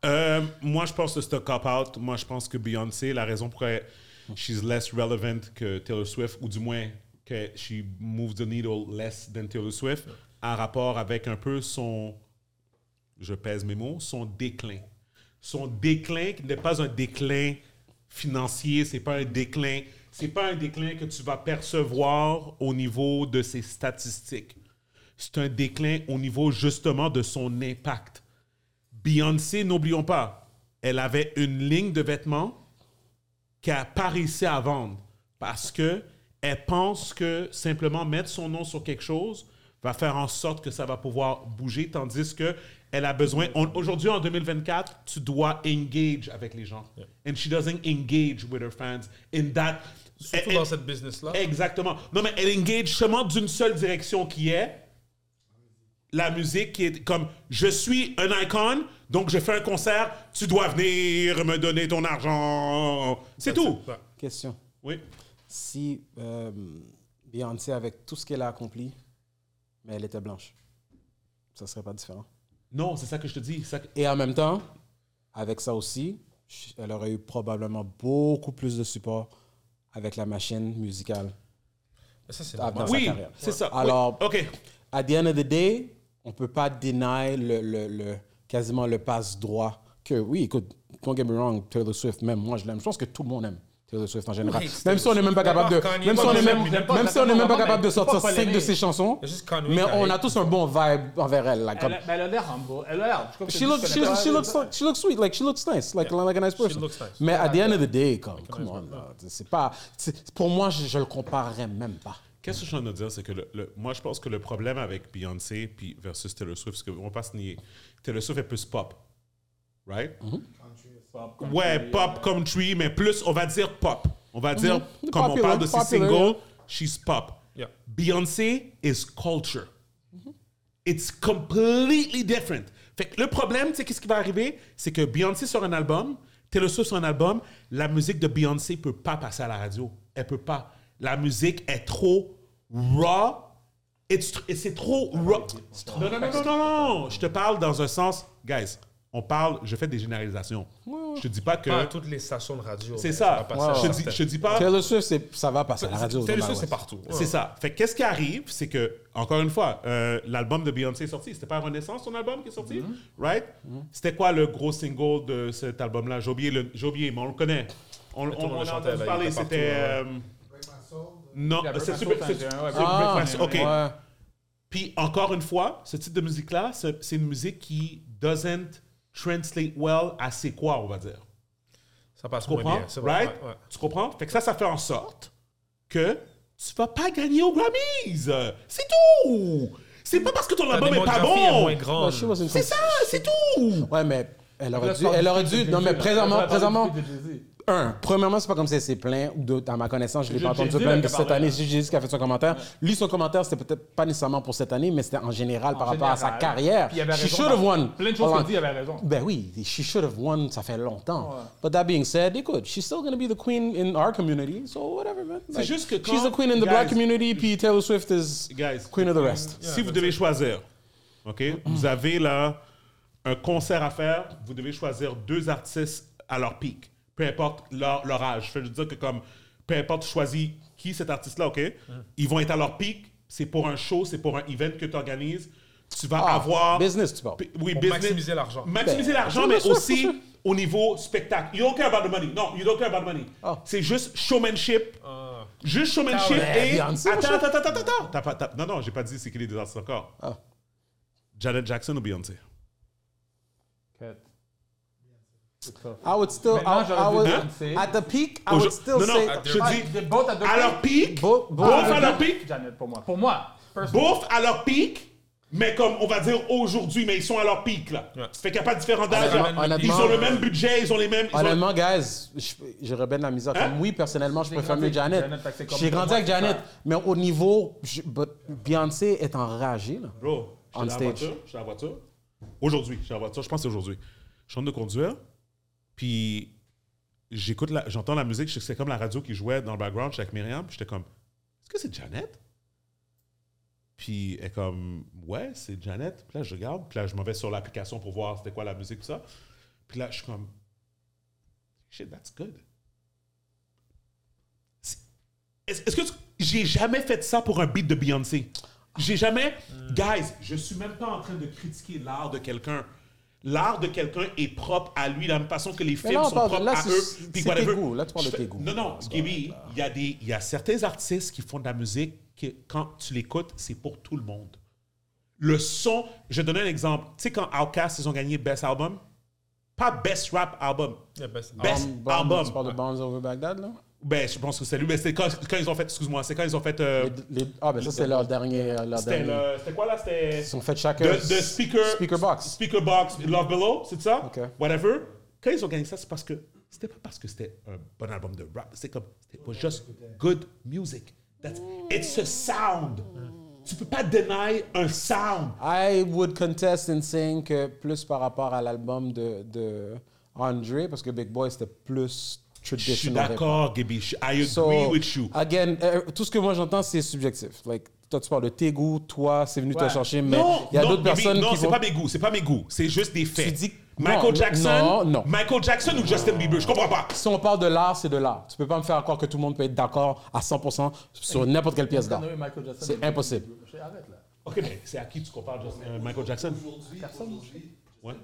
Euh, moi, je pense que c'est un cop-out. Moi, je pense que Beyoncé, la raison pour laquelle she's less relevant que Taylor Swift, ou du moins que she moves the needle less than Taylor Swift, a rapport avec un peu son, je pèse mes mots, son déclin. Son déclin qui n'est pas un déclin financier, c'est pas un déclin, c'est pas un déclin que tu vas percevoir au niveau de ses statistiques. C'est un déclin au niveau justement de son impact. Beyoncé, n'oublions pas, elle avait une ligne de vêtements qu'elle pas réussi à vendre parce que elle pense que simplement mettre son nom sur quelque chose va faire en sorte que ça va pouvoir bouger, tandis que elle a besoin. on- Aujourd'hui, en 2024, tu dois engage avec les gens. And she doesn't engage with her fans in that. Surtout Eh, elle- dans elle- cette business-là. Exactement. Non, mais elle engage seulement d'une seule direction qui est la musique qui est comme je suis un icon, donc je fais un concert, tu dois venir me donner ton argent. C'est tout. Question. Oui. Si euh, Beyoncé, avec tout ce qu'elle a accompli, mais elle était blanche, ça serait pas différent. Non, c'est ça que je te dis. Et en même temps, avec ça aussi, ch- elle aurait eu probablement beaucoup plus de support avec la machine musicale. Ça, c'est dans normal. sa Oui, carrière. c'est ça. Oui, Alors, OK. à the end of the day, on peut pas deny le, le- le- quasiment le passe droit que, oui, écoute, don't get me wrong, Taylor Swift, même moi, je l'aime. Je pense que tout le monde aime Taylor Swift en général. Oui, c'est même si on n'est même pas Taylor capable de, Swift. Kanye même si on West, est même, j'aime pas, même si on est même pas j'aime pas, capable de mais sortir faut pas cinq de l'aimer. ses chansons, C'est juste Kanye mais qui on a arrive. tous un bon vibe envers elle. là, Elle comme- a- ben, Elle a l'air humble. Elle a l'air. comme je te She dis, looks, je she, connais pas- she looks, like- she looks sweet, like she looks nice, like, like a nice person. looks nice. Mais at the end of the day, comme, come on, là, c'est pas, c'est- pour moi, je, je le comparerais même pas. Qu'est-ce que je viens de dire, c'est que le, le- moi, je pense que le problème avec Beyoncé puis versus Taylor Swift, c'est qu'on ne va pas se nier. Taylor Swift est plus pop. Right? Mm-hmm. Ouais, pop country, mais plus, on va dire pop. On va Mhm. dire, Popular, comme on parle de ses popular, singles, yeah. she's pop. Yeah. Beyoncé is culture. It's completely different. Fait que le problème, tu sais, qu'est-ce qui va arriver? C'est que Beyoncé sur un album, Taylor Swift sur un album, la musique de Beyoncé peut pas passer à la radio. Elle peut pas. La musique est trop raw. It's tr- et C'est trop raw. Non, non, non, non, non, non. Je te parle dans un sens, guys, on parle, je fais des généralisations. Je te dis pas que. Pas à toutes les stations de radio. C'est mais ça. ça va passer à Je te dis- certaines. je te dis pas. Taylor Swift, c'est- ça va passer à la radio. au Taylor Swift, Zomba, c'est ouais. partout. C'est ça. Fait que qu'est-ce qui arrive, c'est que, encore une fois, euh, l'album de Beyoncé est sorti. C'était pas Renaissance, son album qui est sorti, Mm-hmm. right? C'était quoi le gros single de cet album-là? J'ai oublié, le- j'ai oublié, mais on le connaît. On, Mais tout on- le monde on le a chantait, entendu là, il parler. était C'était. partout, euh, non, Yeah, Break Ah, c'est My super. c'est- Soul, t'as c'est- dit, ouais, c'est ouais. Break My Ah, Soul, OK. ouais. Puis encore une fois, ce type de musique-là, c'est c'est une musique qui doesn't translate well à c'est quoi, on va dire. Ça passe Tu comprends? moins bien. c'est vrai, right? ouais, ouais. Tu comprends? Fait que ça, ça fait en sorte que tu vas pas gagner aux Grammys. C'est tout! C'est pas parce que ton Ta album est pas démographie est bon! moins grande. She was in C'est ça, c'est tout! Ouais, mais elle aurait Là, Ah, dû. tu parles Elle du aurait clip dû. de Non, mais Jay-Z, là. Là, tu parles présentement, du présentement. clip de Jay-Z. Un, premièrement, c'est pas comme si elle s'est plaint. ou Deux, à ma connaissance, je l'ai Jay- pas entendu se Jay-Z, plaindre là, de qui a cette parlé, année. là. C'est Jay-Z qui a fait son commentaire. Lui, son commentaire, c'était peut-être pas nécessairement pour cette année, mais c'était en général par En rapport à sa général. carrière. Puis il avait She raison should have dans- won. plein de choses Hold qu'elle on. dit, il avait raison. Ben oui, she should have won, ça fait longtemps. Ouais. But that being said, écoute, she's still gonna be the queen in our community, so whatever, man. C'est juste que She's quand- the queen in the black Guys. community, puis Taylor Swift is Guys. queen mm, of the rest. si vous devez choisir, OK, vous avez là un concert à faire, vous devez choisir deux artistes à leur pic, peu importe leur, leur âge. Je veux dire que comme, peu importe, tu choisis qui cet artiste-là, OK, Mm. ils vont être à leur pic, c'est pour un show, c'est pour un event que tu organises, tu vas Ah, avoir... business, tu parles. P- Oui, Oh. Pour business. maximiser l'argent. Maximiser Ben, l'argent, oui, mais bien sûr, aussi bien sûr. au niveau spectacle. You don't care about the money. Non, you don't care about the money. Oh. C'est juste showmanship. Juste showmanship Ah ouais, et... Beyoncé, mon Attends, cher. attends, attends, attends, attends. T'as pas- t'as- Non, non, j'ai pas dit c'est qui les deux artistes encore. Ah. Janet Jackson ou Beyoncé? Kat. C'est tough. I would still, Maintenant, I, I j'aurais would, dû hein? Beyoncé. at the peak, I would Aujourd- still non, non, say... je dis, Both à deux à leur pics. pic, Bo- both à leur Janet- pic, Janet, pour moi. Pour moi. personally. both à leur pic, Mais comme on va dire aujourd'hui, mais ils sont à leur pic là. Ça fait qu'il n'y a pas de différents d'âge. Honnêtement- Ils honnêtement- ont le même budget, ils ont les mêmes. ils ont- Honnêtement, guys, je- j'aurais bien de la misère. Comme oui, personnellement, je Hein? J'ai préfère grandi mieux avec Janet. Janet, fait que c'est comme- J'ai grandi moi, avec c'est Janet, ça. mais au niveau, je- but Beyoncé est enragée. Là. Bro, j'étais On dans la stage. voiture. J'étais dans la voiture. Aujourd'hui, j'étais dans la voiture. Je pense que c'est aujourd'hui. Je suis en train de conduire. Puis j'écoute la, j'entends la musique. je- C'est comme la radio qui jouait dans le background. J'étais avec Myriam. puis J'étais comme, est-ce que c'est Janet? Puis elle est comme, ouais, c'est Janet. Puis là, je regarde. Puis là, je m'en vais sur l'application pour voir c'était quoi la musique, tout ça. Puis là, je suis comme, shit, that's good. C'est- Est-ce est-ce que tu- j'ai jamais fait ça pour un beat de Beyoncé? J'ai jamais. Guys, je suis même pas en train de critiquer l'art de quelqu'un. L'art de quelqu'un est propre à lui, de la même façon que les Mais films là, on sont parle- propres là, à c'est- eux. puis c'est whatever. tes goûts. Là, tu parles Je de fais- tes goûts. Non, non, Gibby, il y, a des- il y a certains artistes qui font de la musique que quand tu l'écoutes, c'est pour tout le monde. Le son, je vais donner un exemple. Tu sais, quand Outkast, ils ont gagné Best Album, pas Best Rap Album, Yeah, best- Best Bomb- bomb- Album. Tu parles de Bombs Over Baghdad, là? Ben, je pense que c'est lui, mais c'est quand, quand ils ont fait, excuse-moi, c'est quand ils ont fait. euh, Ah, ben ça, c'est leur dernier. Leur C'était dernier. le- c'était quoi là C'était. Ils sont faits chacun. De, de speaker, Speaker Box. Speaker Box, Love Below, c'est ça Whatever. Quand ils ont gagné ça, c'est parce que. C'était pas parce que c'était un bon album de rap. C'est comme. It was just good music. That's, it's a sound. Tu peux pas deny un sound. I would contest in saying que plus par rapport à l'album de, de Andre, parce que Big Boy c'était plus Je suis traditional. d'accord, Gibby. Je- I agree So, with you. Again, euh, tout ce que moi j'entends c'est subjectif. Like, toi tu parles de tes goûts, toi c'est venu Ouais. te chercher, mais Non, il y a non, d'autres Gibby, personnes non, qui c'est vont. pas mes goûts, c'est pas mes goûts, c'est juste des faits. Non, Michael non, Jackson, non, non. Michael Jackson ou Justin Bieber, je comprends pas. Si on parle de l'art, c'est de l'art. Tu peux pas me faire croire que tout le monde peut être d'accord à 100% sur n'importe quelle pièce d'art. Madonna et Michael Jackson. C'est impossible. Arrête là. Ok, mais c'est à qui tu compares Justin- euh, Michael Jackson Personne. Ouais.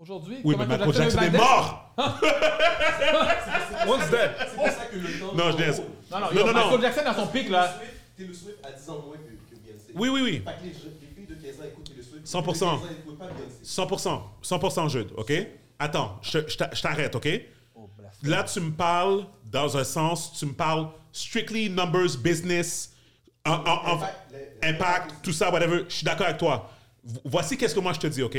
Aujourd'hui, Oui, comment mais que Michael Jackson est Bagdad- mort! Once dead. C'est pour ça que le temps- Non, je laisse. Non, non, Non, yo, non, Michael non. Jackson à son pic là. Taylor Swift a 10 ans de moins que, que Beyoncé. Oui, oui, oui. Fait que les, jeunes- les filles de 15 ans écoutent Taylor Swift. 100%. Les filles de 15 ans écoutent pas Beyoncé. 100%. 100% Jude, OK? Attends, je, te- je t'a- je t'arrête, OK? Là, tu me parles dans un sens, tu me parles strictly numbers, business, en- en- en- impact, tout ça, whatever. Je suis d'accord avec toi. Vo- Voici qu'est-ce que moi je te dis, OK?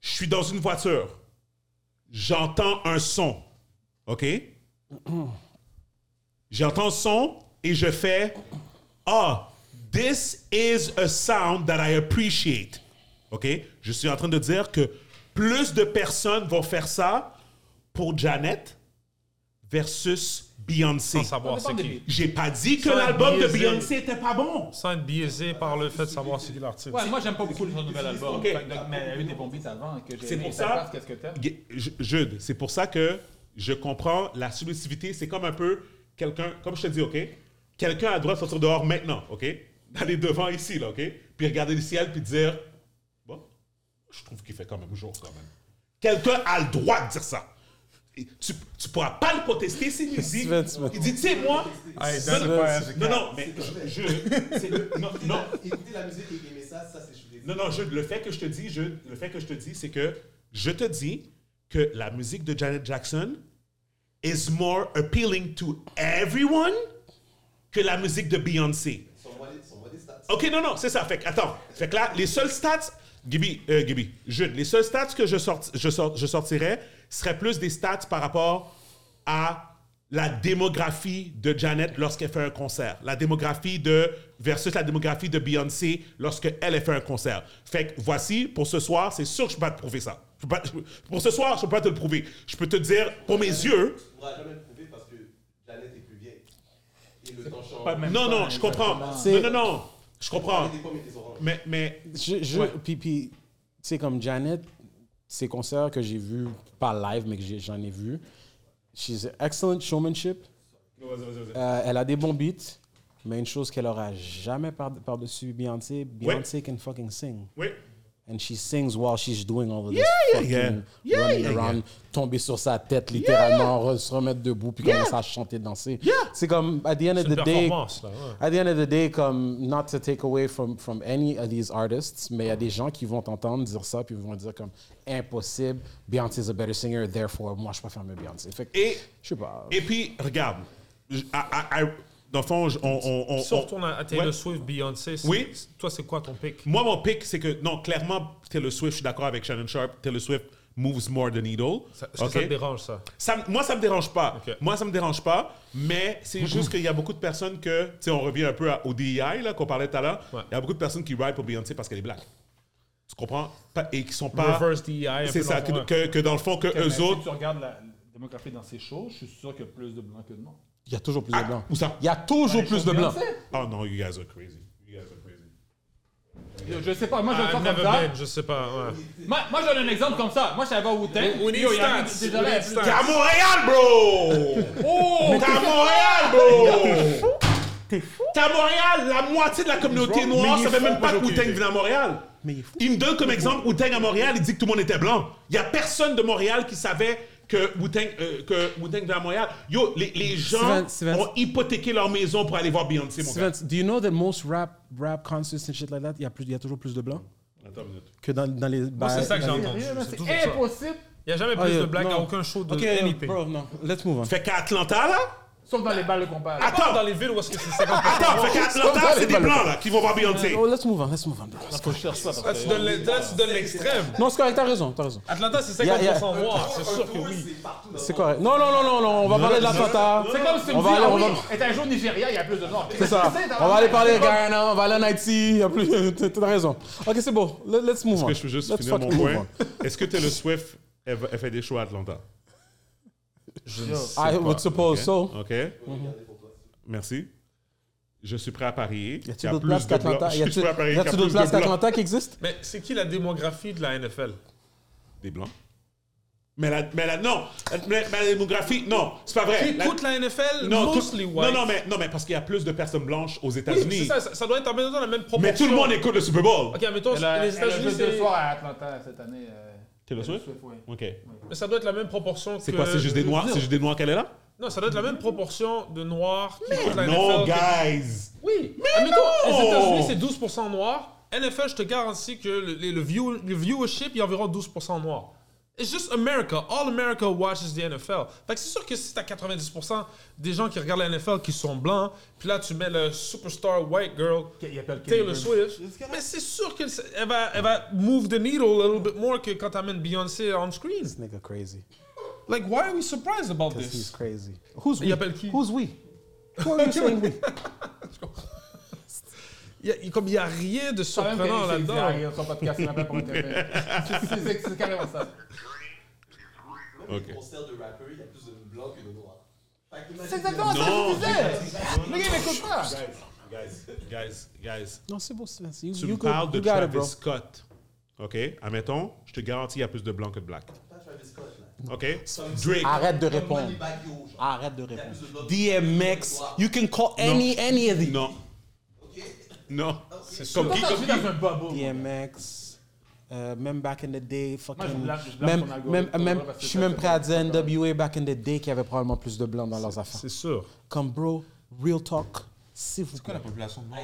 Je suis dans une voiture. J'entends un son, OK? J'entends le son et je fais Ah, this is a sound that I appreciate. OK? Je suis en train de dire que plus de personnes vont faire ça pour Janet versus Beyoncé. Sans savoir Ça dépend c'est des qui. beats. J'ai pas dit que Sans l'album de biaiser. Beyoncé était pas bon. Sans être biaisé par le fait de savoir c'est qui l'artiste. Ouais, moi j'aime pas beaucoup son nouvel album. Ok. Fait que, donc, Mais il y a eu des bons beats avant que j'ai C'est aimé. pour ça. Ça passe, Qu'est-ce que t'aimes? Gu- Ju- Jude, c'est pour ça que je comprends la subjectivité. C'est comme un peu quelqu'un, comme je te dis, OK? Quelqu'un a le droit de sortir dehors maintenant, OK? D'aller devant ici, là, OK? Puis regarder le ciel, puis dire, bon, je trouve qu'il fait quand même jour, quand même. Quelqu'un a le droit de dire ça. Et Tu, tu pourras pas le protester s'il [laughs] nous dit. Il dit, tu sais, moi. Ah, Hey, non, donne non, le voyage, non, non, C'est mais correct. je. c'est- Non, Écouter non. la- Écouter la musique et aimer ça, ça c'est chouette. Non, non, je- le fait que je te dis, je- le fait que je te dis, c'est que je te dis que la musique de Janet Jackson is more appealing to everyone que la musique de Beyoncé. Son wallet, son wallet stats. OK, non, non, c'est ça. Fait que, attends. Fait que là, les seuls stats, Gibi, euh, Gibi, Jude, les seuls stats que je, sorti- je, sort- je sortirais seraient plus des stats par rapport à la démographie de Janet lorsqu'elle fait un concert. La démographie de. versus la démographie de Beyoncé lorsqu'elle elle fait un concert. Fait que voici, pour ce soir, c'est sûr que je peux pas te prouver ça. Je peux pas- je- pour ce soir, je peux pas te le prouver. Je peux te dire, pour mes yeux, Tu pourras jamais le prouver parce que Janet est plus vieille. Et le temps change. non, non, je comprends. C'est- Non, non, non, je comprends. Mais, mais Je, je, Ouais. Puis, puis tu sais, comme Janet, ses concerts que j'ai vus, pas live, mais que j'ai- j'en ai vu, she's an excellent showmanship. Vas-y, vas-y, vas-y. Euh, elle a des bons beats, mais une chose qu'elle aura jamais par- par-dessus Beyoncé, Beyoncé can fucking sing. Oui. And she sings while she's doing all of this Yeah, yeah, fucking yeah. Yeah, running yeah, around, yeah. tomber sur sa tête Yeah, littéralement, re- se remettre debout puis Yeah. commencer à chanter, danser. C'est comme at the end of C'est une the day, performance, là, ouais. At the end of the day, comme, not to take away from, from any of these artists, mais il y a des gens qui vont t'entendre dire ça, puis ils vont dire comme, impossible, Beyoncé is a better singer, therefore, moi, je préfère mieux Beyoncé. Fait que, Et- je sais pas. Et puis, regarde, je- I- I- I- dans le fond, je- on. on, on- Si on on- retourne à à Taylor Ouais. Swift, Beyoncé, c'est- Oui. toi, c'est quoi ton pick? Moi, mon pick, c'est que, non, clairement, Taylor Swift, je suis d'accord avec Shannon Sharp, Taylor Swift moves more the needle. Est-ce que ça Ok? te dérange, ça? Ça me- moi, ça me dérange pas. Moi, ça me dérange pas, mais c'est juste qu'il y a beaucoup de personnes que, tu sais, on revient un peu à- au DEI, là, qu'on parlait tout à l'heure. Il y a beaucoup de personnes qui ride pour Beyoncé parce qu'elle est black. Tu comprends? Pas- Et qui sont pas. Reverse DEI, un peu C'est ça, dans que, le fond, que, que dans le fond, que Ok, mais eux si autres. tu regardes la démographie dans ces shows, je suis sûr qu'il y a plus de blancs que de noirs. Il y a toujours Ah, plus de blancs. Ah, Où ça? Il y a toujours plus de blancs. Oh non, you guys are crazy. You guys are crazy. Je sais pas, moi je le I've fais comme Ah, never ça. been, je sais pas. ouais. Moi, moi je donne un exemple comme ça. Moi, je suis allé à Wooten. We- we need stats. We need stats. T'es à Montréal, bro! Oh! T'es à Montréal, bro! T'es à Montréal, la moitié de la communauté wrong? noire Mais il est savait fou, même pas moi, que j'ai aucune Wu-Tang idée. venait à Montréal. il me donne comme exemple Wu-Tang à Montréal, il dit que tout le monde était blanc. Il y a personne de Montréal qui savait que Wu-Tang euh, que Wu-Tang venait à Montréal. Yo, les, les gens Steven, Steven. ont hypothéqué leur maison pour aller voir Beyoncé, mon gars. Steven, do you know that most rap, rap concerts and shit like that, il y, a plus- il y a toujours plus de blancs Attends une minute. que dans, dans les Moi, c'est ça que j'ai dans les- entendu. C'est toujours ça. Impossible! Il n'y a jamais Ah, plus yeah, de blagues à non. aucun show de Ok, euh, NIP. bro, non. Let's move on. Fait qu'à Atlanta, là, Sauf dans les balles de compas. Attends! Dans les villes où est-ce que c'est 50 Attends, fait qu'à Atlanta, c'est des blancs, là, qui vont voir Beyoncé. Oh, let's move on, let's move on, bro. Faut que je cherche ça. parce Là, tu que- donnes le- là, tu donnes l'extrême. Non, c'est correct, t'as raison, t'as raison. Atlanta, c'est Yeah, 50% yeah. noir, c'est sûr que oui. C'est correct. Non, non, non, non, non, on va parler de l'Atlanta. C'est comme si tu On me va dis, aller, ah on oui, va... est un jour au Nigeria, il y a plus de noirs. C'est [laughs] ça. C'est dans On va la- aller parler à Guyana, on va aller en Haïti. il y a plus- [laughs] T'as t'as raison. Ok, c'est bon. Let- Let's move Est-ce on. que je peux juste Let's finir mon fucking move point? Est-ce que Taylor Swift, elle, va- elle fait des shows à Atlanta? Je ne sais I would pas. suppose Ok. so. Mhm. OK. Merci. Je suis prêt à parier. Y Il a-t-il d'autres places plus de blancs. qu'Atlanta? [laughs] Y Je suis prêt à parier qu'il a-t-il y y a a-t-il plus d'autres de places blancs. qu'Atlanta qui existent? Mais c'est qui la démographie de la NFL? Des blancs. Mais la, mais la, non, mais, mais la démographie, non, c'est pas vrai. Qui écoute la NFL? non, tout- Mostly non, white. non, mais, non, mais parce qu'il y a plus de personnes blanches aux Oui, États-Unis. c'est ça, ça, ça doit être en même temps la même proportion. mais tout le monde écoute le Super Bowl. Ok, mettons, Elle a- les elle a États-Unis, joué deux c'est. soirs à Atlanta cette année. euh, Taylor Swift? oui. OK. Mais ça doit être la même proportion C'est que- quoi, c'est juste des noirs? C'est juste des noirs qu'elle est là? Non, ça doit être la même proportion de noirs qui écoutent la Non, NFL. que- guys! Oui, Ah, mais non! aux États-Unis, c'est 12% noirs. NFL, je te garantis que le, le, le view- le viewership, il y a environ 12% noirs. It's just America. All America watches the NFL. Fait que c'est sûr que si t'as 90% des gens qui regardent la NFL qui sont blancs, puis là, tu mets le superstar white girl, Il appelle Taylor Kevin Swift, mais c'est sûr qu'elle s- elle va, elle va move the needle a little bit more que quand t'amènes Beyoncé on screen. This nigga crazy. Like, why are we surprised about This is this? crazy. Who's Il we? appelle qui? Who's we? Who [laughs] are you saying we? Il y a- il- comme il n'y a rien de Quand même surprenant qu'elle est là-dedans. Xavier, Son podcast, il m'appelle [laughs] pour intervenir. C'est- c'est- C'est c'est carrément ça. Ok. Les concerts de rappeurs, il y a plus de blancs que de noirs. Fait qu'imagine- C'est exactement ça Non, que je disais. Le gars, il m'écoute pas. Guys, guys, guys. Non, c'est beau, Steven. You, Tu you me go- parles de you got it, Travis bro. Scott. OK? Admettons, je te garantis, il y a plus de blancs que de blacks. OK? Drake. Arrête de répondre. Arrête de répondre. DMX, you can call any, any of these. Non. Non. C'est Comme Pourquoi qui, t'as comme joué qui? dans un bubble? DMX, euh, même back in the day, fucking. je blâme- je blâme même, ton algorithme, même, ton même, algorithme, je c'est suis même ça, prêt c'est à dire NWA back in the day qui avait probablement plus de blancs dans leurs affaires. C'est sûr. Comme bro, real talk, s'il vous plaît. population de monde,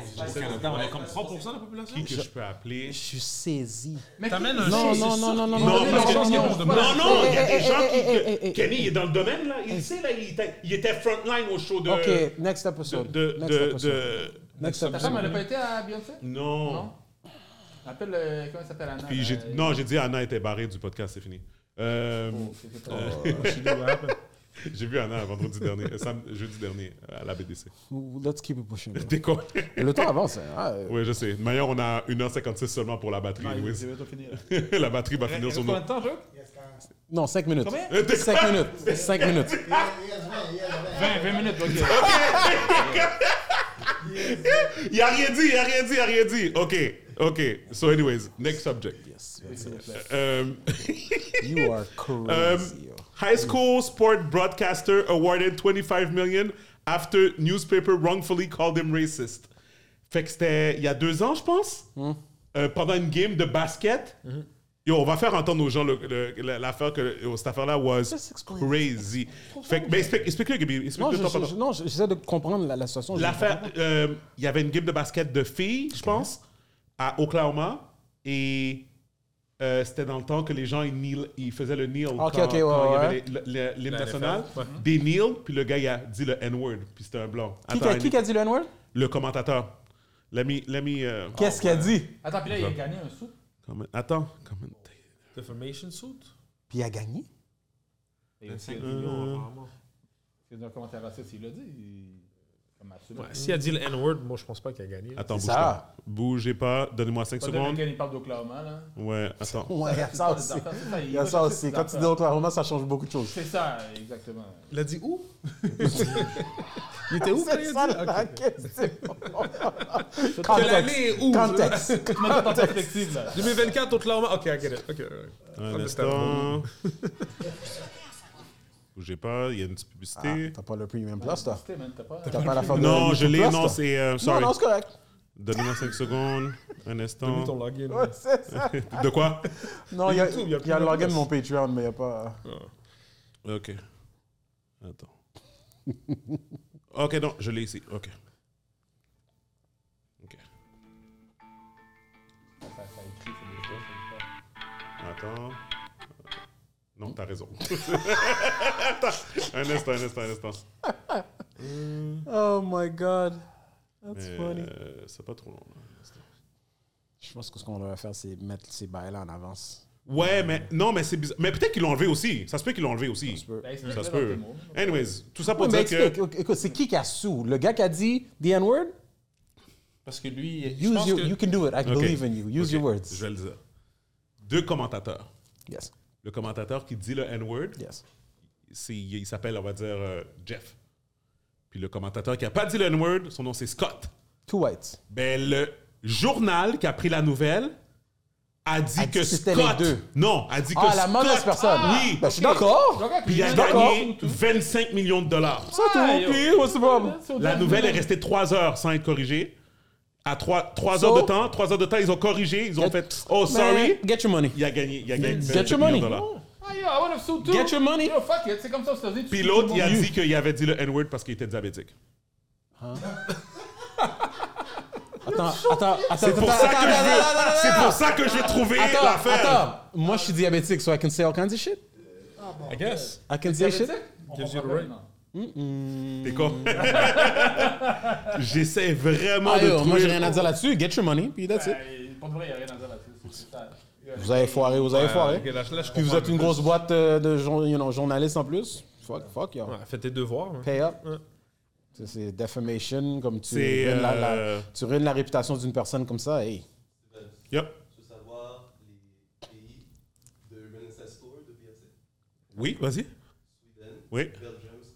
On est comme 3% de la population. qui que je peux appeler? Je suis saisi. Mais T'amènes qui- un Non, c'est non, sûr non, non, non, qu'il- non, Non, parce non, que- non, qu'il y a non. plus de Non, blancs. Voilà. non, il y a Eh, des eh, gens eh, eh, qui... eh, que- eh, Kenny, il est dans le domaine, là. Il sait, là, il était, il était frontline au show de... Ok, next de... episode. de, next de, episode. de- Next Ta femme, elle a episode. pas été à Beyoncé? Non. Non. Appelle, euh, comment elle s'appelle, Anna? Puis j'ai... euh, Non, j'ai dit Anna était barrée du podcast, c'est fini. Euh, [laughs] j'ai vu Anna vendredi dernier, euh, sam- jeudi dernier, à la BDC. Let's keep it pushing. bro. Décolle. Le temps avance. hein. Ah, euh, Oui, je sais. D'ailleurs, on a 1h56 seulement pour la batterie, Louis. [laughs] la batterie va finir sur nous. Combien de temps, Joe? Non, 5 minutes. Combien? 5 minutes. 5 minutes. 20, 20 minutes, ok. Il a rien dit, il a rien dit, il a rien dit. OK, OK. So anyways, next subject. Yes, yes, yes. Um, You um, are crazy. yo. high school sport broadcaster awarded 25 million after newspaper wrongfully called him racist. Fait que c'était il y a deux ans, je pense, Hmm. Euh, pendant une game de basket. Yo, on va faire entendre aux gens le- le- la- l'affaire que yo, cette affaire-là was Just explain. crazy. Fait que, mais explique- explique-le, Gabi. Non, Explique-le je- toi pendant- je- non, je- j'essaie de comprendre la, la situation. je L'affaire, comprends pas. euh, il y avait une game de basket de filles, je pense, à Oklahoma. Et euh, c'était dans le temps que les gens ils, kneel- ils faisaient le kneel Ok, quand, ok, ouais, quand il y avait ouais. les- le- le- l'hymne La national. NFL, ouais. Des kneel, puis le gars il a dit le N-word, puis c'était un blanc. Qui, Attends, a, qui a dit le N-word? Le commentateur. L'ami. l'ami euh, Qu'est-ce qu'il a dit? Attends, puis là, il a gagné un sou. Comment- Attends, comment. Defamation suit? Euh, Puis il a gagné. Il a eu 5 millions, apparemment. C'est un commentaire raciste, il l'a dit. il- Comme absolument. Ouais, S'il a dit le N-word, moi, je pense pas qu'il a gagné. Attends, bougez pas. Bougez pas, donnez-moi 5 Pas de secondes. Lincoln, Il parle d'Oklahoma, là. Ouais, attends. [laughs] Ouais, il y a ça aussi. Il y a ça aussi. Quand tu dis Oklahoma, ça change beaucoup de choses. C'est ça, exactement. Il a dit où? Il était où quand il C'est ça a dit? la Ok. [laughs] question. Quelle Contexte. année est où? Contexte. [laughs] Contexte. Mets-toi en perspective, là. 2024, Oklahoma. Ok, I get it. Ok, all Un right. instant. Understandable. Bougez pas, il y a une petite publicité. T'as pas le premium plus, toi? Publicité, man, t'as pas- T'as pas la forme Non, de je YouTube l'ai, Plus, non, toi? c'est. euh, Non, sorry. non, c'est correct. Donnez-moi 5 secondes, un instant. Donne-nous ton login, Ouais, là. [laughs] c'est ça. De quoi Non, il y a, YouTube, il y a plus le de login de place. mon Patreon, mais il n'y a pas. Ok. Attends. ok, non, je l'ai ici. Ok. Attends. Non, t'as raison. [laughs] Attends. Un instant, un instant, un instant. Oh my god. That's Mais, funny. euh, c'est pas trop long. là, un instant. Je pense que ce qu'on devrait faire, c'est mettre ces bails-là en avance. Ouais, mais non, mais c'est bizarre. Mais peut-être qu'ils l'ont enlevé aussi. Ça se peut qu'ils l'ont enlevé aussi. Ça se peut. explique-le Ben, dans tes mots. Anyways, tout ça pour Ouais, dire mais que. explique, Écoute, c'est qui qui a sous Le gars qui a dit the N-word Parce que lui. Use your- you can do it. I believe in you. Use your words. Je vais le dire. Deux commentateurs. Yes. Le commentateur qui dit le N-word. Yes. c'est- Il s'appelle, on va dire, euh, Jeff. Puis le commentateur qui n'a pas dit le N-word, son nom c'est Scott. Two whites. Ben, le journal qui a pris la nouvelle a dit que c'était Scott. les deux. Non, a dit Ah, que la Scott. mauvaise personne. oui. Ben, je suis d'accord. Puis il a Je suis d'accord. gagné 25 millions de dollars. Ça, tout le monde pire, what's the problem? La nouvelle est restée 3 heures sans être corrigée. À 3, So- heures de temps, 3 heures de temps, ils ont corrigé, ils ont fait Oh, sorry. Get your money. Il a gagné. Il a gagné. Get 25 your money. Oh, millions de dollars. Ah, yo, I would have sued too. Get your money. Yo, fuck it, c'est comme ça aux États-Unis. tu Puis sues l'autre, tout le il a monde. dit qu'il avait dit le N-word parce qu'il était diabétique. Attends, attends, attends. C'est pour ça que je veux- c'est pour ça que je veux trouver Ah! Attends, l'affaire. Attends, moi je suis diabétique, so I can say all kinds of shit. Ah, I guess. I can say shit. Gives you the right. T'es con. [laughs] J'essaie vraiment Ah, de yo, trouver. moi j'ai rien à dire là-dessus. Get your money, puis that's it. Ben, Pour de vrai, il n'y a rien à dire là-dessus. c'est ça. Vous avez foiré, vous avez Ouais, foiré. ok, là, je- là, je Puis vous comprends êtes une un peu. grosse boîte euh, de jour- you know, journalistes en plus. Fuck, fuck, yo. Ouais, fais tes devoirs. hein. Pay up. Ouais. C'est- C'est defamation, comme tu C'est, ruines la, la- euh, tu ruines la réputation d'une personne comme ça. Hey. Yep. Tu veux savoir les pays de Urban Incest Score de BFC? Oui, vas-y. Sweden, Oui. Belgium,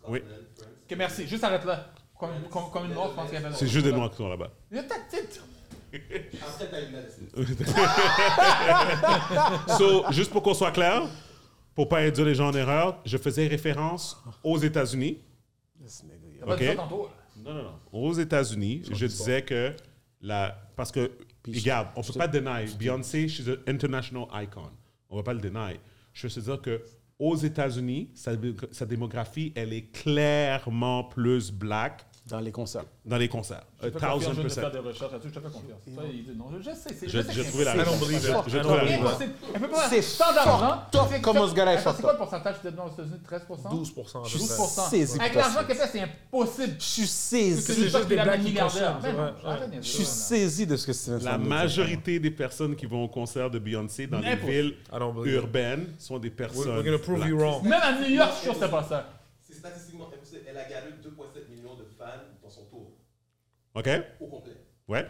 Oui. Scotland, France. Ok, merci. Juste arrête là. Comme, comme, comme une noire, je pense qu'il y avait C'est juste des noirs qui sont là-bas. Il y a ta tête. Après, t'as une analyse. [laughs] So, juste pour qu'on soit clair, pour pas induire les gens en erreur, je faisais référence aux États-Unis. T'as pas dit Ok. ça tantôt. Non, non, non. Aux États-Unis, je disais que la. Parce que, regarde, on peut pas deny. Beyoncé, she's an international icon. On va pas le deny. Je veux juste dire que aux États-Unis, sa, sa démographie, elle est clairement plus black Dans les concerts. dans les concerts. A Je te fais confiance, thousand je viens de percent. faire des recherches là-dessus, je te fais confiance. Ça, il dit non, je je sais, c'est Je- je sais j'ai que c'est trouvé la impossible. réponse. I don't believe it. C'est J'ai trouvé la réponse. impossible. Elle peut pas- C'est tant d'argent. fucked up C'est- comment ce gars-là est Attends, fucked C'est quoi up. le pourcentage de dans les États-Unis 13 12%, à peu près. 12%. Saisi Avec pour l'argent ça. qu'il fait, c'est impossible. Je suis saisi. C'est juste juste qu'il des avait un blagues qui milliardaire. consomment, Ben non, c'est vrai. arrête, Je suis saisi de ce que Steven La Sandberg dit. majorité des personnes qui vont au concert de Beyoncé dans les Impossible. villes I don't believe it. urbaines sont des We're, personnes. we're gonna prove black. you wrong. Même à New York, je suis sûr que c'est pas ça. C'est statistiquement impossible. Elle a gagné 2,7 millions de fans dans son tour, OK? au complet. Ouais.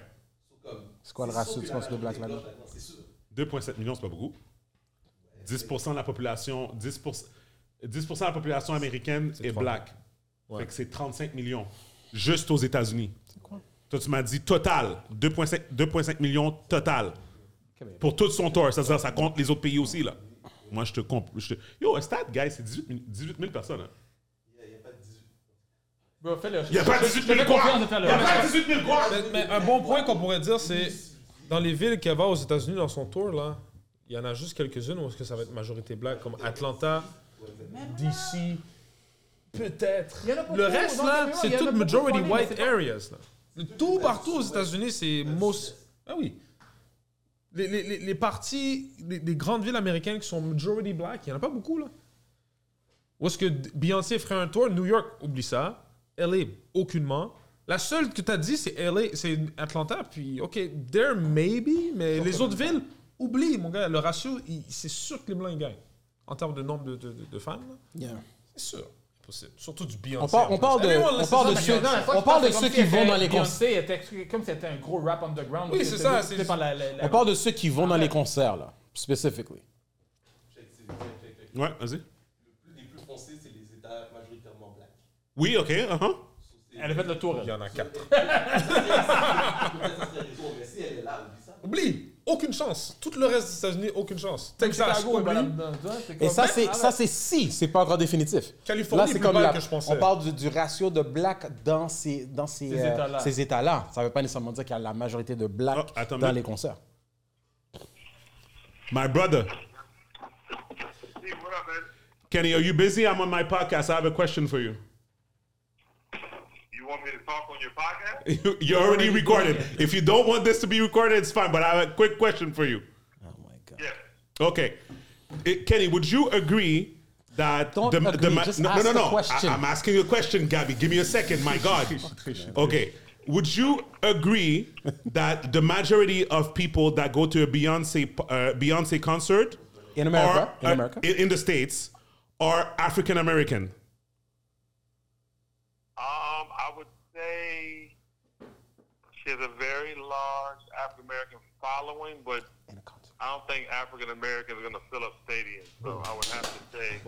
So, comme- C'est quoi le sûr ratio, que tu la penses, de majorité est Black Lives blanche là-dedans, C'est sûr. 2,7 millions, c'est pas beaucoup. 10 de la population, 10 10 de la population américaine est, trois. black. Fait que c'est 35 millions juste aux États-Unis. Toi, tu m'as dit total, 2,5 2,5 millions total. Pour tout son tour, ça, ça compte les autres pays aussi, là. Moi, je te compte. je te- Yo, un stade, guys, c'est 18, 000 18 000 personnes. hein. Bro, fais le. Il n'y a pas 18 000 Je te fais quoi? confiance de faire Il le n'y a pas recherche. 18 000 quoi? Mais, mais un bon point qu'on pourrait dire, c'est dans les villes qu'elle va aux États-Unis dans son tour, là, il y en a juste quelques-unes où est-ce que ça va être majorité black, comme Atlanta, DC, peut-être. Il y en a pas Le trop, reste, dans là, le pays, il y c'est en a tout beaucoup majority poignées, mais white c'est pas- areas. Là. Le Tout partout aux États-Unis, c'est most. Ah oui. Les, les, les, les partis des des grandes villes américaines qui sont majority black, il n'y en a pas beaucoup, là. Où est-ce que D- Beyoncé ferait un tour? New York, oublie ça. LA, aucunement. La seule que tu as dit, c'est LA, c'est Atlanta, puis OK, there maybe, mais les autres villes, oublie, mon gars. Le ratio, il- c'est sûr que les Blancs ils gagnent en termes de nombre de, de, de- de fans. là. Yeah. C'est sûr. Possible. Surtout du Beyoncé. On parle- on parle de- Everyone on listens to parle de Beyoncé. ceux- Non, la fois on que parle je de comme ceux si qui elle vont était- dans les Beyoncé était exclu- comme c'était un gros rap underground. Oui, donc c'est c'était- ça, c'était c'est- par la- la- la- On parle de ceux qui vont dans les concerts, là, specifically. Ouais, vas-y. Les plus foncés, c'est les États majoritairement blacks. Oui, OK. uh-huh. Elle a fait le tour. Il y en a quatre. [laughs] Oublie, aucune chance. Tout le reste des États-Unis, aucune chance. Texas, Chicago, oublie. madame, dans- dans- Et comme- ça, c'est Ah, ça c'est si, c'est pas encore définitif. Californie est plus belle que je pensais. On parle du, du ratio de black dans ces, dans ces, Ces euh, états-là. Oh, ces états-là. Ça veut pas nécessairement dire qu'il y a la majorité de black attends, dans mais- les concerts. My brother. Kenny, are you busy? I'm on my podcast. I have a question for you. [laughs] You want me to talk on your podcast? You're already recorded. If you don't want this to be recorded, it's fine, but I have a quick question for you. Oh my God. Okay. Eh, Kenny, would you agree that Don't agree, ma- just no, ask no, no, the no. question. I, am asking you a question, Gabby. Give me a second. My God. Okay. Would you agree that the majority of people that go to a Beyonce p- uh, Beyonce concert In America, are, in uh, America. in, in the states are African American? Um, I would say she has a very large African American following, but I don't think African Americans are going to fill up stadiums. So I would have to say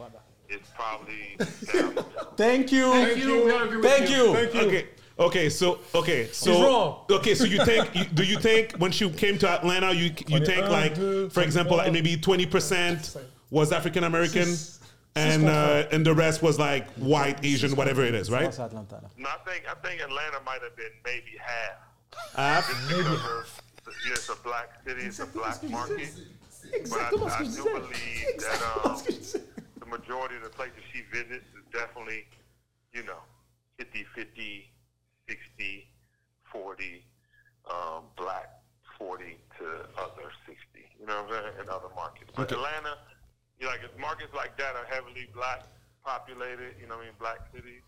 it's [laughs] probably down. Thank you. Thank you. We agree with Thank you. you. Thank you. Okay. Okay. So okay. So wrong. okay. So you think? you- do you [laughs] think when she came to Atlanta, you you Uh, think like, for example, like maybe twenty percent was African American, and uh, and the rest was like white, Asian, whatever it is, right? no, I think I think Atlanta might have been maybe half. Half? Just because of- yeah, it's a black city, it's a black market. exactement but ce I, que I je do disais. believe that um, the majority of the places she visits is definitely, you know, 50 50, 60, 40, um, black 40 to other 60, you know what I'm saying, in other markets. But Okay. Atlanta, you know, like if markets like that are heavily black populated, you know what I mean, black cities,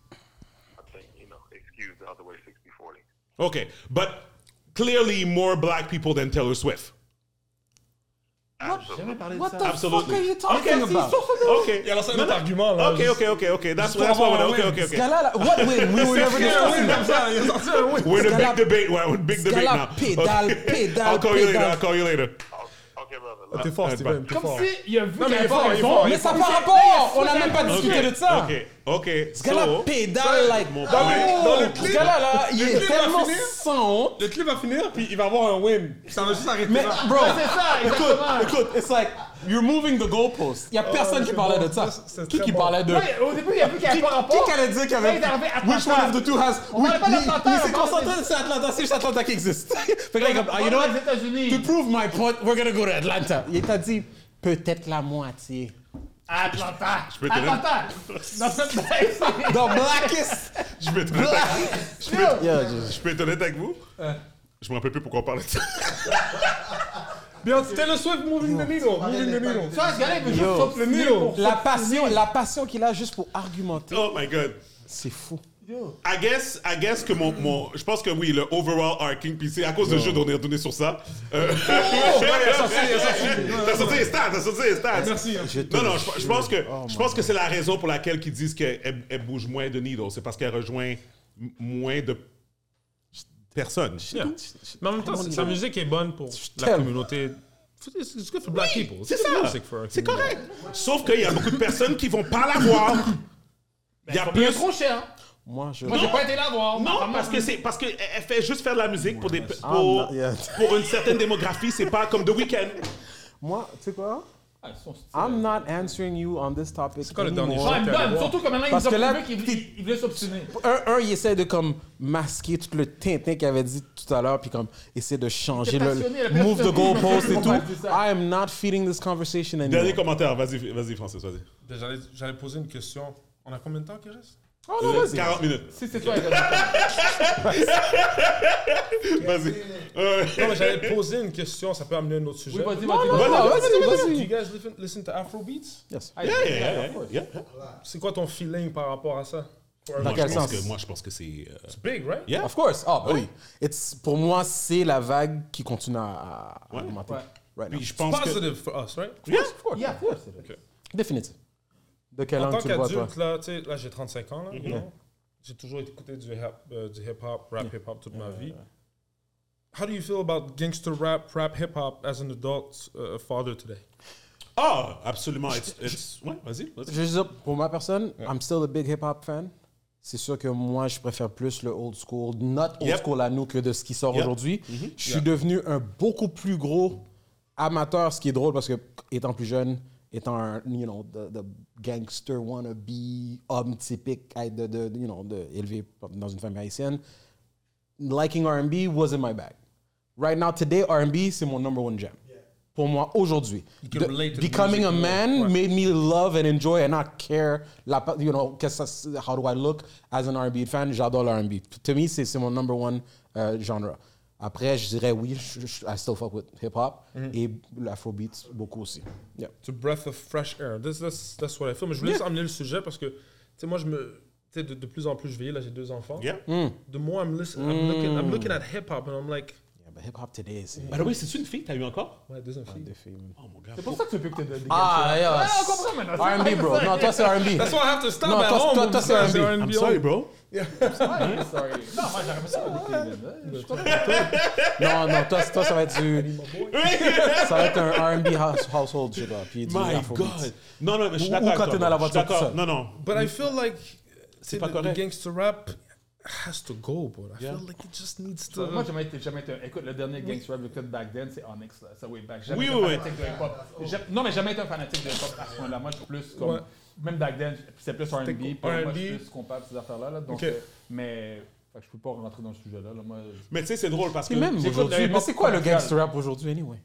I think, you know, excuse the other way 60 40. Okay, but clearly more black people than Taylor Swift. What the Absolutely. fuck are you talking Okay. about? Okay. Il y a lancé un autre argument, là. Okay, okay, okay, okay. That's Just that's pour what I avoir want. un Okay, win. okay, okay. Ce gars-là, là, what win? We were never This guy's discussing win. Ah, comme ça. Il a sorti un win. We're in Ce a big gars-là- debate. We're in a big ce debate gars-là now. pédale, Okay. pédale, I'll call you later. pédale. I'll call you later. T'es fort, Steven. t'es Comme fort. s'il a vu Non, mais qu'elle il est avait fort, il est raison, fort, il mais est ça fort. part rapport. On n'a même pas discuté de ça. Ok, ok. Ce gars-là pédale, like, Mon dans point- le- Dans le Oh, clip, ce gars-là, là, il le est clip va tellement finir. sans honte. Le clip va finir, puis il va avoir un win. Ça va juste arrêter Mais là. bro, c'est ça, exactement. écoute, écoute, it's like you're moving the goalpost. Il y a personne Oh, qui c'est parlait bon, de ça. ça, c'est Qui très qui bon. parlait de Ouais, au début, il y a vu qu'il n'y Qui, avait pas rapport. qui allait dire qu'il y Là, avait il est arrivé à Which one Atlanta. of the two has On parlait pas mais- d'Atlanta, mais on il s'est parlait concentré de- sur Atlanta, c'est juste Atlanta qui existe. [laughs] fait que là, il est comme, ah, you know Les what? États-Unis. To prove my point, we're gonna go to Atlanta. Il t'a dit peut-être la moitié. Atlanta. peux te dire- Atlanta. Dans cette [laughs] The blackest. Je peux être honnête avec- je peux être- Yeah, just- je peux être honnête avec vous. Euh. Je me rappelle plus pourquoi on parlait de ça. [laughs] Beyoncé, Taylor Swift, moving the needle. Moving the needle. Ça, ce gars-là, il veut juste Yo. sauter le nid. La passion, la passion qu'il a juste pour argumenter, Oh my god. c'est fou. I guess, I guess que mon, mon- je pense que oui, le overall arcing, puis c'est à cause de jeu qu'on est retourné sur ça. Oh, Euh, [laughs] T'as sorti les stats, t'as sorti les stats. Merci. Je te Non, non, je, je jure. pense que, Oh my je pense que c'est la raison pour laquelle ils disent qu'elle elle bouge moins de needle. C'est parce qu'elle rejoint m- moins de personnes. Mais en même temps, c'est- sa musique est bonne pour la t'aime. communauté. C'est good for black people. C'est It's good ça. music for our C'est community. correct. Sauf qu'il y a beaucoup de personnes qui vont pas la voir. Il y a Il est plus. trop cher. Moi, je. Moi, j'ai pas été là voir. Ma Non, femme, parce que c'est parce que elle- elle fait juste faire de la musique pour des pour, not yet. pour une certaine démographie. C'est pas comme The Weeknd. Moi, tu sais quoi? Ah, ils sont stylés. I'm not answering you on this topic. quoi le dernier anymore. Ouais, me donne. Surtout que maintenant, ils Parce nous ont que là, prouvé qu'il il voulait s'obstiner. Un, un, il essaie de comme masquer tout le tintin qu'il avait dit tout à l'heure, puis comme essaie de changer Il était le passionné, la move the personne- goalpost et On tout. va dire ça. I am not feeding this conversation Dernier anymore. commentaire. Vas-y, vas-y, Francis, vas-y. Ben, J'allais j'allais poser une question. On a combien de temps qu'il reste Oh non, Euh, vas-y. 40 minutes. Si c'est toi, vas-y. Vas-y. Non, mais j'allais poser une question, ça peut amener un autre sujet. Oui, vas-y, Oh, Non, vas-y, non, vas-y. Ah, non, Vas-y, vas-y, vas-y. vas-y. Do you guys listen, listen to Afrobeats? Yes. Yeah, yeah, yeah, yeah. C'est quoi ton feeling par rapport à ça? Moi, je quel pense sens? que- Moi, je pense que c'est. euh, It's big, right? Yeah. Of course. Ah, bah Ouais. oui. It's- pour moi, c'est la vague qui continue à, à augmenter. Ouais. Right now. Puis je pense que. Positive for us, right? Yeah. Yeah, of course. Définitive. De quel En angle tant tu le vois, toi? qu'adulte, là, tu sais, là, j'ai 35 ans, là, you know? J'ai toujours écouté du hip- euh, du hip-hop, rap, hip-hop toute ma vie. How do you feel about gangster rap, rap, hip-hop as an adult uh, father today? Ah, absolument. It's- it's- Ouais, vas-y, vas-y. Je veux dire, pour ma personne, I'm still a big hip-hop fan. C'est sûr que moi, je préfère plus le old school, not old Yep. school à nous que de ce qui sort Yep. Mm-hmm. aujourd'hui. Je suis devenu un beaucoup plus gros amateur, ce qui est drôle parce que, étant plus jeune, étant un, you know, the, the gangster wannabe, homme typique, à être de, de- you know, de- élevé dans une famille haïtienne, liking R&B wasn't my bag. Right now, today, R&B, c'est mon number one jam. Pour moi, aujourd'hui. can The- relate to the Becoming music a more. man Ouais. made me love and enjoy and not care, la, pa- you know, qu'est-ce que ça- how do I look as an R&B fan? J'adore le R&B. To me, c'est c'est mon number one euh, genre. Après, je dirais oui, je- je- I still fuck with hip-hop Mm-hmm. et l'afrobeat beaucoup aussi. Yeah. It's a breath of fresh air. That's, that's, that's what I feel. Mais je voulais Yeah. juste amener le sujet parce que, tu sais, moi, je me. Tu sais, de, de plus en plus, je vieillis, là, j'ai deux enfants. Yeah. The more I'm, listen, I'm, looking, I'm looking at hip-hop and I'm like, Yeah, but hip-hop today, c'est... By the way, c'est-tu une fille que t'as eu encore? ouais, deuxième fille. des filles, man. Oh mon gars. C'est pour ça que tu veux plus que t'aies de Ah, yeah. on comprend maintenant. R&B, [laughs] bro. Non, toi, c'est R&B. That's why I have to stop Non, at toi, home. toi, I'm toi, c'est sorry, R&B. c'est I'm R&B. sorry, bro. Ah, Ouais, hein, sorry. Non, moi, j'aurais pas ça à Brooklyn, là. Je suis content. Non, non, toi, toi, ça va être du... ça va être un R&B house- household, je sais pas. Puis du My afrobeat. God. Non, non, mais je suis Ou- d'accord. ou quand avec toi, t'es dans la bro. Je suis voiture tout d'accord. seul. Non, non. But I feel like c'est pas the, the correct. gangster rap has to go, but I feel like it just needs to. Moi, j'ai jamais été, jamais été. un- Écoute, le dernier gangster rap que j'ai fait back then, c'est Onyx, là. Ça, way back. J'ai Jamais Oui, été oui, un oui. fanatique de hip-hop. J'ai- Non, mais jamais été un fanatique de hip-hop à ce point-là. Moi, je suis plus comme. Ouais. Même back then, c'est plus R&B. C'était Puis cool. moi, je suis R&B. plus comparable à ces affaires-là. Là, donc, Ok. euh, mais. Fait que je peux pas rentrer dans ce sujet-là. Là. Moi, je- Mais tu sais, c'est drôle parce que. Et même C'est quoi, aujourd'hui, le mais c'est quoi le hip-hop gangster rap aujourd'hui, anyway?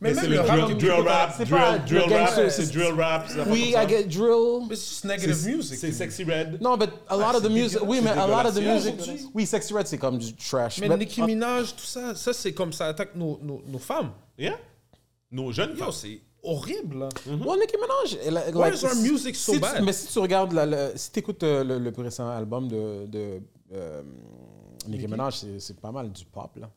Mais c'est le rap, drill, comme- drill rap, c'est drill, pas- drill le gangster, rap, c'est- c'est drill rap. c'est Oui, comme ça. I get drill. It's just negative music. C'est sexy red. Non, but a lot of the music. Oui, mais a lot of the dégueulasse. music. Oui, Sexy Red, c'est comme du trash. Mais but- Nicki Minaj, tout ça, ça c'est comme ça attaque nos, nos, nos femmes. Yeah. Nos jeunes Yo, femmes. c'est horrible. Là. Mm-hmm. Well, Nicki Minaj. elle a- Why like, is our music so si tu- bad? mais si tu regardes, la- la- si tu écoutes le, le plus récent album de, de euh, Nicki Minaj, c'est- c'est pas mal du pop, là.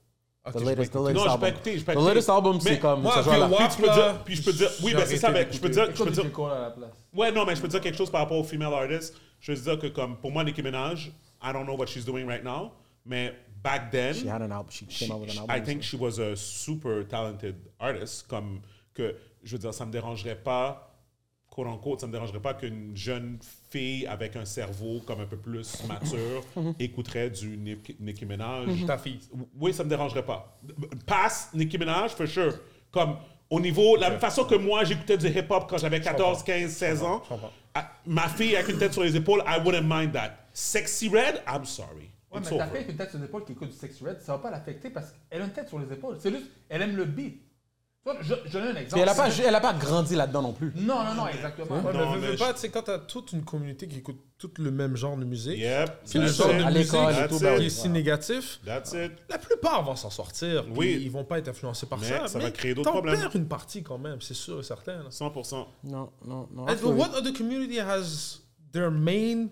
Ok, The j'ai latest- pas the écouté. Non, j'ai album. pas écouté. j'ai pas The écouté. latest album, c'est Mais comme. moi, ça joue à la- Wap, Ah, Puis tu peux là, dire. Puis je peux dire. Oui, j'ai mais c'est ça. arrêté ben, Je peux d'écouter. dire. Je peux Écoute, dire. j'ai cool à la place. Ouais, non, mais je peux dire quelque chose par rapport aux female artists. Je veux dire que, comme, pour moi, Nicki Minaj, I don't know what she's doing right now, mais back then, She had an album. She came she- out with an album. I think she was a super talented artist. Comme, que, je veux dire, ça me dérangerait pas, quote unquote, ça me dérangerait pas qu'une jeune fille avec un cerveau comme un peu plus [laughs] mature écouterait du Nicki Nicki Minaj. Ta fille. Oui, ça me dérangerait pas. Passe Nicki Minaj, for sure. Comme au niveau, la même façon que moi, j'écoutais du hip-hop quand j'avais 14, 15, 16 ans. à- Ma fille avec une tête sur les épaules, I wouldn't mind that. Sexy Red, I'm sorry. Ouais, It's mais ta over. fille avec une tête sur les épaules qui écoute du Sexy Red, ça va pas l'affecter parce qu'elle a une tête sur les épaules. C'est juste, elle aime le beat. Tu vois, je, je donne un exemple. Puis elle a pas, elle a pas grandi là-dedans non plus. Non, non, non, exactement. Ouais, Non, mais veux, mais veux je- pas, tu sais, quand t'as toute une communauté qui écoute tout le même genre de musique, Yep. puis le that's genre it. de À musique l'école et tout, qui ben est oui. si négatif, That's it. la plupart vont s'en sortir. puis Oui. Ils vont pas être influencés par Mais ça. ça va mais créer d'autres t'en problèmes. perds une partie quand même, c'est sûr et certain. là. 100%. Non, non, non. And what other community has their main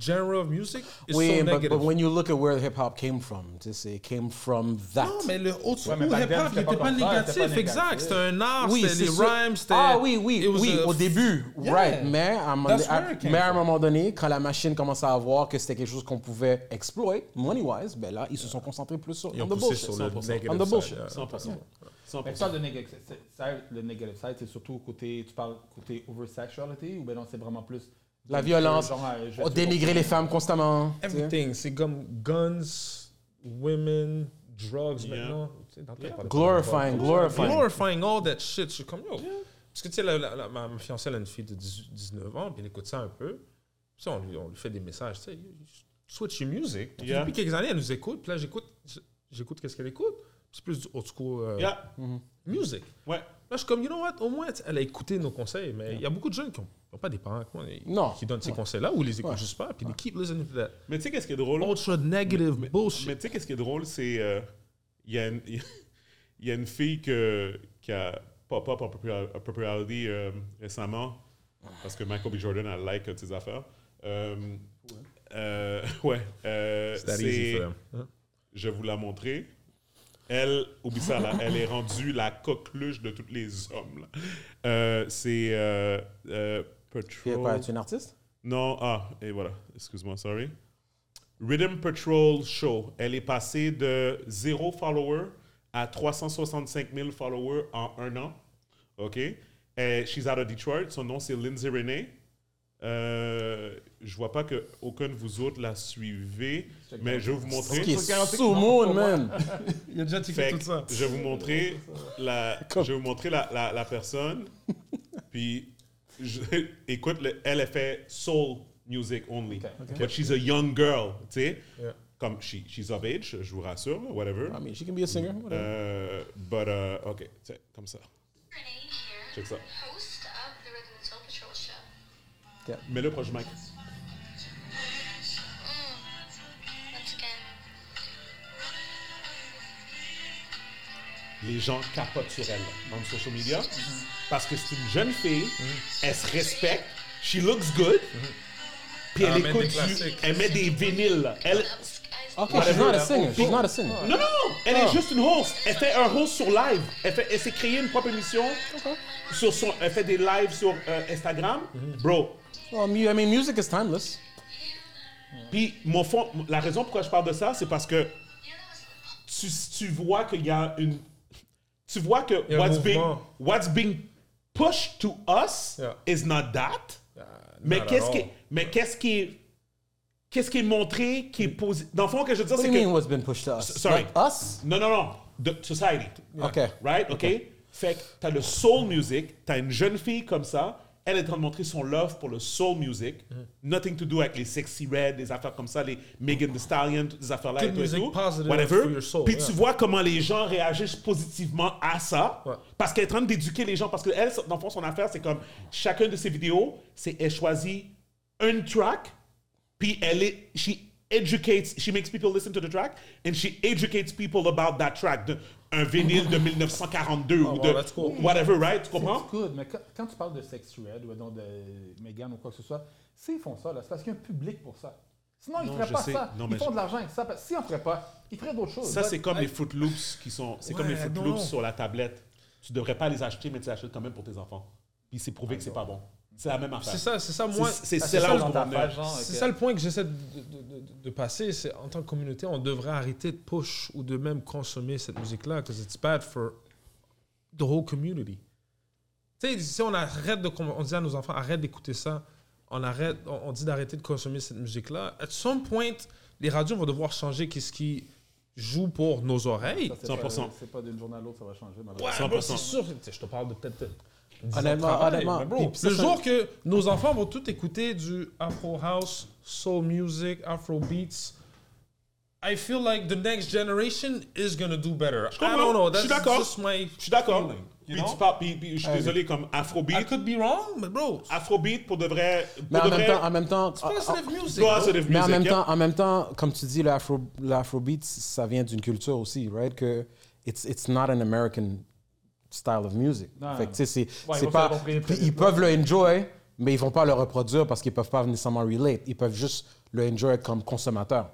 genre of music is Oui, so but, negative? but when you look at where hip hop came from, tu sais, it came from that. non, Ah, mais le old school mais back then, hip-hop c'était n'était pas pas, comme ça, négatif, c'était pas exact. négatif. C'était un art, Oui, c'était les sûr. rhymes, c'était... Ah oui, oui, it was oui, a- au début, Yeah. right. Mais, à un moment That's donné- à- where it came mais à un from. moment donné, quand la machine commençait à voir que c'était quelque chose qu'on pouvait exploiter, money-wise, ben là, ils se sont concentrés plus sur Ils ont on the poussé bullshit. sur le 100%. negative On the side, bullshit. yeah. 100%. Mais tu 100%. parles de négative side, le negative side, c'est surtout côté, tu parles côté oversexuality ou ben non, c'est vraiment plus. La violence, Genre, euh, je- on dénigrer les femmes constamment. tu sais. Everything, c'est comme guns, women, drugs Yeah. maintenant. Tu sais, dans le temps, on parlait pas de Glorifying, drugs. glorifying. Glorifying all that shit. Je suis comme, yo. Parce que tu sais, la- la- la- ma ma fiancée, elle a une fille de 18 19 ans, puis elle écoute ça un peu. Puis ça, on lui, on lui fait des messages, tu sais, switch your music. Puis Yeah. Depuis quelques années, elle nous écoute, puis là, j'écoute, j'écoute qu'est-ce qu'elle écoute. C'est plus du old school euh, Yeah. music. Ouais. Là, Là, je suis comme, you know what, au moins, elle a écouté nos conseils, mais il y a beaucoup de jeunes qui n'ont pas des parents comme moi, et- qui donnent ces conseils-là ou les écoutent juste pas, puis ils keep listening to that. Mais tu sais qu'est-ce qui est drôle? Ultra negative bullshit. Mais tu sais qu'est-ce qui est drôle, c'est euh, il y, a une- [laughs] il y a une fille que, qui a pop-up en popular- en popularity euh, récemment, parce que Michael B. Jordan a like euh, de ses affaires. Euh, euh, [laughs] ouais. euh, It's that c'est- easy for them. Je vous la montrer. Elle, oublie ça, là, elle est rendue la coqueluche de tous les hommes. là. Euh, c'est euh, euh, Patrol. Et quoi, es-tu une artiste? Non, ah, et voilà, excuse-moi, sorry. Rhythm Patrol Show. Elle est passée de 0 follower à 365 000 followers en un an. OK? Et she's out of Detroit. Son nom, c'est Lindsay Renee. Euh, je vois pas que aucun de vous autres la suivez, mais je vais vous montrer. Qui est sous moon, man. Il a déjà tiqué Fait tout que ça. Je vais vous montrer la, je vais vous montrer la, la, la personne. Puis, je- écoute, le- elle elle fait soul music only. ok. But she's a young girl, tu sais. Yeah. Comme she, she's of age, je vous rassure, là, whatever. I mean, she can be a singer, whatever. Euh, but, uh, OK, tu sais, comme ça. Check ça. Host of the Rhythm and Soul Patrol show. Mets-le proche du mic. Mm. Once again, les gens capotent sur elle dans le social media Mm-hmm. parce que c'est une jeune fille, elle se respecte, she looks good, Mm-hmm. puis Elle elle, met écoute, des du- classiques. elle met des vinyles. là. Elle, Ok, she's not a singer, she's not a singer. Non, non, non, elle Ah. est juste une host. Elle fait un host sur live. Elle, fait- elle s'est créée une propre émission. Sur son, elle fait des lives sur euh, Instagram. Mm. Bro, Well, mu- I mean, music is timeless. Puis mon fond, la raison pourquoi je parle de ça, c'est parce que tu, tu vois qu'il y a une, tu vois que Il y a un what's being, mouvement. what's being pushed to us is not that. mais not at qu'est-ce qui, all. mais qu'est-ce qui est, qu'est-ce qui est montré, qui est Mm. posé. Dans le fond, ce que je veux dire, What do c'est you que mean what's been pushed to us? Sorry. Like us? Non, non, non. The society. OK. Right? OK? Fait que t'as le soul music, t'as une jeune fille comme ça, elle est en train de montrer son love pour le soul music. Mm. Nothing to do avec les sexy red, des affaires comme ça, les Megan Thee Stallion, toutes ces affaires-là. Good et tout et music, tout. positive Whatever. for your soul, Puis yeah. tu vois comment les gens réagissent positivement à ça. Parce qu'elle est en train d'éduquer les gens. Parce qu'elle, dans le fond, son affaire, c'est comme chacune de ses vidéos, c'est elle choisit une track, puis elle est, she educates, she makes people listen to the track, and she educates people about that track. De- un vinyle de 1942 ou Oh, wow, de that's cool. whatever, right? Tu comprends? C'est good, mais quand, quand tu parles de sex red ou donc de Megan ou quoi que ce soit, s'ils font ça, là, c'est parce qu'il y a un public pour ça. Sinon, ils Non, ne feraient je pas sais. ça. Non, mais ils font je- de l'argent avec ça. S'ils n'en feraient pas, ils feraient d'autres choses. Ça, But- c'est comme les Hey, Footloops qui sont. C'est comme les Ouais, Footloops non. sur la tablette. Tu devrais pas les acheter, mais tu les achètes quand même pour tes enfants. Puis c'est prouvé que c'est pas bon. C'est la même affaire. Ah, C'est ça, c'est ça, moi. C'est Ah, c'est là où je le- m'en venais. C'est ça le point que j'essaie de, de- de- de passer. C'est en tant que communauté, on devrait arrêter de push ou de même consommer cette musique-là, parce que it's bad for the whole community. Tu sais, si on arrête de. com- On dit à nos enfants, arrête d'écouter ça, on, arrête, on, on dit d'arrêter de consommer cette musique-là. À some point, les radios vont devoir changer qu'est-ce qui joue pour nos oreilles. ça, c'est pas- C'est pas d'une journée à l'autre, ça va changer. Ouais, malheureusement. bro, c'est sûr. Tu sais, Je te parle de peut-être. dix ans de Honnêtement, travail, honnêtement, mais bro, puis ça, le ça- jour que nos enfants vont tout écouter du Afro House, Soul Music, Afro Beats, I feel like the next generation is gonna do better. I don't know. Je suis Ah, That's d'accord. just my. Je suis d'accord. feeling, Puis you tu know? parles- puis- puis je suis Ouais. désolé, comme Afrobeat. I could be wrong, but bro. Afrobeat pour de vrai. pour Mais en de même vrai- temps, en même temps, ah, ah, Positive music. Go bro. positive mais en music, même yeah. temps, en même temps, comme tu dis, l'afro, l'afrobeat, ça vient d'une culture aussi, right? Que it's it's not an American style of music. Non. Fait que tu sais, c'est Ouais, c'est ils vont pas, faire compris très puis vite, ils peuvent le enjoy, mais ils vont pas le reproduire parce qu'ils peuvent pas nécessairement relate. Ils peuvent juste le enjoy comme consommateur.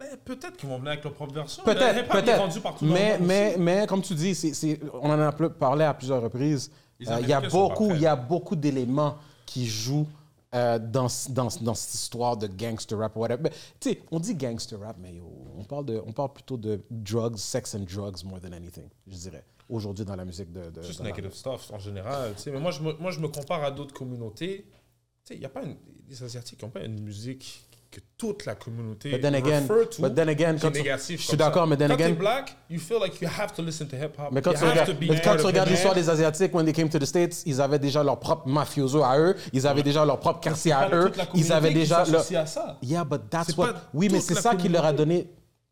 Ben, Peut-être qu'ils vont venir avec leur propre version. Le Peut-être, hip-hop est rendu peut-être. partout dans le Mais, monde mais, aussi. mais comme tu dis, c'est- c'est- on en a pl- parlé à plusieurs reprises. Les Euh, Il y a Américains sont beaucoup, parfaits. il y a beaucoup d'éléments qui jouent euh, dans, c- dans, dans cette histoire de gangster rap ou whatever. Mais, tu sais, on dit gangster rap, mais yo, on parle de, on parle plutôt de drugs, sex and drugs more than anything, je dirais. Aujourd'hui dans la musique de. de- Juste euh, dans la- negative stuff en général. tu sais. Mais moi, je me, moi, je me compare à d'autres communautés. Tu sais, Il y a pas une, les Asiatiques n'ont pas une musique que toute la communauté But then again- refer to. but then again, qui quand est tu- négatif je suis comme d'accord, ça. mais then quand again- t'es black, you feel like you have to listen to hip hop. Mais quand you tu have regardes, to be mais quand part tu of regardes it. l'histoire des Asiatiques, when they came to the States, ils avaient déjà leur propre mafioso à eux, ils avaient déjà leur propre quartier à pas eux, toute la communauté ils avaient qui déjà. s'associe à ça. Yeah, but that's C'est what. pas Oui, mais toute c'est la ça qui leur a donné.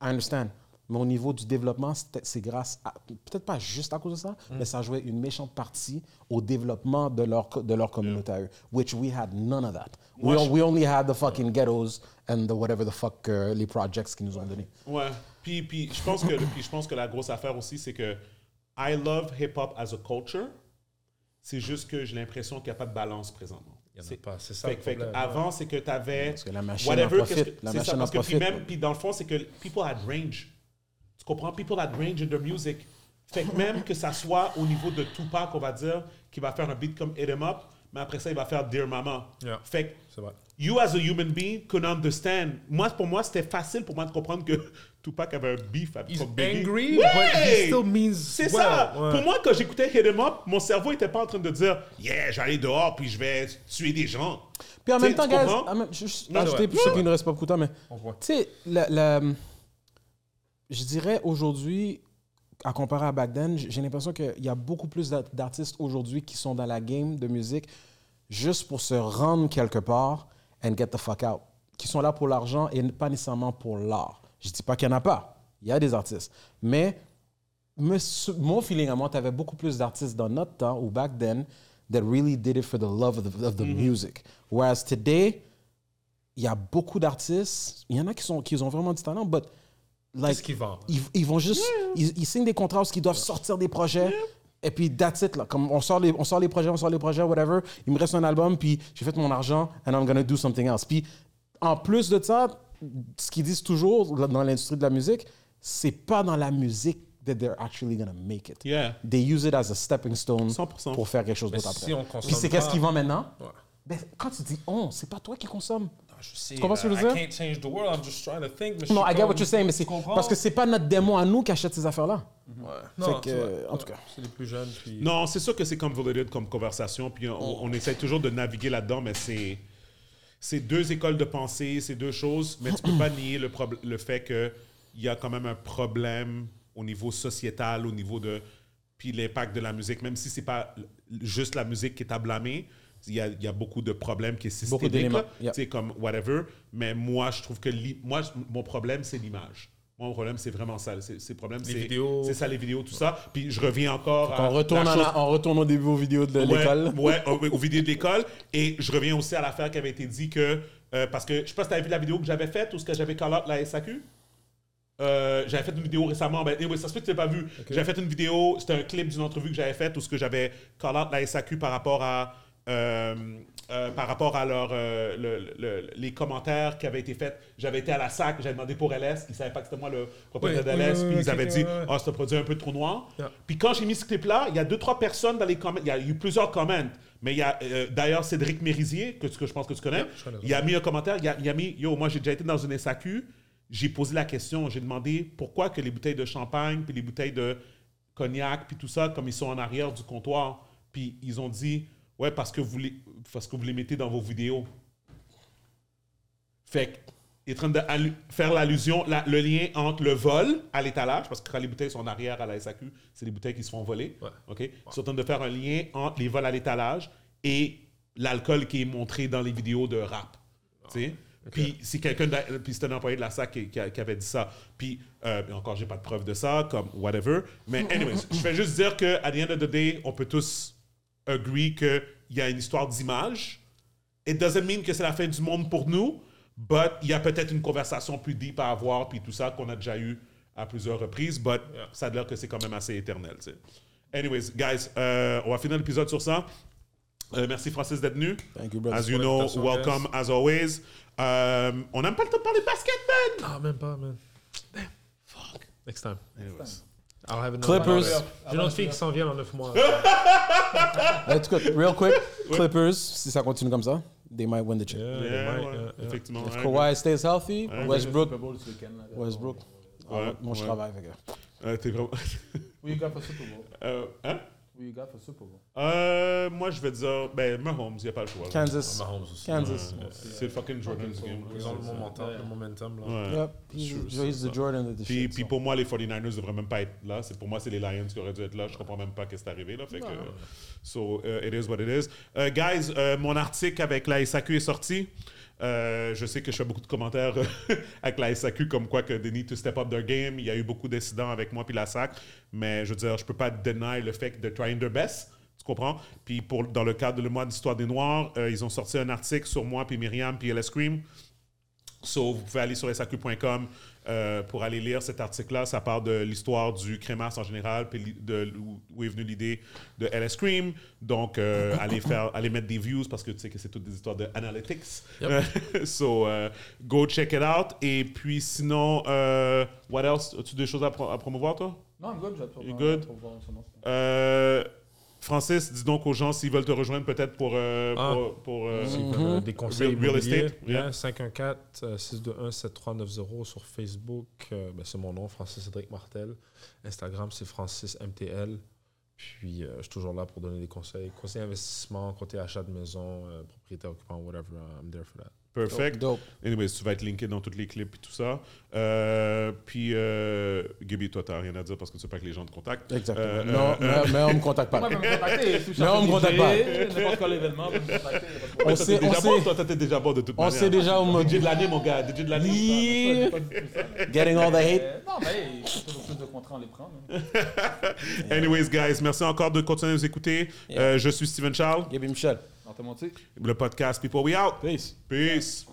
I understand. Mais au niveau du développement, c'était- c'est grâce à, peut-être pas juste à cause de ça, Mm. mais ça jouait une méchante partie au développement de leur, co- de leur communauté à eux, which we had none of that. Moi, we, je- we only had the fucking ghettos and the whatever the fuck euh, les projects qu'ils nous ont donnés. Ouais. Puis, puis, je pense que, puis je pense que la grosse affaire aussi, c'est que I love hip-hop as a culture. C'est juste que j'ai l'impression qu'il n'y a pas de balance présentement. Il y en a C'est- pas. C'est ça fait le que- fait que problème. Avant, c'est que tu avais. Parce que la machine en profite. La c'est machine ça, en parce que puis profite. même, puis dans le fond, c'est que people had range. Tu comprends? People had range in their music. Fait que même que ça soit au niveau de Tupac, on va dire, qui va faire un beat comme Hit 'em Up, mais après ça, il va faire Dear Mama. Yeah. Fait que C'est vrai. you as a human being could understand. Moi, pour moi, c'était facile pour moi de comprendre que [laughs] Tupac avait un beef avec He's Bob Biggie. angry, Ouais! but he still means C'est well. ça. Ouais. Pour moi, quand j'écoutais Hit 'em Up, mon cerveau n'était pas en train de dire Yeah, j'allais dehors puis je vais tuer des gens. Puis en Tu sais, même temps, tu guys, comprends? en même- juste Non, ajouter ouais. pour ceux qui Ouais. ne restent pas beaucoup de temps, mais On tu voit. sais, la- la- je dirais aujourd'hui, à comparer à back then, j- j'ai l'impression qu'il y a beaucoup plus d'art- d'artistes aujourd'hui qui sont dans la game de musique juste pour se rendre quelque part and get the fuck out. Qui sont là pour l'argent et pas nécessairement pour l'art. Je dis pas qu'il n'y en a pas. Il y a des artistes. Mais me- ce- mon feeling à moi, tu avais beaucoup plus d'artistes dans notre temps ou back then that really did it for the love of the, of the music. Whereas today, il y a beaucoup d'artistes, il y en a qui, sont, qui ont vraiment du talent, but like, Qu'est-ce qu'ils vendent? ils, ils vont juste, ils, ils signent des contrats parce qu'ils doivent sortir des projets. Et puis, that's it, là. Comme on sort, les, on sort les projets, on sort les projets, whatever. Il me reste un album, puis j'ai fait mon argent, and I'm gonna do something else. Puis, en plus de ça, ce qu'ils disent toujours dans l'industrie de la musique, c'est pas dans la musique that they're actually gonna make it. Yeah. They use it as a stepping stone 100%. pour faire quelque chose Mais d'autre Ben, si après. on puis, consomme c'est qu'est-ce pas- qu'ils vendent maintenant? Ouais. Ben, quand tu dis on, c'est pas toi qui consomme. Ah, Je sais, Tu comprends ce que je veux I dire? can't change the world. I'm just trying to think. mais je Non, suis I get what comme- you're saying, mais c'est Tu comprends? parce que c'est pas notre démon à nous qui achète ces affaires-là. Ouais. Fait Non, que, c'est vrai. euh, en tout cas. C'est les plus jeunes. Puis... Non, c'est sûr que c'est convoluted comme conversation, puis on, Oh. on essaie toujours de naviguer là-dedans, mais c'est c'est deux écoles de pensée, c'est deux choses, mais tu peux pas nier le, prob- le fait que il y a quand même un problème au niveau sociétal, au niveau de puis l'impact de la musique, même si c'est pas l- juste la musique qui est à blâmer, il y a, il y a beaucoup de problèmes qui existent. Beaucoup d'éléments, yeah. Tu sais, comme whatever. Mais moi, je trouve que l'i- moi, je- mon problème, c'est l'image. Mon problème, c'est vraiment ça. C'est c'est le problème, Les c'est vidéos. c'est ça, les vidéos, tout ça. Puis je reviens encore Qu'on à retourne, la en- chose- on retourne au début aux vidéos de Ouais, [laughs] l'école. Ouais, aux, aux vidéos de l'école. Et je reviens aussi à l'affaire qui avait été dit que. euh, parce que je sais pas si t'avais vu la vidéo que j'avais faite ou ce que j'avais call out la SAQ. Euh, j'avais fait une vidéo récemment, ben, anyway, ça se peut que tu l'aies pas vu. J'avais fait une vidéo, c'était un clip d'une entrevue que j'avais faite où ce que j'avais call out la SAQ par rapport à, euh, euh, par rapport à leur, euh, le- le- les commentaires qui avaient été faits. J'avais été à la SAC, j'avais demandé pour LS, ils savaient pas que c'était moi le propriétaire Oui, oui, d'LS, oui, oui, puis ils ok, avaient ok, dit, ouais, ouais. ah, c'est un produit un peu trop noir. Yeah. Puis quand j'ai mis ce clip-là, il y a deux, trois personnes dans les commentaires. Il y a eu plusieurs comments. Mais il y a euh, d'ailleurs Cédric Mérisier, que, tu- que je pense que tu connais. je connais. il a mis un commentaire. Il a, il a mis Yo, moi j'ai déjà été dans une SAQ. J'ai posé la question. J'ai demandé pourquoi que les bouteilles de champagne, puis les bouteilles de cognac, puis tout ça, comme ils sont en arrière du comptoir. Puis ils ont dit Ouais, parce que vous les, parce que vous les mettez dans vos vidéos. Fait que, il est en train de allu- faire l'allusion, la- le lien entre le vol à l'étalage, parce que quand les bouteilles sont en arrière à la SAQ, c'est les bouteilles qui se font voler. Ouais. OK? Ils sont en train de faire un lien entre les vols à l'étalage et l'alcool qui est montré dans les vidéos de rap. Tu sais? Ah, Puis c'est quelqu'un, de la- puis c'est un employé de la SAC qui, qui a- qui avait dit ça. Puis euh, encore, j'ai pas de preuve de ça, comme whatever. Mais anyways, je vais juste dire que à the end of the day, on peut tous agree qu'il y a une histoire d'image. It doesn't mean que c'est la fin du monde pour nous, but il y a peut-être une conversation plus deep à avoir, puis tout ça qu'on a déjà eu à plusieurs reprises, but ça a l'air que c'est quand même assez éternel. tu sais. Anyways, guys, euh, on va finir l'épisode sur ça. Euh, merci Francis d'être venu. Thank you, brother. As you Pour know, l'invitation, welcome as always. Euh, on n'a même pas le temps de parler basket, man! Ah, même pas, man. Next time. Anyways. I'll have another Clippers. J'ai une autre fille qui s'en vient dans 9 mois. [laughs] Euh, En tout cas, real quick, Clippers, si ça continue comme ça, they might win the chip. Yeah, Yeah, Ah, ouais, ouais, yeah, yeah. Effectivement. If ouais. Kawhi stays healthy, Ouais. Westbrook, Super Bowl ce week-end, là. Westbrook, ah, moi je ouais. travaille avec eux. Euh, t'es vraiment. [laughs] Who you got for Super Bowl? Euh, hein? Who you got for Super Bowl? Euh, moi, je vais dire, ben, Mahomes, il n'y a pas le choix. là. Kansas, Mahomes aussi. Kansas. Euh, c'est le fucking Jordan's game. Ils ont le momentum, le momentum là. Ouais. Yep, he's, he's the Jordan of the Puis, shit. puis so. pour moi, les 49ers devraient même pas être là. C'est, pour moi, c'est les Lions qui auraient dû être là. Je comprends même pas qu'est-ce qui est arrivé. Là. Fait que, euh, so, euh, it is what it is. Euh, guys, euh, mon article avec la SAQ est sorti. Euh, je sais que je fais beaucoup de commentaires [laughs] avec la SAQ comme quoi que they need to step up their game. Il y a eu beaucoup d'incidents avec moi puis la SAC, mais je veux dire, je peux pas deny le fait de trying their best. Tu comprends? Puis pour, dans le cadre de le mois d'histoire des Noirs, euh, ils ont sorti un article sur moi, puis Myriam, puis LS Cream. So, vous pouvez aller sur saq.com euh, pour aller lire cet article-là. Ça parle de l'histoire du crémas en général, puis li- de l'o- où est venue l'idée de LS Cream. Donc, euh, allez, faire, allez mettre des views parce que tu sais que c'est toutes des histoires de analytics. [laughs] so, euh, go check it out. Et puis, sinon, euh, what else? As-tu des choses à, pro- à promouvoir, toi? Non, I'm good, je vais te You voir- good? je vais te voir en ce moment. Euh, Francis, dis donc aux gens s'ils veulent te rejoindre peut-être pour, euh, pour, pour, euh, S'ils veulent, euh, des real- conseils real, estate. Yeah. euh, 514-621-7390 sur Facebook. euh, ben, c'est mon nom, Francis Cédric Martel. Instagram, c'est Francis MTL. Puis, euh, je suis toujours là pour donner des conseils. Conseil investissement, côté achat de maison, euh, propriété occupant, whatever. I'm there for that. Perfect. Anyways, tu vas être linké dans tous les clips et tout ça. Euh, puis, euh, Gibby, toi, t'as rien à dire parce que tu sais pas que les gens te contactent. Exactement. Euh, Non, euh, euh, mais- mais [laughs] on me contacte pas. Moi, je vais me contacter. Si je Mais on me cherche un contacte DJ, pas. N'importe quel événement, vous me contactez. il y a pas de problème. Ouais, On toi, sait- t'es déjà on bon, sait- toi, t'étais déjà bon de toute On manière. sait déjà au mode. DJ de l'année, mon gars. DJ de l'année. Yeah. Getting all the hate. Euh, Non, mais il faut toujours plus de contrats, on les hein. prend. mais- Anyways, guys, merci encore de continuer à nous écouter. Euh, je suis Steven Charles. Gibby Michel. On t'a menti. Le podcast People We Out. Peace. Peace.